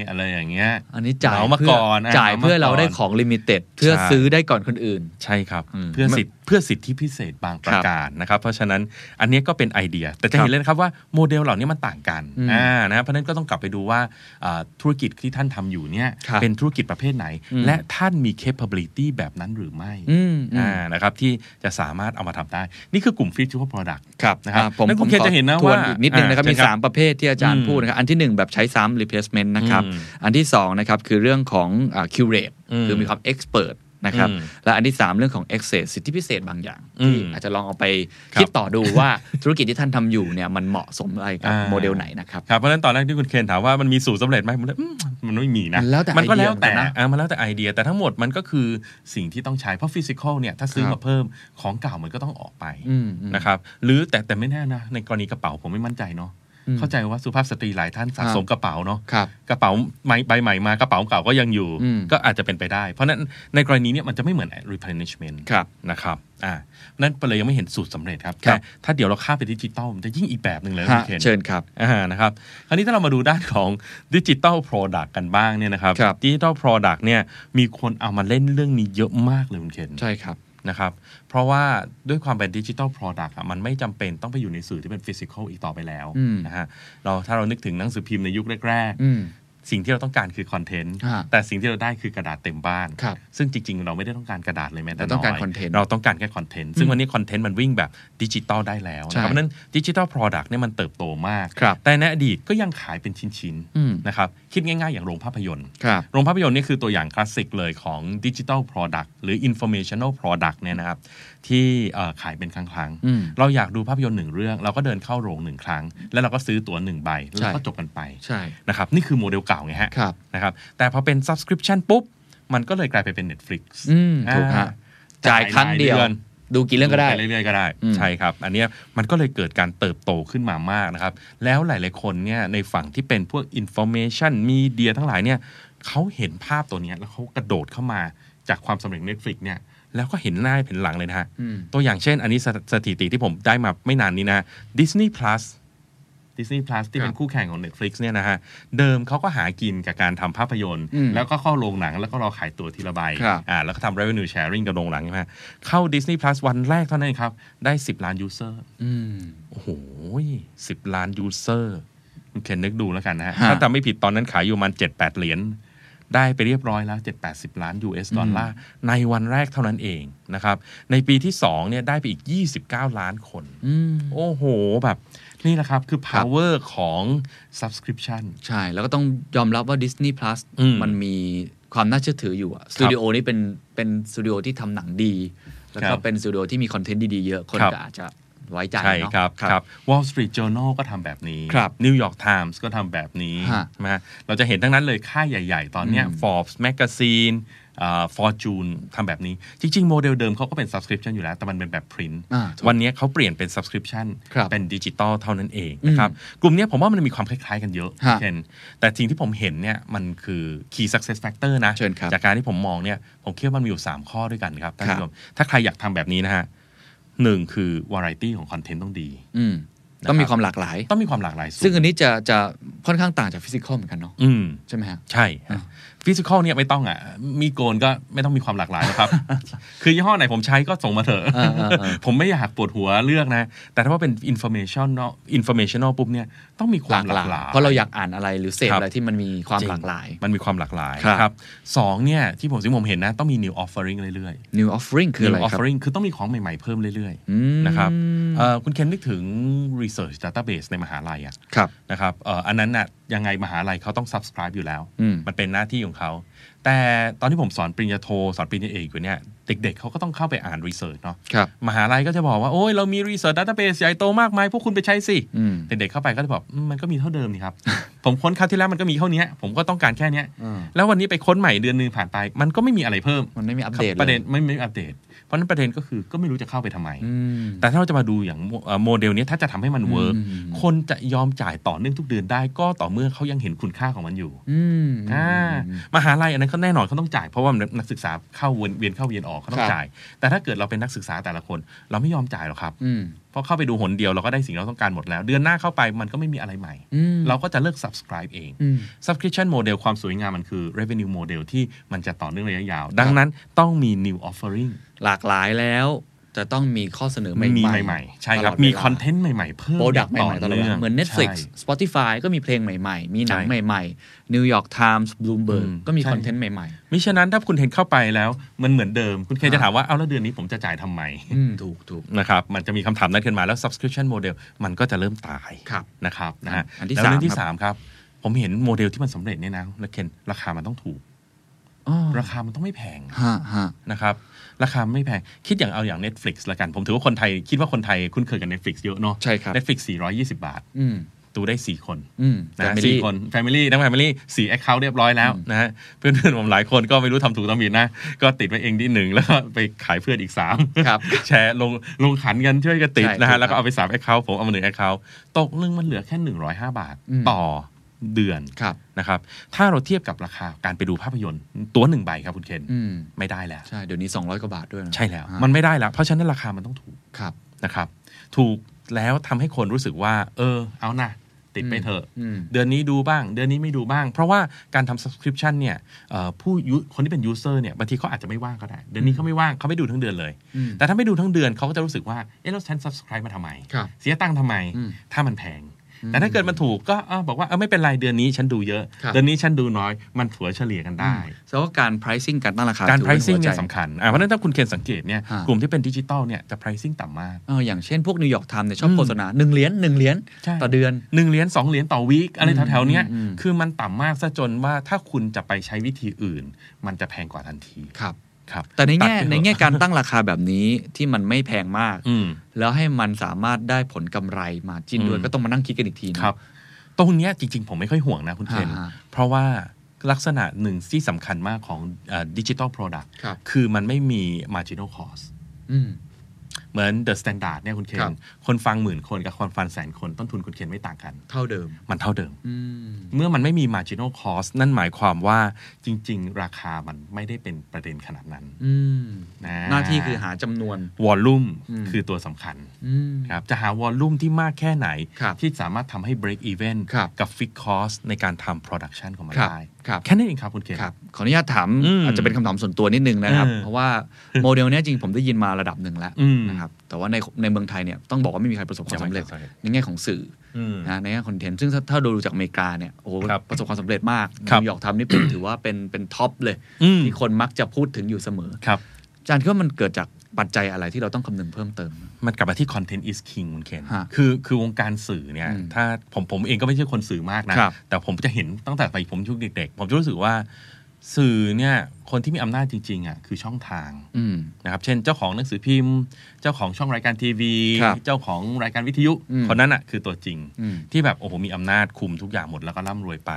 [SPEAKER 4] อะไรอย่างเงี้ย
[SPEAKER 3] อันนี้จ่าย
[SPEAKER 4] เหมมา
[SPEAKER 3] เพื่อ
[SPEAKER 4] ก่อนอ่ะ
[SPEAKER 3] จ่าย
[SPEAKER 4] หม
[SPEAKER 3] เพื่อเราได้
[SPEAKER 4] ก่น
[SPEAKER 3] ของลิมิเต็ดเพื่อ
[SPEAKER 4] ใช่
[SPEAKER 3] ซื้อได้ก่อนคนอื่น
[SPEAKER 4] ใช่ครับ
[SPEAKER 3] อืม
[SPEAKER 4] เพื่อสิทธิเพื่อสิทธิพิเศษบางประการนะครับ เพราะฉะนั้นอันนี้ก็เป็นไอเดีย แต่จะเห็นเลยนะครับว่าโมเดลเหล่านี้มันต่างกัน
[SPEAKER 3] อืม
[SPEAKER 4] อ่านะเพราะฉะนั้นก็ต้องกลับไปดูว่าอ่าธุรกิจที่ท่านทำอยู่เนี่ย
[SPEAKER 3] ครับ
[SPEAKER 4] เป็นธุรกิจประเภทไหน
[SPEAKER 3] อืม
[SPEAKER 4] และท่านมี capability แบบนั้นหรือไม่
[SPEAKER 3] อืม
[SPEAKER 4] อ่านะครับที่จะสามารถเอามาทำได้ นี่คือกลุ่ม feature product
[SPEAKER 3] ครับ
[SPEAKER 4] นะครับ
[SPEAKER 3] อ่าผม
[SPEAKER 4] แล้วคุณเคน
[SPEAKER 3] ขอ
[SPEAKER 4] จะเห็นนะ
[SPEAKER 3] ท
[SPEAKER 4] ว่า
[SPEAKER 3] อีกนิดนึงนะครับ
[SPEAKER 4] อ่า
[SPEAKER 3] มี
[SPEAKER 4] เชิญครับ
[SPEAKER 3] 3 ประเภทที่อาจารย์
[SPEAKER 4] อืม
[SPEAKER 3] พูดนะครับอันทีหนึ่1 แบบใช้ซ้ำ replacement นะครับ
[SPEAKER 4] อืม
[SPEAKER 3] อันที่2นะครับคือเรื่องของอ่า curate
[SPEAKER 4] อืม
[SPEAKER 3] คือมีความ expert นะครับ
[SPEAKER 4] อืม
[SPEAKER 3] และอันที่ 3 เรื่องของ access สิทธิพิเศษบางอย่าง
[SPEAKER 4] อืม
[SPEAKER 3] ที่อาจจะลองเอาไปคิดต่อดูว่า ธุรกิจที่ท่านทำอยู่เนี่ยมันเหมาะสมอะไรกับ
[SPEAKER 4] อ่า
[SPEAKER 3] โมเดลไหนนะครับ
[SPEAKER 4] ครับเพราะฉะนั้นตอนแรกที่คุณเคนถามว่ามันมีสูตรสำเร็จไหมผมเลยอืมมันไม่มีนะ
[SPEAKER 3] มันแล้วแต่
[SPEAKER 4] มันก็แล้วแต่
[SPEAKER 3] ไอเดียเหมือนกันนะ
[SPEAKER 4] เออมันแล้วแต่ไอเดีย แต่ทั้งหมดมันก็คือสิ่งที่ต้องใช้เพราะฟิสิกอลเนี่ยถ้าซื้อ
[SPEAKER 3] ครับ
[SPEAKER 4] มาเพิ่มของเก่ามันก็ต้องออกไป
[SPEAKER 3] อืมอืม
[SPEAKER 4] นะครับหรือแต่แต่ไม่แน่นะ ในกรณีกระเป๋าผมไม่มั่นใจเนาะ
[SPEAKER 3] อืม
[SPEAKER 4] เข้าใจว่าสุภาพสตรีหลายท่านสะสม
[SPEAKER 3] ครับ
[SPEAKER 4] กระเป๋าเนาะ
[SPEAKER 3] ครับ
[SPEAKER 4] กระเป๋าใหม่ใบใหม่มากระเป๋าเก่าก็ยังอยู่
[SPEAKER 3] อืม
[SPEAKER 4] ก็อาจจะเป็นไปได้ เพราะฉะนั้นในกรณีเนี้ยมันจะไม่เหมือน replenishment
[SPEAKER 3] ครับ
[SPEAKER 4] นะครับ อ่านั่นเลยยังไม่เห็นสูตรสำเร็จครับ
[SPEAKER 3] ครั
[SPEAKER 4] แต่
[SPEAKER 3] บ
[SPEAKER 4] ถ้าเดี๋ยวเราข้ามไปดิจิตอลมันจะยิ่งอีกแบบหนึ่งเลย
[SPEAKER 3] ฮะ
[SPEAKER 4] คุณคน
[SPEAKER 3] เชิญครับ
[SPEAKER 4] อ่านะครับ คราวนี้ถ้าเรามาดูด้านของดิจิตอลโปรดักต์กันบ้างเนี่ยนะครับ
[SPEAKER 3] ครับ
[SPEAKER 4] ดิจิตอลโปรดักต์เนี่ยมีคนเอามาเล่นเรื่องนี้เยอะมากเลยคุณเคน
[SPEAKER 3] ใช่ครับ
[SPEAKER 4] นะครับ เพราะว่าด้วยความเป็นดิจิตอลโปรดักต์อะมันไม่จำเป็นต้องไปอยู่ในสื่อที่เป็นฟิสิกอลอีกต่อไปแล้ว
[SPEAKER 3] อืม
[SPEAKER 4] นะฮะเราถ้าเรานึกถึงหนังสือพิมพ์ในยุคแรก
[SPEAKER 3] อืม
[SPEAKER 4] ๆ สิ่งที่เราต้องการคือคอนเทนต์
[SPEAKER 3] ฮะ
[SPEAKER 4] แต่สิ่งที่เราได้คือกระดาษเต็มบ้าน
[SPEAKER 3] ครับ
[SPEAKER 4] ซึ่งจริง ๆ เราไม่ได้ต้องการกระดาษเลยแม้แต่น้อย
[SPEAKER 3] เราต้องการคอนเทนต์
[SPEAKER 4] เราต้องการแค่คอนเทนต์ซึ่งวันนี้คอนเทนต์มันวิ่งแบบดิจิตอลได้แล้วนะค
[SPEAKER 3] ใช่
[SPEAKER 4] รับเพราะฉะนั้นดิจิตอลโปรดักต์เนี่ยมันเติบโตมาก
[SPEAKER 3] ครับ
[SPEAKER 4] แต่ในอดีตก็ยังขายเป็นชิ้น
[SPEAKER 3] อืม
[SPEAKER 4] ๆนะครับคิดง่าย ๆ อย่างโรงภาพยนตร์
[SPEAKER 3] ครับ
[SPEAKER 4] โรงภาพยนตร์นี่คือตัวอย่างคลาสสิกเลยของดิจิทัล Product หรือ Informational Product เนี่ยนะครับที่เอ่อขายเป็นครั้งครั้งๆ
[SPEAKER 3] อืม
[SPEAKER 4] เราอยากดูภาพยนตร์หนึ่งเรื่อง เราก็เดินเข้าโรงหนึ่งครั้ง แล้วเราก็ซื้อตั๋วหนึ่งใบ แล้วก็
[SPEAKER 3] ใช่
[SPEAKER 4] จบกันไป
[SPEAKER 3] ใช่
[SPEAKER 4] นะครับนี่คือโมเดลเก่าไงฮะ
[SPEAKER 3] ครับ
[SPEAKER 4] นะครับแต่พอเป็น Subscription ปุ๊บ มันก็เลยกลายไปเป็น Netflix
[SPEAKER 3] อืมถูกฮะ
[SPEAKER 4] อ่า
[SPEAKER 3] จ่ายครั้งเดียว
[SPEAKER 4] จ่ายรายเดือน
[SPEAKER 3] ดูกี่เรื่องก็ได้
[SPEAKER 4] ปเรื่อยๆก็ได้
[SPEAKER 3] อืม
[SPEAKER 4] ใช่ครับ อันเนี้ยมันก็เลยเกิดการเติบโตขึ้นมามากนะครับ แล้วหลายๆคนเนี่ยในฝั่งที่เป็นพวก information media ทั้งหลายเนี่ยเขาเห็นภาพตัวเนี้ยแล้วเขากระโดดเข้ามาจากความสำเร็จ Netflix เนี่ยแล้วก็เห็นหน้าเห็นหลังเลยนะฮะ
[SPEAKER 3] อืม
[SPEAKER 4] ตัวอย่างเช่น อันนี้สสถิติที่ผมได้มาไม่นานนี้นะ Disney Plus Disney Plus ที่เป็นคู่แข่งของ Netflix เนี่ยนะฮะเดิมเขาก็หากินกับการทำภาพยนตร์
[SPEAKER 3] อืม
[SPEAKER 4] แล้วก็เข้าโรงหนังแล้วก็รอขายตัวทีละใบ
[SPEAKER 3] ครับ
[SPEAKER 4] อ่าแล้วก็ทำ revenue sharing กับโรงหนังใช่ไหมเข้า Disney Plus วันแรกเท่านั้นเองครับ ได้ 10 ล้าน user
[SPEAKER 3] อืม
[SPEAKER 4] โอ้โหสิบล้าน user คุณเคนนึกดูแล้วกันนะฮะ
[SPEAKER 3] ฮะ
[SPEAKER 4] ถ้าจำไม่ผิดตอนนั้นขายอยู่ประมัน7 8 เหรียญได้ไปเรียบร้อยแล้ว 7 8 0 ล้าน US ดอลลาร์ในวันแรกเท่านั้นเองนะครับ ในปีที่2เนี่ยได้ไปอีก 29 ล้านคน โอ้โหแบบนี่แหละครับ คือ
[SPEAKER 3] ครับ
[SPEAKER 4] power ของ subscription
[SPEAKER 3] ใช่ แล้วก็ต้องยอมรับว่า Disney Plus
[SPEAKER 4] อืม
[SPEAKER 3] มันมีความน่าเชื่อถืออยู่อะสตูดิโอนี้เป็นเป็นสตูดิโอที่ทำหนังดี แล้ว
[SPEAKER 4] ครั
[SPEAKER 3] ก็
[SPEAKER 4] บ
[SPEAKER 3] เป็นสตูดิโอที่มีคอนเทนต์ดี ๆ เยอะ คน
[SPEAKER 4] ครับ
[SPEAKER 3] ก็อาจจะไว้ใจ
[SPEAKER 4] ใช่
[SPEAKER 3] เนาะ
[SPEAKER 4] ครับครับ Wall Street Journal ก็ทำแบบนี้
[SPEAKER 3] ครับ
[SPEAKER 4] New York Times ก็ทำแบบนี้
[SPEAKER 3] ฮะ
[SPEAKER 4] ใช่ไหมฮะเราจะเห็นทั้งนั้นเลยค่ายใหญ่ ๆ ตอนเนี้ย Forbes Magazine อ่า Fortune ทำแบบนี้ จริง ๆ โมเดลเดิมเขาก็เป็น subscription อยู่แล้ว แต่มันเป็นแบบ print
[SPEAKER 3] อ่าถูก
[SPEAKER 4] วันเนี้ยเขาเปลี่ยนเป็น subscription
[SPEAKER 3] ครับ
[SPEAKER 4] เป็นดิจิตอลเท่านั้นเองนะครับ กลุ่มเนี้ยผมว่ามันมีความคล้าย ๆ กันเยอะ
[SPEAKER 3] ฮะ
[SPEAKER 4] เช่นแต่สิ่งที่ผมเห็นเนี่ยมันคือ key success factor นะ
[SPEAKER 3] เชิญครับ
[SPEAKER 4] จากการที่ผมมองเนี่ยผมคิดว่ามันมีอยู่สามข้อด้วยกันครับท่าน
[SPEAKER 3] ครับ
[SPEAKER 4] ผู้ชมถ้าใครอยากทำแบบนี้นะฮะ หนึ่งคือวาไรตี้ของคอนเทนต์ต้องดี
[SPEAKER 3] อืม
[SPEAKER 4] นะ
[SPEAKER 3] ต้องมี
[SPEAKER 4] รับ
[SPEAKER 3] ความหลากหลาย
[SPEAKER 4] ต้องมีความหลากหลายสู
[SPEAKER 3] ซึ่งอันนี้จะจะค่อนข้างต่างจากฟิสิกอลเหมือนกันเนาะ
[SPEAKER 4] อืม
[SPEAKER 3] ใช่ไหมฮะ
[SPEAKER 4] ใช่ฟิสิกอลเนี่ยไม่ต้องอ่ะ มีโกนก็ไม่ต้องมีความหลากหลาย นะครับ คือยี่ห้อไหนผมใช้ก็ส่งมาเถอะ
[SPEAKER 3] อ่าอ่าอ่า
[SPEAKER 4] ผมไม่อยากปวดหัวเลือกนะ แต่ถ้าว่าเป็น informational informational ปุ๊บเนี่ยต้องมีความหลากหลาย
[SPEAKER 3] เพราะเราอยากอ่านอะไรหรือเสพ
[SPEAKER 4] ครับ
[SPEAKER 3] อะไรที่มันมีความหลากหลาย
[SPEAKER 4] จริงมันมีความหลากหลาย
[SPEAKER 3] ครับ
[SPEAKER 4] ครับสองเนี่ยที่ผมที่ผมเห็นนะ ต้องมี new offering เรื่อย
[SPEAKER 3] new offering
[SPEAKER 4] ๆ
[SPEAKER 3] คืออะไร
[SPEAKER 4] new
[SPEAKER 3] ครับ
[SPEAKER 4] offering คือต้องมีของใหม่ ๆ เพิ่มเรื่อย
[SPEAKER 3] อืม
[SPEAKER 4] ๆนะครับเอ่อคุณเคนนึกถึง research database ในมหาลัยอ่ะ
[SPEAKER 3] ครับ
[SPEAKER 4] นะครับเอ่ออันนั้นน่ะยังไงมหาลัยเขาต้อง subscribe อยู่แล้ว
[SPEAKER 3] อืม
[SPEAKER 4] มันเป็นหน้าที่ของเขา แต่ตอนที่ผมสอนปริญญาโท สอนปริญญาเอกอยู่เนี่ย เด็กๆเขาก็ต้องเข้าไปอ่านรีเสิร์ชเนาะ
[SPEAKER 3] ครับ
[SPEAKER 4] มหาลัยก็จะบอกว่า โอ้ยเรามีรีเสิร์ชดัตเตอร์เบสใหญ่โตมากมาย พวกคุณไปใช้สิ
[SPEAKER 3] อืม
[SPEAKER 4] เด็กๆเข้าไปก็จะบอกอืมมันก็มีเท่าเดิมนี่ครับ ผมค้นคราวที่แล้วมันก็มีเท่านี้ผมก็ต้องการแค่เนี้ยแล้ววันนี้ไปค้นใหม่เดือนหนึงผ่านไป มันก็ไม่มีอะไรเพิ่ม
[SPEAKER 3] มันไม่มีอัปเดตลย
[SPEAKER 4] ประเด็นไม่ไม่อัปเดต เพราะฉะนั้นประเด็นก็คือก็ไม่รู้จะเข้าไปทำไม
[SPEAKER 3] อืม
[SPEAKER 4] แต่ถ้าเราจะมาดูอย่างโมเอ่อโมเดลเนี้ยถ้าจะทำให้มันเวิร์ก
[SPEAKER 3] อืม
[SPEAKER 4] คนจะยอมจ่ายต่อเนื่องทุกเดือนได้ก็ต่อเมื่อเขายังเห็นคุณค่าของมันอยู่
[SPEAKER 3] อืม
[SPEAKER 4] อ่ามหาลัยอันนั้นเขาแน่นอนเขาต้องจ่ายเพราะว่ามันนักศึกษาเข้าเวียนเวียนเข้าเวียนออกเขาต้
[SPEAKER 3] ค
[SPEAKER 4] อ
[SPEAKER 3] รั
[SPEAKER 4] ง
[SPEAKER 3] บ
[SPEAKER 4] จ่าย แต่ถ้าเกิดเราเป็นนักศึกษาแต่ละคน เราไม่ยอมจ่ายหรอกครับ
[SPEAKER 3] อืม
[SPEAKER 4] เพราะเข้าไปดูหนเดียวเราก็ได้สิ่งเราต้องการหมดแล้ว เดือนหน้าเข้าไปมันก็ไม่มีอะไรใหม่
[SPEAKER 3] อืม
[SPEAKER 4] เราก็จะเลิก subscribe เอง
[SPEAKER 3] อืม
[SPEAKER 4] subscription model ความสวยงามมันคือ revenue model ที่มันจะต่อเนื่องระยะยาว ดังนั้นต้องมี new offering
[SPEAKER 3] หลากหลายแล้ว จะต้องมีข้อเสนอใหม่
[SPEAKER 4] มี
[SPEAKER 3] ๆ
[SPEAKER 4] ใหม่ๆ ใช่ครับ
[SPEAKER 3] ตลดวลา
[SPEAKER 4] มีคอนเทนต์ใหม่ ๆ เพิ่ม
[SPEAKER 3] โปรดักต์ใหม่ๆตลอดเวลาเหมือน Netflix
[SPEAKER 4] ใช่
[SPEAKER 3] Spotify ก็มีเพลงใหม่ๆ มีหนัง
[SPEAKER 4] ใช่
[SPEAKER 3] ใหม่ๆ New York Times Bloomberg
[SPEAKER 4] อืม
[SPEAKER 3] ก็มี
[SPEAKER 4] ใช่
[SPEAKER 3] คอนเทนต์ใหม่
[SPEAKER 4] มิฉะนั้นถ้าคุณเห็นเข้าไปแล้ว มันเหมือนเดิม คุณเค
[SPEAKER 3] อ่า
[SPEAKER 4] จะถามว่า เอาแล้วเดือนนี้ผมจะจ่ายทำไม
[SPEAKER 3] ๆ อืมถูกถูก
[SPEAKER 4] นะครับ มันจะมีคำถามนั้นขึ้นมาแล้ว subscription model มันก็จะเริ่มตาย
[SPEAKER 3] ครับ
[SPEAKER 4] นะครับนะฮะ
[SPEAKER 3] อันที่
[SPEAKER 4] แล้ว
[SPEAKER 3] สา
[SPEAKER 4] เรื่อง
[SPEAKER 3] ม
[SPEAKER 4] ที่สามครับ ผมเห็นโมเดลที่มันสำเร็จเนี่ยนะแล้วเคนราคามันต้องถูก
[SPEAKER 3] อ๋อ
[SPEAKER 4] ราคามันต้องไม่แพง
[SPEAKER 3] ฮะฮะ
[SPEAKER 4] นะครับ ราคาไม่แพง คิดอย่างเอาอย่าง Netflix ละกัน ผมถือว่าคนไทยคิดว่าคนไทยคุ้นเคยกับ Netflix เยอะเนาะ
[SPEAKER 3] ใช่ครับ
[SPEAKER 4] Netflix 420 บาท
[SPEAKER 3] อืม
[SPEAKER 4] ดูได้สี่คน
[SPEAKER 3] อืม
[SPEAKER 4] นะฮะ
[SPEAKER 3] ไม่
[SPEAKER 4] สี่
[SPEAKER 3] ได้
[SPEAKER 4] คน Family ทั้ง Family สี่ Account เรียบร้อยแล้วนะฮะเพื่อนๆผมหลายคนก็ไม่รู้ทำถูกทำผิดนะ ก็ติดไว้เองที่หนึ่งแล้วก็ไปขายเพื่อนอีกสาม
[SPEAKER 3] ครับ
[SPEAKER 4] แชร์ลงลงขันกันช่วยกันติด
[SPEAKER 3] ใช่
[SPEAKER 4] นะ
[SPEAKER 3] ครั
[SPEAKER 4] ฮะ
[SPEAKER 3] บ
[SPEAKER 4] แล้วก็เอาไปสาม Account ผมเอามาหนึ่ง Account ตกนึงมันเหลือแค่ 105 บาท
[SPEAKER 3] อืม
[SPEAKER 4] ต่อเดือน
[SPEAKER 3] ครับ
[SPEAKER 4] นะครับ ถ้าเราเทียบกับราคาการไปดูภาพยนตร์ตัวหนึ่งใบครับคุณเคน
[SPEAKER 3] อืม
[SPEAKER 4] ไม่ได้แล้ว
[SPEAKER 3] ใช่เดี๋ยวนี้ 200 กว่าบาทด้วยนะ
[SPEAKER 4] ใช่แล้ว
[SPEAKER 3] ฮะ
[SPEAKER 4] มันไม่ได้แล้ว เพราะฉะนั้นราคามันต้องถูก
[SPEAKER 3] ครับ
[SPEAKER 4] นะครับถูกแล้วทำให้คนรู้สึกว่า เออ เอานะติดไปเถอะ
[SPEAKER 3] อืม
[SPEAKER 4] เดือนนี้ดูบ้าง เดือนนี้ไม่ดูบ้าง เพราะว่าการทำ subscription เนี่ยเอ่อผู้ u- คนที่เป็น user เนี่ยบางทีเขาอาจจะไม่ว่างก็ได้ เดือนนี้เขาไม่ว่างเขาไม่ดูทั้งเดือนเลย
[SPEAKER 3] อืม
[SPEAKER 4] แต่ถ้าไม่ดูทั้งเดือนเขาก็จะรู้สึกว่า เออแล้วฉัน subscribe มาทำไม
[SPEAKER 3] ครับ
[SPEAKER 4] เสียตังค์ทำไม
[SPEAKER 3] อืม
[SPEAKER 4] ถ้ามันแพง แต่ถ้าเกิดมันถูกก็เออบอกว่าเออไม่เป็นไรเดือนนี้ฉันดูเยอะ
[SPEAKER 3] ครับ
[SPEAKER 4] เดือนนี้ฉันดูน้อยมันถัวเฉลี่ยกันได้
[SPEAKER 3] แสดงว่าการ pricing การตั้งราคา
[SPEAKER 4] การ
[SPEAKER 3] ถือเป็น
[SPEAKER 4] pricing
[SPEAKER 3] หัวใจ
[SPEAKER 4] เนี่ยสำคัญอ่ะเพราะฉะนั้นถ้าคุณเคนสังเกตเนี่ย
[SPEAKER 3] ฮะ
[SPEAKER 4] กลุ่มที่เป็นดิจิตอลเนี่ยจะ pricing ต่ำมาก
[SPEAKER 3] เอออย่างเช่นพวกนิวยอร์กไทม์เนี่ยชอบโฆษณาหนึ่งเหรียญหนึ่งเหรียญ
[SPEAKER 4] ใช่
[SPEAKER 3] ต่อเดือน
[SPEAKER 4] หนึ่งเหรียญสองเหรียญต่อวีคอะไร
[SPEAKER 3] อืม
[SPEAKER 4] แถวๆเนี้ย
[SPEAKER 3] อืมอืม
[SPEAKER 4] คือมันต่ำมากซะจนว่าถ้าคุณจะไปใช้วิธีอื่น มันจะแพงกว่าทันที
[SPEAKER 3] ครับ
[SPEAKER 4] ครับ
[SPEAKER 3] แต่ในแง่
[SPEAKER 4] ดไปเถอะ
[SPEAKER 3] ในแง่การตั้งราคาแบบนี้ที่มันไม่แพงมาก
[SPEAKER 4] อืม
[SPEAKER 3] แล้วให้มันสามารถได้ผลกำไรมาจิ้นด้วย
[SPEAKER 4] อืม
[SPEAKER 3] ก็ต้องมานั่งคิดกันอีกทีนะ
[SPEAKER 4] ครับ ตรงเนี้ยจริง ๆ ผมไม่ค่อยห่วงนะคุณเคน
[SPEAKER 3] อ่าฮะ
[SPEAKER 4] เพราะว่าลักษณะหนึ่งที่สำคัญมากของดิจิตอลโปรดักต์
[SPEAKER 3] ครับ
[SPEAKER 4] คือมันไม่มี marginal cost
[SPEAKER 3] อืม
[SPEAKER 4] เหมือน The Standard เนี่ยคุณเคน
[SPEAKER 3] ครับ
[SPEAKER 4] คนฟังหมื่นคนกับคนฟังแสนคนต้นทุนคุณเคนไม่ต่างกัน
[SPEAKER 3] เท่าเดิม
[SPEAKER 4] มันเท่าเดิม
[SPEAKER 3] อืม
[SPEAKER 4] เมื่อมันไม่มี marginal cost นั่นหมายความว่าจริง ๆ ราคามันไม่ได้เป็นประเด็นขนาดนั้น
[SPEAKER 3] อืม
[SPEAKER 4] นะ
[SPEAKER 3] หน้าที่คือหาจำนวน
[SPEAKER 4] วอลลุ่ม
[SPEAKER 3] อืม
[SPEAKER 4] คือตัวสำคัญ
[SPEAKER 3] อืม
[SPEAKER 4] ครับจะหาวอลลุ่มที่มากแค่ไหน
[SPEAKER 3] ครับ
[SPEAKER 4] ที่สามารถทำให้ break even
[SPEAKER 3] ครับ
[SPEAKER 4] กับ fix cost ในการทำ production ของมัน
[SPEAKER 3] ครับ
[SPEAKER 4] ได้
[SPEAKER 3] ครับ
[SPEAKER 4] แค่นั้นเองครับคุณเคน
[SPEAKER 3] ครับขออนุญาตถาม
[SPEAKER 4] อืม
[SPEAKER 3] อาจจะเป็นคำถามส่วนตัวนิดนึงนะครับ
[SPEAKER 4] เออ
[SPEAKER 3] เพราะว่าโมเดลเนี้ยจริงผมได้ยินมาระดับหนึ่งแล้ว
[SPEAKER 4] อืม
[SPEAKER 3] นะครับแต่ว่าในในเมืองไทยเนี่ยต้องบอกว่าไม่มีใครประสบความสำเร็จ
[SPEAKER 4] ยังไม่ประสบความสำเร็จ
[SPEAKER 3] ในแง่ของสื่ออ
[SPEAKER 4] ม
[SPEAKER 3] นะในแง่คอนเทนต์ซึ่งถ้าถ้าดูจากอเมริกาเนี่ยโอ้โห
[SPEAKER 4] ครับ
[SPEAKER 3] ประสบความสำเร็จมาก
[SPEAKER 4] ครับ
[SPEAKER 3] นิวยอร์กไทำนี่เป็น ถือว่าเป็นเป็นท็อปเลย
[SPEAKER 4] อืม
[SPEAKER 3] ที่คนมักจะพูดถึงอยู่เสมอ
[SPEAKER 4] ครับ
[SPEAKER 3] อาจารย์คิดว่ามันเกิดจากปัจจัยอะไรที่เราต้องคำนึงเพิ่มเติม
[SPEAKER 4] มันกลับมาที่ content is king คุณเคน
[SPEAKER 3] ฮะ
[SPEAKER 4] คือคือวงการสื่อเนี่ย
[SPEAKER 3] อืม
[SPEAKER 4] ถ้าผมผมเองก็ไม่ใช่คนสื่อมากนะ
[SPEAKER 3] ครับ
[SPEAKER 4] แต่ผมจะเห็นตั้งแต่ตอนผมช่วงเด็กๆ ผมจะรู้สึกว่าสื่อเนี่ยคนที่มีอำนาจจริงๆอ่ะคือช่องทาง
[SPEAKER 3] อืม
[SPEAKER 4] นะครับเช่นเจ้าของหนังสือพิมพ์ เจ้าของช่องรายการทีวี
[SPEAKER 3] ครับ
[SPEAKER 4] เจ้าของรายการวิทยุ
[SPEAKER 3] อืม
[SPEAKER 4] คนนั้นอ่ะคือตัวจริง
[SPEAKER 3] อืม
[SPEAKER 4] ที่แบบโอ้โหมีอำนาจคุมทุกอย่างหมดแล้วก็ร่ำรวยไป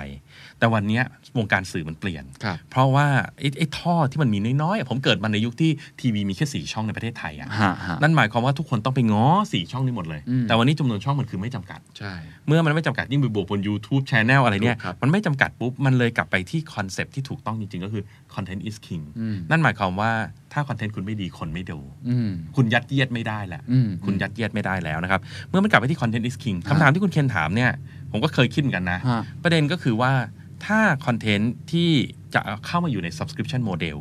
[SPEAKER 4] แต่วันเนี้ยวงการสื่อมันเปลี่ยน
[SPEAKER 3] ครับ
[SPEAKER 4] เพราะว่าไอ้ไอ้ท่อที่มันมีน้อยๆอ่ะผมเกิดมาในยุคที่ทีวีมีแค่สี่ช่องในประเทศไทยอ่ะ
[SPEAKER 3] ฮะฮะ
[SPEAKER 4] นั่นหมายความว่าทุกคนต้องไปง้อสี่ช่องนี้หมดเลย
[SPEAKER 3] อืม
[SPEAKER 4] แต่วันนี้จำนวนช่องมันคือไม่จำกัด
[SPEAKER 3] ใช่
[SPEAKER 4] เมื่อมันไม่จำกัดยิ่งไปบวกบน YouTube Channel อะไรเนี่ย
[SPEAKER 3] ถูกครับ
[SPEAKER 4] มันไม่จำกัดปุ๊บ มันเลยกลับไปที่คอนเซปต์ที่ถูกต้องจริงๆ ก็คือ content is king
[SPEAKER 3] อืม
[SPEAKER 4] นั่นหมายความว่าถ้าคอนเทนต์คุณไม่ดีคนไม่ดู
[SPEAKER 3] อืม
[SPEAKER 4] คุณยัดเยียดไม่ได้แหละ
[SPEAKER 3] อืม
[SPEAKER 4] คุณยัดเยียดไม่ได้แล้วนะครับ เมื่อมันกลับไปที่ content is king คำถามที่คุณเคนถามเนี่ย ผมก็เคยคิดเหมือนกันนะ
[SPEAKER 3] ฮะ
[SPEAKER 4] ประเด็นก็คือว่าถ้าคอนเทนต์ที่จะเข้ามาอยู่ใน subscription model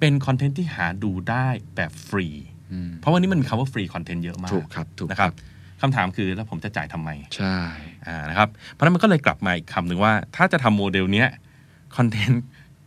[SPEAKER 4] เป็นคอนเทนต์ที่หาดูได้แบบฟรี
[SPEAKER 3] อืม
[SPEAKER 4] เพราะวันนี้มันมีคำว่าฟรีคอนเทนต์เยอะมาก
[SPEAKER 3] ถูกครับถูก
[SPEAKER 4] นะครับคำถามคือแล้วผมจะจ่ายทำไม
[SPEAKER 3] ใช่
[SPEAKER 4] อ่านะครับเพราะฉะนั้นมันก็เลยกลับมาอีกคำหนึ่งว่า ถ้าจะทำโมเดลเนี้ยคอนเทนต์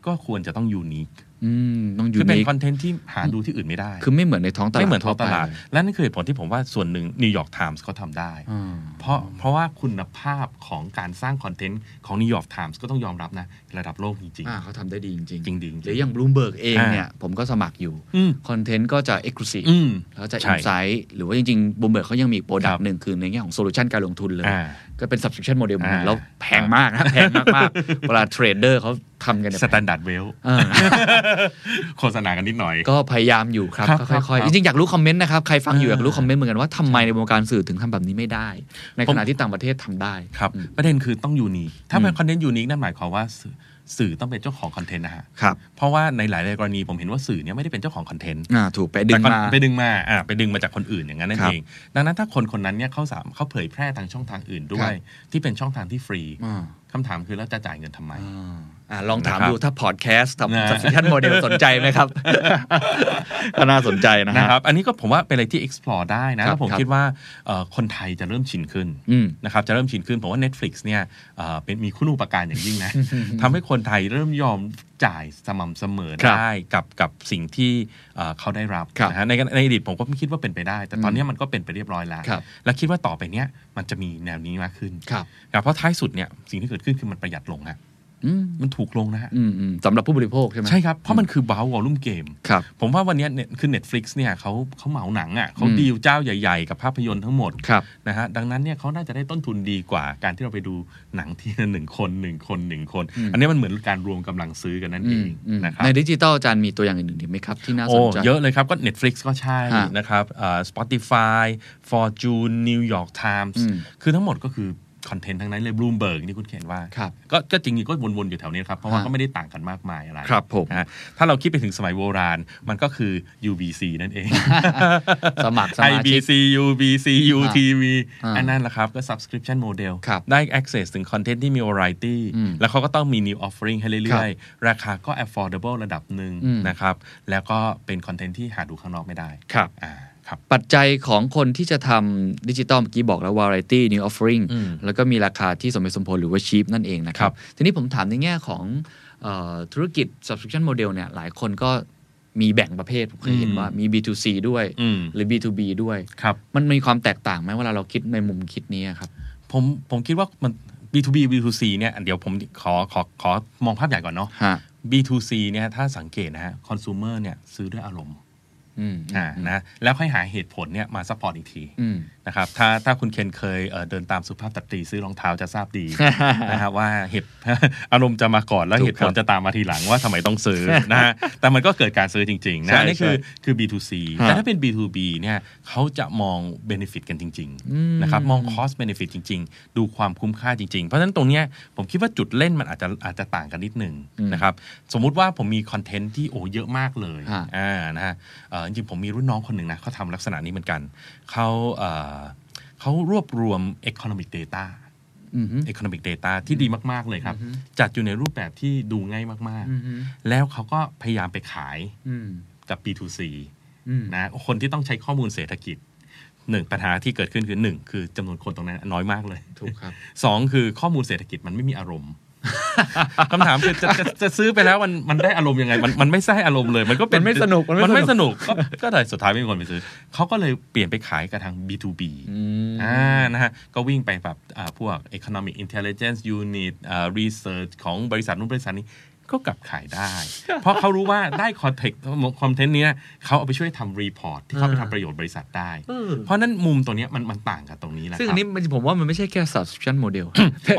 [SPEAKER 4] ก็ควรจะต้องยูนิค
[SPEAKER 3] อืมต้องอยู่
[SPEAKER 4] คือเป็น
[SPEAKER 3] ใน
[SPEAKER 4] คอนเทนต์ที่หาดูที่อื่นไม่ได้
[SPEAKER 3] คือไม่เหมือนในท้องตลาด
[SPEAKER 4] ไม่เหมือนท้องตลาด
[SPEAKER 3] ทั่วไป
[SPEAKER 4] และนั่นคือเหตุผลที่ผมว่าส่วนหนึ่งนิวยอร์กไทมส์เขาทำได้
[SPEAKER 3] อ่า
[SPEAKER 4] เพราะเพราะว่าคุณภาพของการสร้างคอนเทนต์ของนิวยอร์กไทมส์ก็ต้องยอมรับนะ ระดับโลกจริง
[SPEAKER 3] อ่าเขาทำได้ดีจริงจริง
[SPEAKER 4] จริงๆจริงๆ
[SPEAKER 3] หรืออย่างบลู o เบิร์กเอง
[SPEAKER 4] อ่า
[SPEAKER 3] เนี่ย ผมก็สมัครอยู่
[SPEAKER 4] ๆอืม
[SPEAKER 3] คอนเทนต์ก็จะเอ็กซ์คลูซีฟ
[SPEAKER 4] อืม
[SPEAKER 3] แล้วจะ
[SPEAKER 4] ใช่
[SPEAKER 3] อินไซต์หรือว่าจริงๆบลู o เบิร์กเขายังมีโปรดัก
[SPEAKER 4] ครั
[SPEAKER 3] ต์
[SPEAKER 4] บ
[SPEAKER 3] หนึ่งคือในแง่ของโซลูชันการลงทุนเลย
[SPEAKER 4] อ่า
[SPEAKER 3] ก็เป็น subscription model เหมือนกัน
[SPEAKER 4] อ่า
[SPEAKER 3] แล้วแพงมากนะ แพงมากๆ เวลาเทรดเดอร์เขาทำกันเนี่ย
[SPEAKER 4] สแตนดาร์ดเวล
[SPEAKER 3] เออ
[SPEAKER 4] โฆษณากันนิดหน่อย
[SPEAKER 3] ก็พยายามอยู่ครับ
[SPEAKER 4] ครับ
[SPEAKER 3] ก็
[SPEAKER 4] ค
[SPEAKER 3] ค่อ
[SPEAKER 4] รับ
[SPEAKER 3] ย
[SPEAKER 4] ครั
[SPEAKER 3] ๆ จ
[SPEAKER 4] บ
[SPEAKER 3] ริงๆ อยากรู้คอมเมนต์นะครับ ใครฟังอยู่
[SPEAKER 4] อ่าย
[SPEAKER 3] อากรู้คอมเมนต์เหมือนกันว่าทำไมในวงการสื่อถึงทำแบบนี้ไม่ได้ ใน
[SPEAKER 4] ผ
[SPEAKER 3] ข
[SPEAKER 4] ม
[SPEAKER 3] ณะที่ต่างประเทศทำได้
[SPEAKER 4] ครับ ประเด็นคือต้องยูนิคถ้าเป็นคอนเทนต์ยูนิคนั่นหมายความว่าสื่อสื่อต้องเป็นเจ้าของคอนเทนต์นะฮะ
[SPEAKER 3] ครับ
[SPEAKER 4] เพราะว่าในหลายๆกรณีผมเห็นว่าสื่อเนี่ยไม่ได้เป็นเจ้าของคอนเทนต์
[SPEAKER 3] อ่าถูกไปดึง
[SPEAKER 4] แต่คอน
[SPEAKER 3] มา
[SPEAKER 4] ไปดึงมาอ่าไปดึงมาจากคนอื่นอย่างนั้นนั่น
[SPEAKER 3] ครับ
[SPEAKER 4] เอง ดังนั้นถ้าคนคนนั้นเนี่ยเขาสามเขาเผยแพร่ทางช่องทางอื่นด้ว
[SPEAKER 3] ครั
[SPEAKER 4] ย
[SPEAKER 3] บ
[SPEAKER 4] ที่เป็นช่องทางที่ฟรี
[SPEAKER 3] อ่า
[SPEAKER 4] คำถามคือแล้วจะจ่ายเงินทำไม
[SPEAKER 3] อ่ะลองถาม
[SPEAKER 4] นะครับ
[SPEAKER 3] ดูถ้าพอดแคสต์
[SPEAKER 4] นะ
[SPEAKER 3] ทำสับสิชันโมเดลสนใจไหม ครับ ก็น่าสนใจนะ
[SPEAKER 4] นะค
[SPEAKER 3] ฮะ
[SPEAKER 4] รับ อันนี้ก็ผมว่าเป็นอะไรที่ explore ได้นะ
[SPEAKER 3] ครับ
[SPEAKER 4] แล้วผม
[SPEAKER 3] ครับ
[SPEAKER 4] คิดว่าเอ่อคนไทยจะเริ่มชินขึ้น
[SPEAKER 3] อืม
[SPEAKER 4] นะครับจะเริ่มชินขึ้นผมว่า Netflix เนี่ยเอ่อเป็นมีคุณูปการอย่างยิ่ง นะ ทำให้คนไทยเริ่มยอมจ่ายสม่ำเสมอ
[SPEAKER 3] ครับ
[SPEAKER 4] ได้กับกับสิ่งที่เอ่อเขาได้รับ
[SPEAKER 3] ครับ
[SPEAKER 4] นะฮะในในอดีตผมก็ไม่คิดว่าเป็นไปได้ แต่ตอนเนี้ยมันก็เป็นไปเรียบร้อยแล้ว
[SPEAKER 3] ครับ
[SPEAKER 4] และคิดว่าต่อไปเนี้ยมันจะมีแนวนี้มากขึ้น
[SPEAKER 3] ครับ
[SPEAKER 4] นะเพราะท้ายสุดเนี่ยสิ่งที่เกิดขึ้นคือมันประหยัดลงฮะ
[SPEAKER 3] อืม
[SPEAKER 4] มันถูกลงนะฮะ
[SPEAKER 3] อืมอืมสำหรับผู้บริโภคใช่ไหม
[SPEAKER 4] ใช่ครับ เพราะมันคือเบาวอลลุ่มเกม
[SPEAKER 3] ครับ
[SPEAKER 4] ผมว่าวันเนี้ยเนี่ยคือ Netflix เนี่ยเขาเขาเหมาหนังอ่ะเขา
[SPEAKER 3] อืม
[SPEAKER 4] ดีลเจ้าใหญ่ๆ กับภาพยนตร์ทั้งหมด
[SPEAKER 3] ครับ
[SPEAKER 4] นะฮะดังนั้นเนี่ยเขาน่าจะได้ต้นทุนดีกว่าการที่เราไปดูหนังทีละหนึ่งคนหนึ่งคนหนึ่งคน อันนี้มันเหมือนการรวมกำลังซื้อกันนั่นเอง
[SPEAKER 3] อืม
[SPEAKER 4] นะครั
[SPEAKER 3] ในดิจิตอลอาจารย์มีตัวอย่างอื่นๆอีกไหมครับ ที่น่าส
[SPEAKER 4] โอ้
[SPEAKER 3] นใจ
[SPEAKER 4] เยอะเลยครับ ก็ Netflix ก็ใช่
[SPEAKER 3] ฮะ
[SPEAKER 4] นะครับเอ่อ Spotify Fortune New York Times
[SPEAKER 3] อืม
[SPEAKER 4] คือทั้งหมดก็คือคอนเทนต์ทั้งนั้นเลย Bloomberg นี่คุณเขียนว่า
[SPEAKER 3] ครับ
[SPEAKER 4] ก็ก็จริงๆก็วนๆอยู่แถวนี้ครับ เพราะว่า
[SPEAKER 3] ฮะ
[SPEAKER 4] ก็ไม่ได้ต่างกันมากมายอะไร
[SPEAKER 3] ครับผม
[SPEAKER 4] นะฮะถ้าเราคิดไปถึงสมัยโบราณมันก็คือ UBC นั่นเอง
[SPEAKER 3] สมัครสมาชิก
[SPEAKER 4] IBC UBC UTV
[SPEAKER 3] อ่า
[SPEAKER 4] อันนั้นแหละครับ ก็ subscription model
[SPEAKER 3] ครับ
[SPEAKER 4] ได้ access ถึงคอนเทนต์ที่มี variety
[SPEAKER 3] อืม
[SPEAKER 4] แล้วเขาก็ต้องมี new offering ให้
[SPEAKER 3] ครั
[SPEAKER 4] เรื่อบ ยๆ ราคาก็ affordable ระดับหนึ่ง
[SPEAKER 3] อืม
[SPEAKER 4] นะครับ แล้วก็เป็นคอนเทนต์ที่หาดูข้างนอกไม่ได้
[SPEAKER 3] ครับ
[SPEAKER 4] อ่าครับ
[SPEAKER 3] ปัจจัยของคนที่จะทำดิจิตอลเมื่อกี้บอกแล้ว Variety New Offering
[SPEAKER 4] อืม
[SPEAKER 3] แล้วก็มีราคาที่สมเหตุสมผลหรือว่าชีพนั่นเองนะค
[SPEAKER 4] ครั
[SPEAKER 3] รับ
[SPEAKER 4] บ
[SPEAKER 3] ทีนี้ผมถามในแง่ของเออธุรกิจ subscription model เนี่ยหลายคนก็มีแบ่งประเภทผมเคยเห็น
[SPEAKER 4] อืม
[SPEAKER 3] ว่ามี B2C ด้วย
[SPEAKER 4] อืม
[SPEAKER 3] หรือ B2B ด้วย
[SPEAKER 4] ครับ
[SPEAKER 3] มันมีความแตกต่างไหมเวลาเราคิดในมุมคิดนี้ครับ
[SPEAKER 4] ผมผมคิดว่ามัน B2B B2C เนี่ยเดี๋ยวผมขอขอขอมองภาพใหญ่ก่อนเนาะ
[SPEAKER 3] ฮะ
[SPEAKER 4] B2C เนี่ยถ้าสังเกตนะฮะ consumer เนี่ยซื้อด้วยอารมณ์
[SPEAKER 3] อืม
[SPEAKER 4] อ่านะแล้วค่อยหาเหตุผลเนี่ยมา support อีกที
[SPEAKER 3] อืม
[SPEAKER 4] นะครับถ้าถ้าคุณเคนเคยเอ่อเดินตามสุภาพสตรีซื้อรองเท้าจะทราบ ดี นะครับว่าเหตุ อารมณ์จะมาก่อนแล้ว
[SPEAKER 3] ถูก
[SPEAKER 4] เหตุผ
[SPEAKER 3] ครั
[SPEAKER 4] ล
[SPEAKER 3] บ
[SPEAKER 4] จะตามมาทีหลังว่าทำไมต้องซื้อ นะฮะแต่มันก็เกิดการซื้อจริง ๆ นะ
[SPEAKER 3] ใช่
[SPEAKER 4] อันนี่คือคือ B2C
[SPEAKER 3] ฮะ
[SPEAKER 4] แต่ถ้าเป็น B2B เนี่ยเขาจะมอง benefit กันจริงๆนะครับมอง cost benefit จริง ๆ ดูความคุ้มค่าจริง ๆ เพราะฉะนั้นตรงเนี้ยผมคิดว่าจุดเล่นมันอาจจะอาจจะต่างกันนิดหนึ่งนะครับสมมุติว่าผมมีคอนเทนต์ที่โอ้เยอะมากเลย
[SPEAKER 3] ฮะ
[SPEAKER 4] อ่านะฮะเอ่อจริงๆผมมีรุ่นน้องคนหนึ่งนะเขาทำลักษณะนี้เหมือนกันเขาเอ่อเขารวบรวม economic data
[SPEAKER 3] อืม
[SPEAKER 4] Economic Data ที่ดีมาก ๆ เลยครับ จัดอยู่ในรูปแบบที่ดูง่ายมาก
[SPEAKER 3] อือฮึ
[SPEAKER 4] ๆ แล้วเขาก็พยายามไปขาย
[SPEAKER 3] อืม
[SPEAKER 4] กับ B2C
[SPEAKER 3] อืม
[SPEAKER 4] นะคนที่ต้องใช้ข้อมูลเศรษฐกิจหนึ่งปัญหาที่เกิดขึ้นคือหนึ่งคือจำนวนคนตรงนั้นน้อยมากเลย
[SPEAKER 3] ถูกครับ
[SPEAKER 4] สองคือข้อมูลเศรษฐกิจมันไม่มีอารมณ์ คำถามคือจะจะจะซื้อไปแล้วมันมันได้อารมณ์ยังไง มันมันไม่ใช่อารมณ์เลย มันก็เป็
[SPEAKER 3] มันไม่สนุกมันไม่
[SPEAKER 4] มันไม่
[SPEAKER 3] ส
[SPEAKER 4] ส
[SPEAKER 3] นุ
[SPEAKER 4] นุ
[SPEAKER 3] ก
[SPEAKER 4] ก ก็ก็เลยสุดท้ายไม่มีคนไปซื้อเขาก็เลยเปลี่ยนไปขายกับทาง B2B
[SPEAKER 3] อืม
[SPEAKER 4] อ่า นะฮะ ก็วิ่งไปแบบอ่าพวก economic intelligence unit อ่า research ของบริษัทนู้นบริษัทนี้ ก็กลับขายได้ เพราะเขารู้ว่าได้คอนเทกต์คอนเทนต์เนี้ยเขาเอาไปช่วยทำรีพอร์ตที่เขาไปทำประโยชน์บริษัทได้ เพราะนั้นมุมตัวเนี้ยมันมันต่างกับตรงนี้แหละ
[SPEAKER 3] ซึ่ง
[SPEAKER 4] ค
[SPEAKER 3] อั
[SPEAKER 4] รับ
[SPEAKER 3] นนี้มันผมว่ามันไม่ใช่แค่ subscription model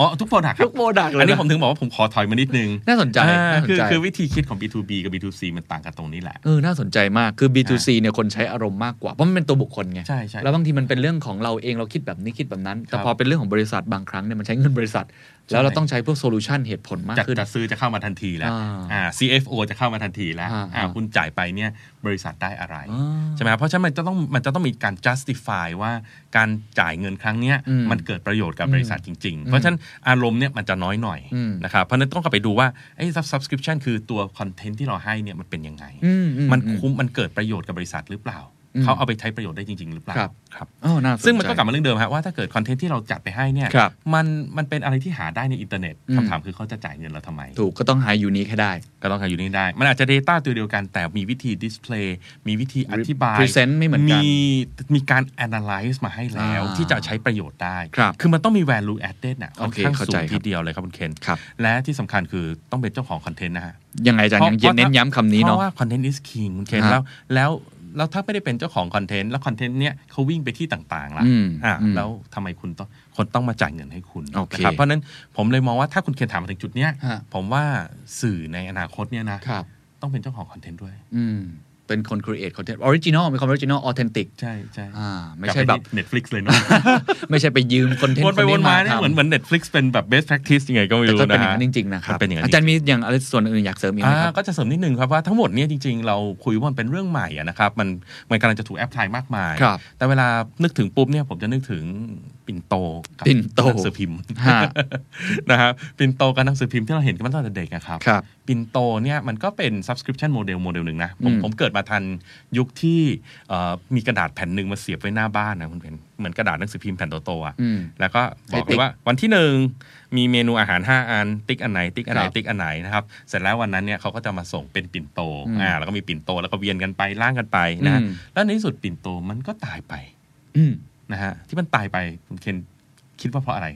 [SPEAKER 4] อ๋อ ทุกโปรดักต์
[SPEAKER 3] ทุก product เลยนะ
[SPEAKER 4] อันนี้ผมถึงบอกว่าผมขอถอยมานิดนึง
[SPEAKER 3] น่าสนใจ
[SPEAKER 4] อ่
[SPEAKER 3] น่าสนใจ
[SPEAKER 4] คือคือวิธีคิดของ B2B กับ B2C มันต่างกันตรงนี้แหละ
[SPEAKER 3] เออ น่าสนใจมาก คือ B2C เนี่ยคนใช้อารมณ์มากกว่า เพราะมันเป็นตัวบุคคลไง
[SPEAKER 4] ใช่ใช่
[SPEAKER 3] แล้วบางทีมันเป็นเรื่องของเราเองเราคิดแบบนี้คิดแบบนั้น แต่
[SPEAKER 4] ครับ
[SPEAKER 3] พอเป็นเรื่องของบริษัทบางครั้งเนี่ยมันใช้เงินบริษัท แล้วเราต้องใช้พวกโซลูชันเหตุผลมาก
[SPEAKER 4] จาก
[SPEAKER 3] ขึ้น
[SPEAKER 4] จะซื้อจะเข้ามาทันทีแล้ว
[SPEAKER 3] อ่า
[SPEAKER 4] อ่า CFO จะเข้ามาทันทีแล้ว
[SPEAKER 3] อ่า
[SPEAKER 4] อ่าคุณจ่ายไปเนี่ยบริษัทได้อะไร
[SPEAKER 3] อ่า
[SPEAKER 4] ใช่ไหมเพราะฉะนั้นมันจะต้องมันจะต้องมีการ justify ว่าการจ่ายเงินครั้งเนี้ย
[SPEAKER 3] อืม
[SPEAKER 4] มันเกิดประโยชน์กับบริษัทจริง ๆ เพราะฉะนั้นอารมณ์เนี่ยมันจะน้อยหน่อย
[SPEAKER 3] อืม
[SPEAKER 4] นะครับเพราะฉะนั้นต้องกลับไปดูว่าไอ้ sub- subscription คือตัวคอนเทนต์ที่เราให้เนี่ยมันเป็นยังไง
[SPEAKER 3] อืมอืม
[SPEAKER 4] มันคุ้มมันเกิดประโยชน์กับบริษัทหรือเปล่า
[SPEAKER 3] อืม
[SPEAKER 4] เขาเอาไปใช้ประโยชน์ได้จริง ๆ หรือเปล่า
[SPEAKER 3] ครับ
[SPEAKER 4] ครับ
[SPEAKER 3] อ้าวน่าสใจ
[SPEAKER 4] ซึ่งมันก็กลับมาเรื่องเดิมฮะว่าถ้าเกิดคอนเทนต์ที่เราจัดไปให้เนี่ย
[SPEAKER 3] ครับ
[SPEAKER 4] มันมันเป็นอะไรที่หาได้ในอินเทอร์เน็ต
[SPEAKER 3] อืม
[SPEAKER 4] คำถามคือเขาจะจ่ายเงินเราทำไม
[SPEAKER 3] ถูกก็ต้องหายูนิคให้ได้
[SPEAKER 4] ก็ต้องหาอยู่นี่ได้ มันอาจจะ Data ตัวเดียวกันแต่มีวิธี Display มีวิธีอธิบาย
[SPEAKER 3] Present ไม่เหมือนกัน
[SPEAKER 4] มีมีการ Analyze มาให้แล้ว
[SPEAKER 3] อ่า
[SPEAKER 4] ที่จะใช้ประโยชน์ได้
[SPEAKER 3] ครับ
[SPEAKER 4] อมันต้องมี Value Added น่ะค่อนข้าง
[SPEAKER 3] โอเคเข้า
[SPEAKER 4] สู
[SPEAKER 3] ใจ
[SPEAKER 4] ง
[SPEAKER 3] ครับ
[SPEAKER 4] ทีเดียวเลยครับคุณเคน
[SPEAKER 3] ครับ
[SPEAKER 4] และที่สำคัญคือต้องเป็นเจ้าของคอนเทนต์นะฮะ
[SPEAKER 3] ยังไงอาจารย์ยังเย็นเน้นย้ำคำนี้
[SPEAKER 4] เพ
[SPEAKER 3] เนาะ
[SPEAKER 4] ราะว่าคอนเทนต์ is king คุณเคน
[SPEAKER 3] ฮะ
[SPEAKER 4] แล้วแล้วแล้วถ้าไม่ได้เป็นเจ้าของคอนเทนต์แล้วคอนเทนต์เนี้ยเขาวิ่งไปที่ต่างๆละ
[SPEAKER 3] อืม
[SPEAKER 4] อ่ะ
[SPEAKER 3] อืม
[SPEAKER 4] แล้วทำไมคุณต้องคนต้องมาจ่ายเงินให้คุณ
[SPEAKER 3] โอเค
[SPEAKER 4] นะรับเพราะฉะนั้นผมเลยมองว่าถ้าคุณเคนถามมาถึงจุดเนี้ย
[SPEAKER 3] ฮะ
[SPEAKER 4] ผมว่าสื่อในอนาคตเนี่ยนะครับ ต้องเป็นเจ้าของคอนเทนต์ด้วย
[SPEAKER 3] อืม เป็นคน create content original เป็นคน original authentic
[SPEAKER 4] ใช่ใช่
[SPEAKER 3] อ่าไม่ใช่แบบ
[SPEAKER 4] เน็ตฟลิกเลยเนาะ
[SPEAKER 3] ไม่ใช่ไปยืมคอนเทน
[SPEAKER 4] ว
[SPEAKER 3] ต์
[SPEAKER 4] นไปวนมาเนี่ยเหมือนเหมือนเน็ตฟลิกเป็นแบบ best practice ยังไงก็ไม่
[SPEAKER 3] แต่
[SPEAKER 4] รู้
[SPEAKER 3] ก็
[SPEAKER 4] นะ
[SPEAKER 3] เป็นอย่างนั้นจริงๆ นะครั
[SPEAKER 4] มั
[SPEAKER 3] บ
[SPEAKER 4] เป็นอย่างนั้นจ
[SPEAKER 3] อาจา
[SPEAKER 4] ริงๆ
[SPEAKER 3] รย์มีอย่างอะไรส่วนอื่นอยากเสริมอีกไหม
[SPEAKER 4] อ่า
[SPEAKER 3] ครับ
[SPEAKER 4] ก็จะเสริมนิดนึงครับว่าทั้งหมดเนี่ยจริงๆ เราคุยว่ามันเป็นเรื่องใหม่อะนะครับมันมันกำลังจะถูกแอปพลายมากมาย
[SPEAKER 3] ครับ
[SPEAKER 4] แต่เวลานึกถึงปุ๊บเนี่ยผมจะนึกถึงปิ่นโตกับ
[SPEAKER 3] ปิ่นโต
[SPEAKER 4] หนังสือพิมพ์
[SPEAKER 3] ฮ ะ
[SPEAKER 4] นะครับปิ่นโตกับหนังสือพิมพ์ที่เราเห็นกันมาตั้งแต่เด็กอะครับ
[SPEAKER 3] ครับ
[SPEAKER 4] ปินโตเนี่ยมันก็เป็น subscription model โมเดลหนึ่งนะ ผม
[SPEAKER 3] อืม
[SPEAKER 4] ผมเกิดมาทันยุคที่เอ่อมีกระดาษแผ่นหนึ่งมาเสียบไว้หน้าบ้านนะคุณเพนเหมือนกระดาษหนังสือพิมพ์แผ่นโตๆอะ
[SPEAKER 3] อืม
[SPEAKER 4] แล้วก็บ
[SPEAKER 3] ให้
[SPEAKER 4] อกเล
[SPEAKER 3] ติ๊
[SPEAKER 4] ย
[SPEAKER 3] ก
[SPEAKER 4] ว่าวันที่หนึ่งมีเมนูอาหาร 5 อัน ติ๊กอันไหน ติ๊กอันไหน
[SPEAKER 3] ครับ
[SPEAKER 4] ติ๊กอันไหนนะครับเสร็จแล้ววันนั้นเนี่ยเขาก็จะมาส่งเป็นปิ่นโต
[SPEAKER 3] อืม
[SPEAKER 4] อ่าแล้วก็มีปิ่นโตแล้วก็เวียนกันไปล่างกันไปนะ
[SPEAKER 3] อืม
[SPEAKER 4] แล้วในที่สุดปิ่นโตมันก็ตายไป
[SPEAKER 3] อืม
[SPEAKER 4] นะฮะที่มันตายไปคุณเคนคิดว่าเพราะอะไร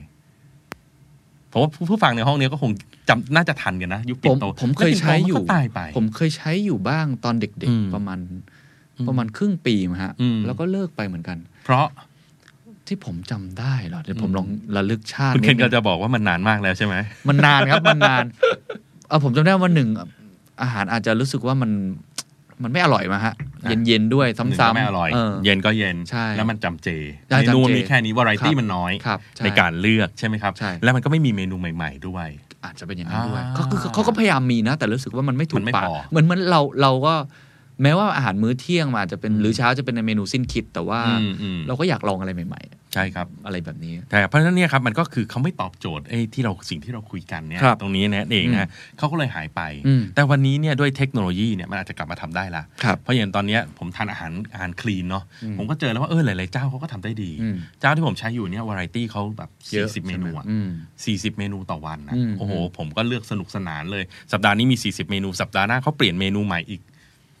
[SPEAKER 4] ผมว่าผู้ผู้ฟังในห้องเนี้ยก็คงจำน่าจะทันกันนะยุคปิ่
[SPEAKER 3] ผ
[SPEAKER 4] น
[SPEAKER 3] ม
[SPEAKER 4] โต
[SPEAKER 3] ผมเคยใช้อยู่
[SPEAKER 4] แล้วปิ่นโตมันก็ตายไป
[SPEAKER 3] ผมเคยใช้อยู่บ้างตอนเด็ก
[SPEAKER 4] อืม
[SPEAKER 3] ๆ ประมาณ
[SPEAKER 4] อืม
[SPEAKER 3] ประมาณครึ่งปีมั้งฮะ
[SPEAKER 4] อืม
[SPEAKER 3] แล้วก็เลิกไปเหมือนกัน
[SPEAKER 4] เพราะ
[SPEAKER 3] ที่ผมจำได้เหรอเดี๋ยวผม
[SPEAKER 4] อืม
[SPEAKER 3] ลองระลึกชาติ
[SPEAKER 4] คุณเคน
[SPEAKER 3] ด
[SPEAKER 4] ก็
[SPEAKER 3] ง
[SPEAKER 4] จะบอกว่ามันนานมากแล้วใช่ไหม
[SPEAKER 3] มันนานครับ มันนานเออผมจำได้ว่าหนึ่งอาหารอาจจะรู้สึกว่ามันมันไม่อร่อยมาฮะ
[SPEAKER 4] อ่ะ
[SPEAKER 3] เย็นๆด้วยซ้ำ
[SPEAKER 4] หนึ่ง
[SPEAKER 3] ๆ
[SPEAKER 4] ก็ไม่อร่อย
[SPEAKER 3] เออ
[SPEAKER 4] เย็นก็เย็น
[SPEAKER 3] ใช่
[SPEAKER 4] แล้วมันจำเจ
[SPEAKER 3] ได้
[SPEAKER 4] เมนู
[SPEAKER 3] จำเจ
[SPEAKER 4] มีแค่นี้วาไร
[SPEAKER 3] ค
[SPEAKER 4] ตี้
[SPEAKER 3] รับ
[SPEAKER 4] มันน้อย
[SPEAKER 3] ครับใช่
[SPEAKER 4] ในการเลือกใช่ไหมครับ
[SPEAKER 3] ใช่
[SPEAKER 4] แล้วมันก็ไม่มีเมนูใหม่ ๆ ด้วย
[SPEAKER 3] อาจจะเป็นอย่างนั้นด้วย
[SPEAKER 4] อ่า
[SPEAKER 3] เขาคือเขาก็พยายามมีนะ แต่รู้สึกว่ามันไม่ถู
[SPEAKER 4] มั
[SPEAKER 3] ก
[SPEAKER 4] นไม่
[SPEAKER 3] ปาก
[SPEAKER 4] พอ
[SPEAKER 3] เหมือนเหมือนเราเราก็แม้ว่าอาหารมื้อเที่ยงมนอาจจะเป็นหรือเช้าจะเป็นในเมนูสิ้นคิด แต่ว่า
[SPEAKER 4] อืมอืม
[SPEAKER 3] เราก็อยากลองอะไรใหม่
[SPEAKER 4] ใช่ครับ
[SPEAKER 3] ๆ อะไรแบบนี้
[SPEAKER 4] แต่เพราะฉะนั้นเนี่ยครับมันก็คือเขาไม่ตอบโจทย์ไอ้ที่เราสิ่งที่เราคุยกันเนี่ย
[SPEAKER 3] ครับ
[SPEAKER 4] ตรงนี้นะเองนะเขาก็เลยหายไป
[SPEAKER 3] อืม
[SPEAKER 4] แต่วันนี้เนี่ยด้วยเทคโนโลยีเนี่ยมันอาจจะกลับมาทำได้ละ
[SPEAKER 3] ครับ
[SPEAKER 4] เพราะอย่างตอนเนี้ยผมทานอาหารอาหารคลีนเนาะผมก็เจอแล้วว่าเออหลายๆเจ้าเขาก็ทำได้ดี
[SPEAKER 3] อืม
[SPEAKER 4] เจ้าที่ผมใช้อยู่เนี่ยวาไรตี้เขาแบบ
[SPEAKER 3] เยอะ
[SPEAKER 4] 40เมนูอะ
[SPEAKER 3] ใช่ไหอืม
[SPEAKER 4] 40 เมนูต่อวันนะ
[SPEAKER 3] อืม
[SPEAKER 4] โอ้โห ผมก็เลือกสนุกสนานเลย สัปดาห์นี้มี 40 เมนู สัปดาห์หน้าเขาเปลี่ยนเมนูใหม่อีก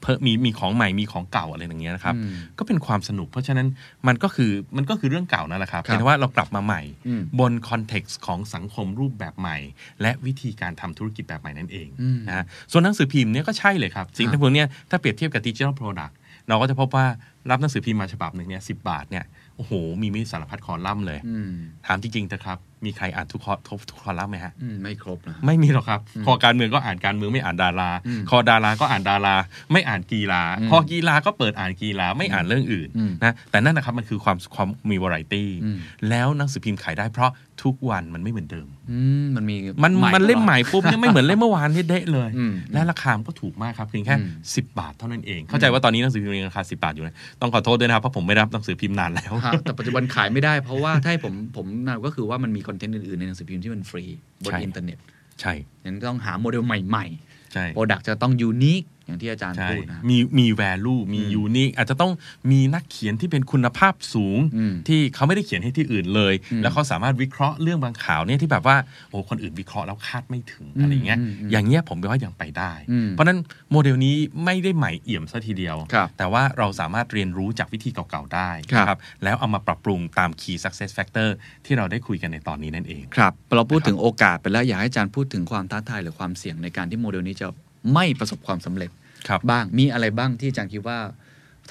[SPEAKER 4] เพิ่มมีมีของใหม่มีของเก่าอะไรอย่างเงี้ยนะครับ
[SPEAKER 3] อืม
[SPEAKER 4] ก็เป็นความสนุก เพราะฉะนั้นมันก็คือมันก็คือเรื่องเก่านั่นแหละครับ
[SPEAKER 3] ครับ
[SPEAKER 4] เพียงแต่ว่าเรากลับมาใหม่
[SPEAKER 3] อืม
[SPEAKER 4] บนคอนเท็กซ์ของสังคมรูปแบบใหม่ และวิธีการทำธุรกิจแบบใหม่นั่นเอง
[SPEAKER 3] อืม
[SPEAKER 4] นะฮะส่วนหนังสือพิมพ์เนี่ยก็ใช่เลยครับ สิ่
[SPEAKER 3] ค
[SPEAKER 4] ง
[SPEAKER 3] รับ
[SPEAKER 4] ที่พวกเนี้ยถ้าเปรียบเทียบกับดิจิทัลโปรดักต์เราก็จะพบว่ารับหนังสือพิมพ์มาฉบับหนึ่งเนี่ยสิบาทเนี่ยโอ้โห มีไม่สารพัดคอลัมน์เลย
[SPEAKER 3] อืม
[SPEAKER 4] ถามจริงๆนะครับ มีใครอ่านทุกข้อทบทุกข้อรับไหมฮะ
[SPEAKER 3] อืมไม่ครบนะ
[SPEAKER 4] ไม่มีหรอกครับ ข้อการเมืองก็อ่านการเมืองไม่อ่านดารา
[SPEAKER 3] อืม
[SPEAKER 4] ข้อดาราก็อ่านดารา ไม่อ่านกีฬา
[SPEAKER 3] อืม
[SPEAKER 4] ข้อกีฬาก็เปิดอ่านกีฬาไม่อ่านเรื่องอื่น
[SPEAKER 3] อืม
[SPEAKER 4] นะ แต่นั่นนะครับมันคือความความมีวาไรตี้
[SPEAKER 3] อืม
[SPEAKER 4] แล้วหนังสือพิมพ์ขายได้เพราะทุกวันมันไม่เหมือนเดิม
[SPEAKER 3] อืมมันมี
[SPEAKER 4] มัน
[SPEAKER 3] ให
[SPEAKER 4] มันเล่ม
[SPEAKER 3] ตอด
[SPEAKER 4] ใหม่ปุ๊บเนี่ยไม่เหมือนเล่มเมื่อวานนี่เดะเลย
[SPEAKER 3] อืม
[SPEAKER 4] และราคามันก็ถูกมากครับเพียงแค่
[SPEAKER 3] อืม
[SPEAKER 4] 10 บาทเท่านั้นเอง เข้าใจว่าตอนนี้หนังสือพิมพ์ยังราคา 10 บาทอยู่นะ ต้องขอโทษด้วยนะครับเพราะผมไม่รับหนังสือพิมพ์นานแล้ว
[SPEAKER 3] ฮะแต่ปัจจุบันขายไม่ได้ เพราะว่าถ้าให้ผมผมนำก็คือว่ามันมีคอนเทนต์อื่นๆในหนังสือพิมพ์ที่มันฟรีบน
[SPEAKER 4] ใช่
[SPEAKER 3] อินเทอร์เน็ต
[SPEAKER 4] ใช่
[SPEAKER 3] งั้นต้องหาโมเดลใหม่
[SPEAKER 4] ใช่
[SPEAKER 3] ๆโปรดักจะต้องยูนิคอย่างที่อาจารย์
[SPEAKER 4] ใช่
[SPEAKER 3] พูดนะ
[SPEAKER 4] มีมี value มี unique อาจจะต้องมีนักเขียนที่เป็นคุณภาพสูง
[SPEAKER 3] อืม
[SPEAKER 4] ที่เขาไม่ได้เขียนให้ที่อื่นเลย แล้วเขาสามารถวิเคราะห์เรื่องบางข่าวเนี่ยที่แบบว่าโอ้คนอื่นวิเคราะห์แล้วคาดไม่ถึงอะไรเงี้ย
[SPEAKER 3] อืมอืม
[SPEAKER 4] อย่างเงี้ยผมว่ายังไปได้
[SPEAKER 3] อืม
[SPEAKER 4] เพราะฉะนั้นโมเดลนี้ไม่ได้ใหม่เอี่ยมซะทีเดียว
[SPEAKER 3] ครับ
[SPEAKER 4] แต่ว่าเราสามารถเรียนรู้จากวิธีเก่าๆได้
[SPEAKER 3] ครับ
[SPEAKER 4] นะแล้วเอามาปรับปรุงตาม key success factor ที่เราได้คุยกันในตอนนี้นั่นเอง
[SPEAKER 3] ครับเราพูดถึงโอกาสไปแล้วอยากให้อาจารย์พูดถึงความท้าทายหรือความเสี่ยงในการที่โมเดลนี้จะไม่ประสบความสำเร็จ
[SPEAKER 4] ครับ
[SPEAKER 3] บ้างมีอะไรบ้างที่อาจารย์คิดว่า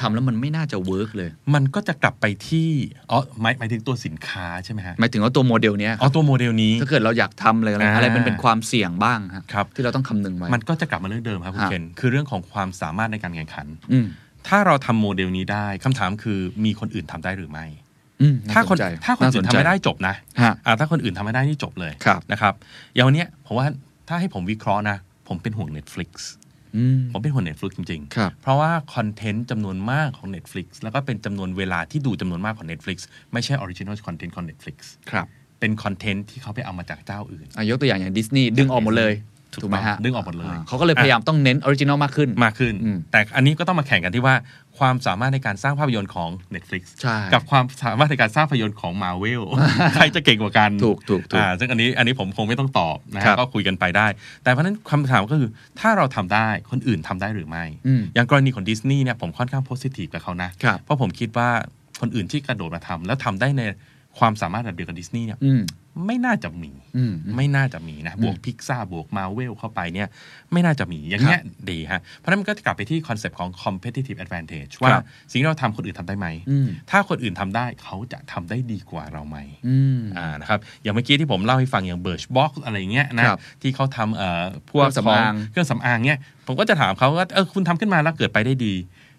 [SPEAKER 3] ทำแล้วมันไม่น่าจะเวิร์กเลย
[SPEAKER 4] มันก็จะกลับไปที่อ๋อหมายหมายถึงตัวสินค้าใช่ไหมฮะ
[SPEAKER 3] หมายถึงว่าตัวโมเดลเนี้ย
[SPEAKER 4] อ๋อตัวโมเดลนี้
[SPEAKER 3] ถ้าเกิดเราอยากทำอะไรอะไร
[SPEAKER 4] อ่า
[SPEAKER 3] อะไรมันเป็นความเสี่ยงบ้างฮะ
[SPEAKER 4] ครับ
[SPEAKER 3] ที่เราต้องคำนึงไว้
[SPEAKER 4] มันก็จะกลับมาเรื่องเดิมครับคุณ
[SPEAKER 3] ฮะ
[SPEAKER 4] เคนคือเรื่องของความสามารถในการแข่งขัน
[SPEAKER 3] อืม
[SPEAKER 4] ถ้าเราทำโมเดลนี้ได้คำถามคือมีคนอื่นทำได้หรือไม่
[SPEAKER 3] อืม
[SPEAKER 4] ถ้าคน
[SPEAKER 3] สใจ
[SPEAKER 4] ถ้าคนอื่นทำไม่ได้
[SPEAKER 3] าส
[SPEAKER 4] จบนะ
[SPEAKER 3] ใจฮะ
[SPEAKER 4] อ่าถ้าคนอื่นทำไม่ได้นี่จบเลย
[SPEAKER 3] ครับ
[SPEAKER 4] นะครับอย่างวันเนี้ยผมว่าถ้าให้ผมวิเคราะห์นะ ผมเป็นห่วง Netflix
[SPEAKER 3] อืม
[SPEAKER 4] ผมเป็นห่วง Netflix จริง
[SPEAKER 3] ครับ
[SPEAKER 4] เพราะว่าคอนเทนต์จำนวนมากของ Netflix แล้วก็เป็นจำนวนเวลาที่ดูจำนวนมากของ Netflix ไม่ใช่ออริจินอลคอนเทนต์ของ Netflix
[SPEAKER 3] ครับ
[SPEAKER 4] เป็นคอนเทนต์ที่เขาไปเอามาจากเจ้าอื่น
[SPEAKER 3] อ่ะยกตัวอย่างอย่างดิสนีย์ดึงออกหมดเลย
[SPEAKER 4] ถูก
[SPEAKER 3] ถูกไหมฮะ
[SPEAKER 4] ต้องดึงออกหมดเลย
[SPEAKER 3] าเขาก็เลยพยายามต้องเน้นออริจินอลมากขึ้น
[SPEAKER 4] มากขึ้น
[SPEAKER 3] อืม
[SPEAKER 4] แต่อันนี้ก็ต้องมาแข่งกันที่ว่าความสามารถในการสร้างภาพยนตร์ของ Netflix
[SPEAKER 3] ใช่
[SPEAKER 4] กับความสามารถในการสร้างภาพยนตร์ของ Marvel ใครจะเก่งกว่ากัน
[SPEAKER 3] ถูกถูกถูก
[SPEAKER 4] อ่าซึ่งอันนี้อันนี้ผมคงไม่ต้องตอบนะ
[SPEAKER 3] ครั
[SPEAKER 4] ฮะ
[SPEAKER 3] บ
[SPEAKER 4] ก็คุยกันไปได้ แต่เพราะฉะนั้นคำถามก็คือถ้าเราทำได้คนอื่นทำได้หรือไม่
[SPEAKER 3] อืม
[SPEAKER 4] อย่างกรณีของดิสนีย์เนี่ยผมค่อนข้างโพสิทีฟกับเขานะ
[SPEAKER 3] ครับ
[SPEAKER 4] เพราะผมคิดว่าคนอื่นที่กระโดดมาทำแล้วทำได้ในความสามารถแบบเดียวกับดิสนีย์เนี่ย
[SPEAKER 3] อืม
[SPEAKER 4] ไม่น่าจะมี
[SPEAKER 3] อืม
[SPEAKER 4] ไม่น่าจะมีนะ บวกพิกซ่าบวกมาเวลเข้าไปเนี่ย ไม่น่าจะมีอย่างเงี้ยดีฮะ เพราะฉะนั้นมันก็จะกลับไปที่คอนเซปต์ของ competitive advantage ว่า
[SPEAKER 3] ครับ
[SPEAKER 4] สิ่งที่เราทำคนอื่นทำได้ไหม
[SPEAKER 3] อืม
[SPEAKER 4] ถ้าคนอื่นทำได้เขาจะทำได้ดีกว่าเราไหม
[SPEAKER 3] อืม
[SPEAKER 4] อ่านะครับอย่างเมื่อกี้ที่ผมเล่าให้ฟังอย่าง Birchbox อะไรอย่างเงี้ยนะครับ ที่เขาทำเอ่อพวก
[SPEAKER 3] เครื่องสำอาง
[SPEAKER 4] ขเครื่องสำอางเนี่ยผมก็จะถามเขาว่าเออคุณทำขึ้นมาแล้วเกิดไปได้ดี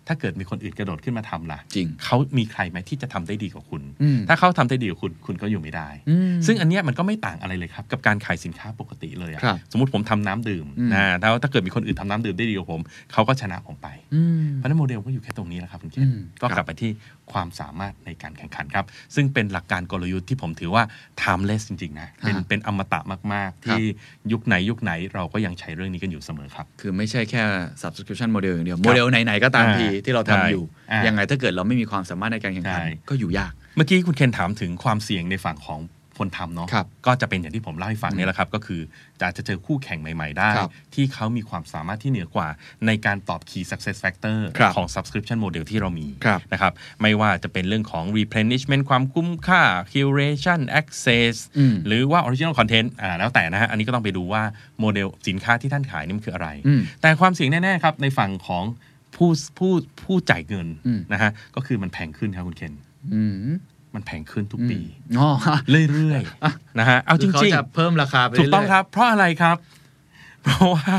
[SPEAKER 4] ถ้าเกิดมีคนอื่นกระโดดขึ้นมาทำล่ะ
[SPEAKER 3] จริง
[SPEAKER 4] เขามีใครไหมที่จะทำได้ดีกว่าคุณ
[SPEAKER 3] อืม
[SPEAKER 4] ถ้าเขาทำได้ดีกว่าคุณคุณก็อยู่ไม่ได้
[SPEAKER 3] อืม
[SPEAKER 4] ซึ่งอันเนี้ยมันก็ไม่ต่างอะไรเลยครับกับการขายสินค้าปกติเลยอะ
[SPEAKER 3] ครับ
[SPEAKER 4] สมมติผมทำน้ำดื่ม
[SPEAKER 3] อืม
[SPEAKER 4] นะแล้วถ้าเกิดมีคนอื่นทำน้ำดื่มได้ดีกว่าผมเขาก็ชนะผมไป
[SPEAKER 3] อืม
[SPEAKER 4] เพราะฉะนั้นโมเดลก็อยู่แค่ตรงนี้แหละครับคุณเคน
[SPEAKER 3] อืม
[SPEAKER 4] ก็
[SPEAKER 3] ค
[SPEAKER 4] ก
[SPEAKER 3] รั
[SPEAKER 4] ลั
[SPEAKER 3] บบ
[SPEAKER 4] ไปที่ความสามารถในการแข่งขันครับ ซึ่งเป็นหลักการกลยุทธ์ที่ผมถือว่า timeless จริง ๆ นะ เป็น
[SPEAKER 3] ฮะ
[SPEAKER 4] เป็นอมตะมาก ๆ
[SPEAKER 3] ครับ
[SPEAKER 4] ที่ยุคไหนยุคไหนเราก็ยังใช้เรื่องนี้กันอยู่เสมอครับ
[SPEAKER 3] คือไม่ใช่แค่ subscription model อย่างเดียว โมเดลไหน ๆ ก็ตามที
[SPEAKER 4] อ่า
[SPEAKER 3] ที่เราทำอยู่
[SPEAKER 4] ใช่อ่ายั
[SPEAKER 3] ยังไงถ้าเกิดเราไม่มีความสามารถในการแข่งขัน
[SPEAKER 4] ใช่
[SPEAKER 3] ก็อยู่ยาก
[SPEAKER 4] เมื่อกี้คุณเคนถามถึงความเสี่ยงในฝั่งของคนทำเนาะ
[SPEAKER 3] ครับ
[SPEAKER 4] ก็จะเป็นอย่างที่ผมเล่าให้ฟังเนี่ยแหละครับ ก็คืออาจจะเจอคู่แข่งใหม่ ๆ ได้
[SPEAKER 3] ครับ
[SPEAKER 4] ที่เขามีความสามารถที่เหนือกว่า ในการตอบ key success factor
[SPEAKER 3] ครับ
[SPEAKER 4] ของ subscription model ที่เรามี
[SPEAKER 3] ครับ
[SPEAKER 4] นะครับไม่ว่าจะเป็นเรื่องของ replenishment ความคุ้มค่า curation access
[SPEAKER 3] อืม
[SPEAKER 4] หรือว่า original content อ่าแล้วแต่นะฮะอันนี้ก็ต้องไปดูว่าโมเดลสินค้าที่ท่านขายนี่มันคืออะไร
[SPEAKER 3] อืม
[SPEAKER 4] แต่ความเสี่ยงแน่ๆครับในฝั่งของผู้ผู้ผู้จ่ายเงิน
[SPEAKER 3] อืม
[SPEAKER 4] นะฮะก็คือมันแพงขึ้นครับคุณเคน
[SPEAKER 3] อืม
[SPEAKER 4] มันแพงขึ้นทุกปี
[SPEAKER 3] อ๋อ
[SPEAKER 4] เรื่อยๆ นะฮะ เอาจ
[SPEAKER 3] คือเขา
[SPEAKER 4] ริง
[SPEAKER 3] จะเพิ่มราคาไป
[SPEAKER 4] ๆ ถูกต้อง
[SPEAKER 3] เยๆ
[SPEAKER 4] ครับ เพราะอะไรครับ เพราะว่า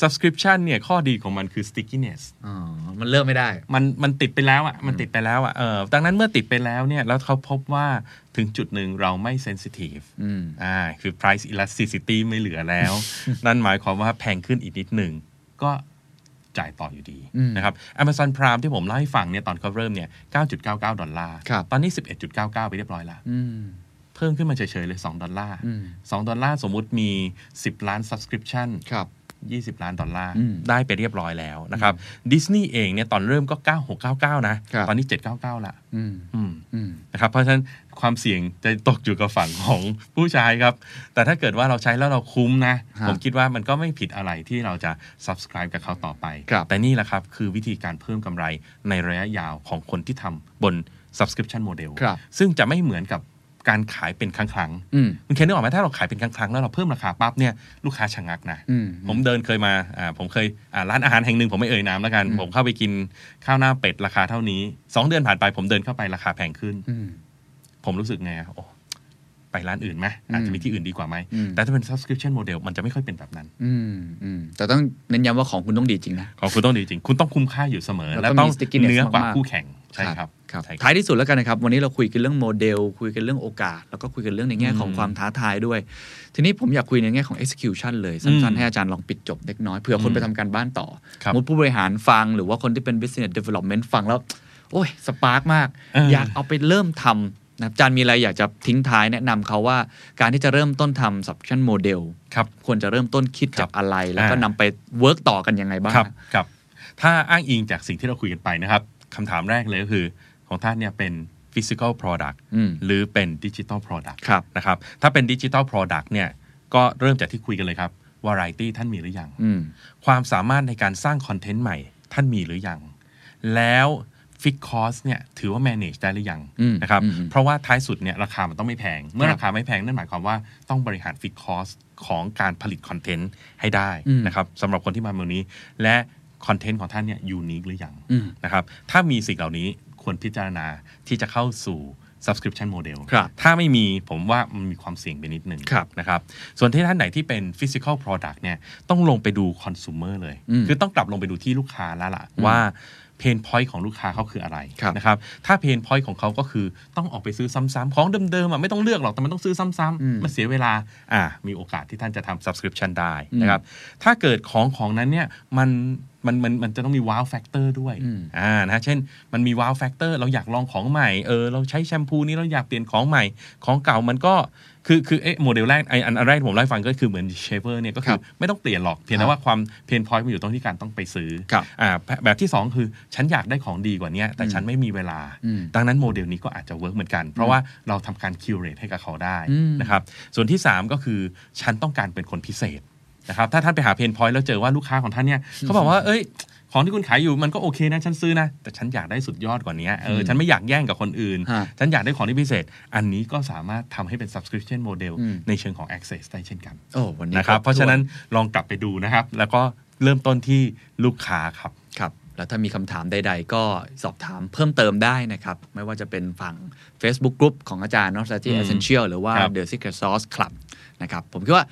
[SPEAKER 4] subscription เนี่ย ข้อดีของมันคือ stickiness
[SPEAKER 3] อ๋อมันเลิกไม่ได้
[SPEAKER 4] มันมันติดไปแล้วอ่ะ มันติดไปแล้วอ่ะเออดังนั้นเมื่อติดไปแล้วเนี่ย แล้วเขาพบว่าถึงจุดหนึ่งเราไม่ sensitive
[SPEAKER 3] อืม
[SPEAKER 4] อ่า คือ price elasticity ไม่เหลือแล้ว นั่นหมายความว่าแพงขึ้นอีกนิดหนึ่ง ก็จ่ายต่ออยู่ดี
[SPEAKER 3] อืม
[SPEAKER 4] นะครับ Amazon Prime ที่ผมเล่าให้ฟังเนี่ย ตอนเขาเริ่มเนี่ย 9.99 ดอลลาร์
[SPEAKER 3] ครับ
[SPEAKER 4] ตอนนี้ 11.99 ไปเรียบร้อยแล้ว
[SPEAKER 3] อืม
[SPEAKER 4] เพิ่มขึ้นมาเฉยๆเลย 2 ดอลลาร์
[SPEAKER 3] อืม
[SPEAKER 4] 2 ดอลลาร์สมมุติมี 10 ล้าน subscription
[SPEAKER 3] ครับ
[SPEAKER 4] 20 ล้านดอลลาร์
[SPEAKER 3] อืม
[SPEAKER 4] ได้ไปเรียบร้อยแล้วนะครับดิสนีย์เองเนี่ยตอนเริ่มก็ 9699 นะ
[SPEAKER 3] ครับ
[SPEAKER 4] ตอนนี้ 799 ละ
[SPEAKER 3] อืม
[SPEAKER 4] อืม
[SPEAKER 3] อืม
[SPEAKER 4] นะครับเพราะฉะนั้นความเสี่ยงจะตกอยู่กับฝั่งของผู้ใช้ครับ แต่ถ้าเกิดว่าเราใช้แล้วเราคุ้มนะ
[SPEAKER 3] ฮะ
[SPEAKER 4] ผมคิดว่ามันก็ไม่ผิดอะไรที่เราจะ subscribe กับเขาต่อไป
[SPEAKER 3] ครับ
[SPEAKER 4] แต่นี่แหละครับ คือวิธีการเพิ่มกำไรในระยะยาวของคนที่ทำบน subscription model
[SPEAKER 3] ครับ
[SPEAKER 4] ซึ่งจะไม่เหมือนกับการขายเป็นครั้งๆ
[SPEAKER 3] อืม
[SPEAKER 4] คุณเคนนึกออกไหมถ้าเราขายเป็นครั้งๆแล้วเราเพิ่มราคาปั๊บเนี่ยลูกค้าชะงักนะ
[SPEAKER 3] อืม
[SPEAKER 4] ผมเดินเคยมาอ่าผมเคยอ่าร้านอาหารแห่งหนึ่งผมไม่เอ่ยนามแล้วกัน ผมเข้าไปกินข้าวหน้าเป็ดราคาเท่านี้สองเดือนผ่านไปผมเดินเข้าไปราคาแพงขึ้น
[SPEAKER 3] อืม
[SPEAKER 4] ผมรู้สึกไงอะโอ้ไปร้านอื่นไหมอาจจะมีที่อื่นดีกว่าไหม
[SPEAKER 3] อืม
[SPEAKER 4] แต่ถ้าเป็น subscription model มันจะไม่ค่อยเป็นแบบนั้น
[SPEAKER 3] อืมอืมแต่ต้องเน้นย้ำว่าของคุณต้องดีจริงนะ
[SPEAKER 4] ของคุณต้องดีจริง คุณต้องคุ้มค่าอยู่เสมอ
[SPEAKER 3] แล้วก็
[SPEAKER 4] และต้อง
[SPEAKER 3] มี stickiness
[SPEAKER 4] เนื้อกว่า
[SPEAKER 3] ากๆ
[SPEAKER 4] คู่แข่งใช่ครับ
[SPEAKER 3] ครับ
[SPEAKER 4] ใช่ครับ
[SPEAKER 3] ท้ายที่สุดแล้วกันนะครับ วันนี้เราคุยกันเรื่องโมเดล คุยกันเรื่องโอกาส แล้วก็คุยกันเรื่องในแง่ของความท้าทายด้วย ทีนี้ผมอยากคุยในแง่ของ execution เลย สั้น
[SPEAKER 4] อื
[SPEAKER 3] ๆ
[SPEAKER 4] ม
[SPEAKER 3] ให้อาจารย์ลองปิดจบเล็กน้อยเผื่อคนไปทำการบ้านต่อ
[SPEAKER 4] ครับ
[SPEAKER 3] สมมุดผู้บริหารฟังหรือว่าคนที่เป็น business development ฟังแล้ว โอ้ยสปาร์กมาก
[SPEAKER 4] เออ
[SPEAKER 3] อ
[SPEAKER 4] อ
[SPEAKER 3] ยากเอาไปเริ่มทำนะครับอาจารย์มีอะไรอยากจะทิ้งท้ายแนะนำเขาว่าการที่จะเริ่มต้นทำ subscription model
[SPEAKER 4] ครับ
[SPEAKER 3] ควรจะเริ่มต้นคิดจากอะไร แล้วก็
[SPEAKER 4] อ่าน
[SPEAKER 3] นำไป work ต่อกันยังไงบ้าง
[SPEAKER 4] ครับครับ ถ้าอ้างอิงจากสิ่งที่เราคุยกันไปนะครับคำถามแรกเลยก็คือ ของท่านเนี่ยเป็น physical product
[SPEAKER 3] อืม
[SPEAKER 4] หรือเป็น digital product
[SPEAKER 3] ครับ
[SPEAKER 4] นะครับ ถ้าเป็น digital product เนี่ยก็เริ่มจากที่คุยกันเลยครับ variety ท่านมีหรือยัง
[SPEAKER 3] อืม
[SPEAKER 4] ความสามารถในการสร้างคอนเทนต์ใหม่ ท่านมีหรือยัง แล้ว fix cost เนี่ยถือว่า manage ได้หรือยัง
[SPEAKER 3] อืม
[SPEAKER 4] นะครับ
[SPEAKER 3] อืม
[SPEAKER 4] เพราะว่าท้ายสุดเนี่ยราคามันต้องไม่แพง เมื่อ
[SPEAKER 3] ครับ
[SPEAKER 4] ราคาไม่แพง นั่นหมายความว่าต้องบริหาร fix cost ของการผลิตคอนเทนต์ให้ได้
[SPEAKER 3] อืม
[SPEAKER 4] นะครับสำหรับคนที่มาเมืองนี้ และคอนเทนต์ของท่านเนี่ยยูนิคหรือยัง
[SPEAKER 3] อืม
[SPEAKER 4] นะครับถ้ามีสิ่งเหล่านี้ควรพิจารณาที่จะเข้าสู่ subscription model
[SPEAKER 3] ครับ
[SPEAKER 4] ถ้าไม่มีผมว่ามันมีความเสี่ยงไปนิดหนึ่ง
[SPEAKER 3] ครับ
[SPEAKER 4] นะครับส่วนที่ท่านไหนที่เป็น physical product เนี่ยต้องลงไปดู consumer เลย
[SPEAKER 3] อืม
[SPEAKER 4] คือต้องกลับลงไปดูที่ลูกค้าแล้วล่ะว่า เพนพอยต์ของลูกค้าเขาคืออะไร
[SPEAKER 3] ครับ
[SPEAKER 4] นะครับถ้าเพนพอยต์ของเขาก็คือต้องออกไปซื้อซ้ำๆของเดิมๆอ่ะไม่ต้องเลือกหรอกแต่มันต้องซื้อซ้ำ
[SPEAKER 3] อืม
[SPEAKER 4] ๆมันเสียเวลาอ่ามีโอกาสที่ท่านจะทำ subscription ได้
[SPEAKER 3] อืม
[SPEAKER 4] นะครับถ้าเกิดของของนั้นเนี่ยมันมันมันมันจะต้องมีว้าวแฟกเตอร์ด้วย
[SPEAKER 3] อืม
[SPEAKER 4] อ่านะฮะเช่น มันมีว้าวแฟกเตอร์ เราอยากลองของใหม่ เออ เราใช้แชมพูนี้เราอยากเปลี่ยนของใหม่ ของเก่ามันก็ คือ คือเอ๊ะโมเดลแรกไออันอันแรกที่ผมเล่าให้ฟังก็คือเหมือนเชฟเวอร์เนี่ย ก็คื
[SPEAKER 3] ครั
[SPEAKER 4] อบ ไม่ต้องเปลี่ยนหรอก เพียงแต่ว่าความเพนพอยต์มันอยู่ตรงที่การต้องไปซื้อ
[SPEAKER 3] ครับ
[SPEAKER 4] อ่าแบบแบบที่ 2 คือ ฉันอยากได้ของดีกว่าเนี้ยแต่
[SPEAKER 3] อืม
[SPEAKER 4] ฉันไม่มีเวลา
[SPEAKER 3] อืม
[SPEAKER 4] ดังนั้นโมเดลนี้ก็อาจจะเวิร์กเหมือนกัน เพราะว่าเราทำการคิวเรตให้กับเขาได้
[SPEAKER 3] อืม
[SPEAKER 4] นะครับ ส่วนที่ 3 ก็คือฉันต้องการเป็นคนพิเศษ นะครับถ้าท่านไปหาเพนพอยต์แล้วเจอว่าลูกค้าของท่านเนี่ยเขาบอก ว่าเอ้ย ของที่คุณขายอยู่มันก็โอเคนะ ฉันซื้อนะ แต่ฉันอยากได้สุดยอดกว่านี้เออฉันไม่อยากแย่งกับคนอื่น
[SPEAKER 3] ฮะ
[SPEAKER 4] ฉันอยากได้ของที่พิเศษ อันนี้ก็สามารถทำให้เป็น subscription model
[SPEAKER 3] อืม
[SPEAKER 4] ในเชิงของ access ได้เช่นกัน
[SPEAKER 3] โอ้วันนี้
[SPEAKER 4] นะครั
[SPEAKER 3] ค
[SPEAKER 4] บ
[SPEAKER 3] บ
[SPEAKER 4] เพราะฉะนั้นลองกลับไปดูนะครับ แล้วก็เริ่มต้นที่ลูกค้าครับ
[SPEAKER 3] ครับ แล้วถ้ามีคำถามใด ๆ ก็สอบถามเพิ่มเติมได้นะครับ ไม่ว่าจะเป็นฝั่ง Facebook Group ของอาจารย์เนอะ Strategy
[SPEAKER 4] อืม
[SPEAKER 3] Essential หรือว่า
[SPEAKER 4] ครับ
[SPEAKER 3] The Secret Sauce Club นะครับ ผมคิดว่า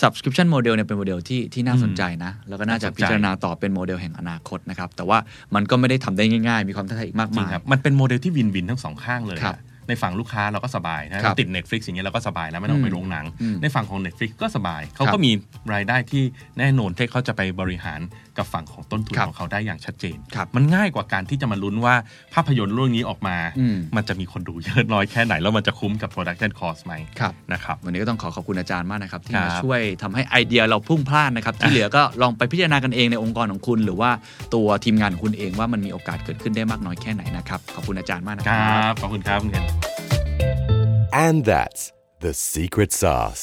[SPEAKER 3] subscription model เนี่ยเป็นโมเดลที่ที่น่าสนใจนะ แล้วก็น่าจะพิจารณาต่อเป็นโมเดลแห่งอนาคตนะครับ แต่ว่ามันก็ไม่ได้ทำได้ง่ายๆ มีความท้าทายอีกมาก
[SPEAKER 4] จริ
[SPEAKER 3] มาง ย
[SPEAKER 4] ครับ มันเป็นโมเดลที่วินวินทั้งสองข้างเลย
[SPEAKER 3] ครับ
[SPEAKER 4] ในฝั่งลูกค้าเราก็สบายนะครับ ติด Netflix อย่างเงี้ยเราก็สบายแล้วไม่ต้องไปโรงหนัง
[SPEAKER 3] อืม
[SPEAKER 4] ในฝั่งของ Netflix ก็สบาย เขา
[SPEAKER 3] ครั
[SPEAKER 4] ก็
[SPEAKER 3] บ
[SPEAKER 4] มีรายได้ที่แน่นอนที่เขาจะไปบริหารกับฝั่งของต้นทุน
[SPEAKER 3] ครับ
[SPEAKER 4] ของเขาได้อย่างชัดเจน
[SPEAKER 3] ครับ
[SPEAKER 4] มันง่ายกว่าการที่จะมาลุ้นว่าภาพยนตร์เรื่องนี้ออกมา
[SPEAKER 3] อืม
[SPEAKER 4] มันจะมีคนดูเยอะน้อยแค่ไหน แล้วมันจะคุ้มกับ production cost ไหม
[SPEAKER 3] ครับ
[SPEAKER 4] นะครับ
[SPEAKER 3] วันนี้ก็ต้องขอขอบคุณอาจารย์มากนะครับ ที่
[SPEAKER 4] ครับ
[SPEAKER 3] มาช่วยทำให้ไอเดียเราพุ่งพลาดนะครับ ที่เหลือก็ลองไปพิจารณากันเองในองค์กรของคุณ หรือว่าตัวทีมงานของคุณเองว่ามันมีโอกาสเกิดขึ้นได้มากน้อยแค่ไหนนะครับ ขอบคุณอาจารย์มากนะค
[SPEAKER 4] ค
[SPEAKER 3] รั
[SPEAKER 4] รับ บขอบคุณครับคุณเคน
[SPEAKER 1] And that's the secret sauce.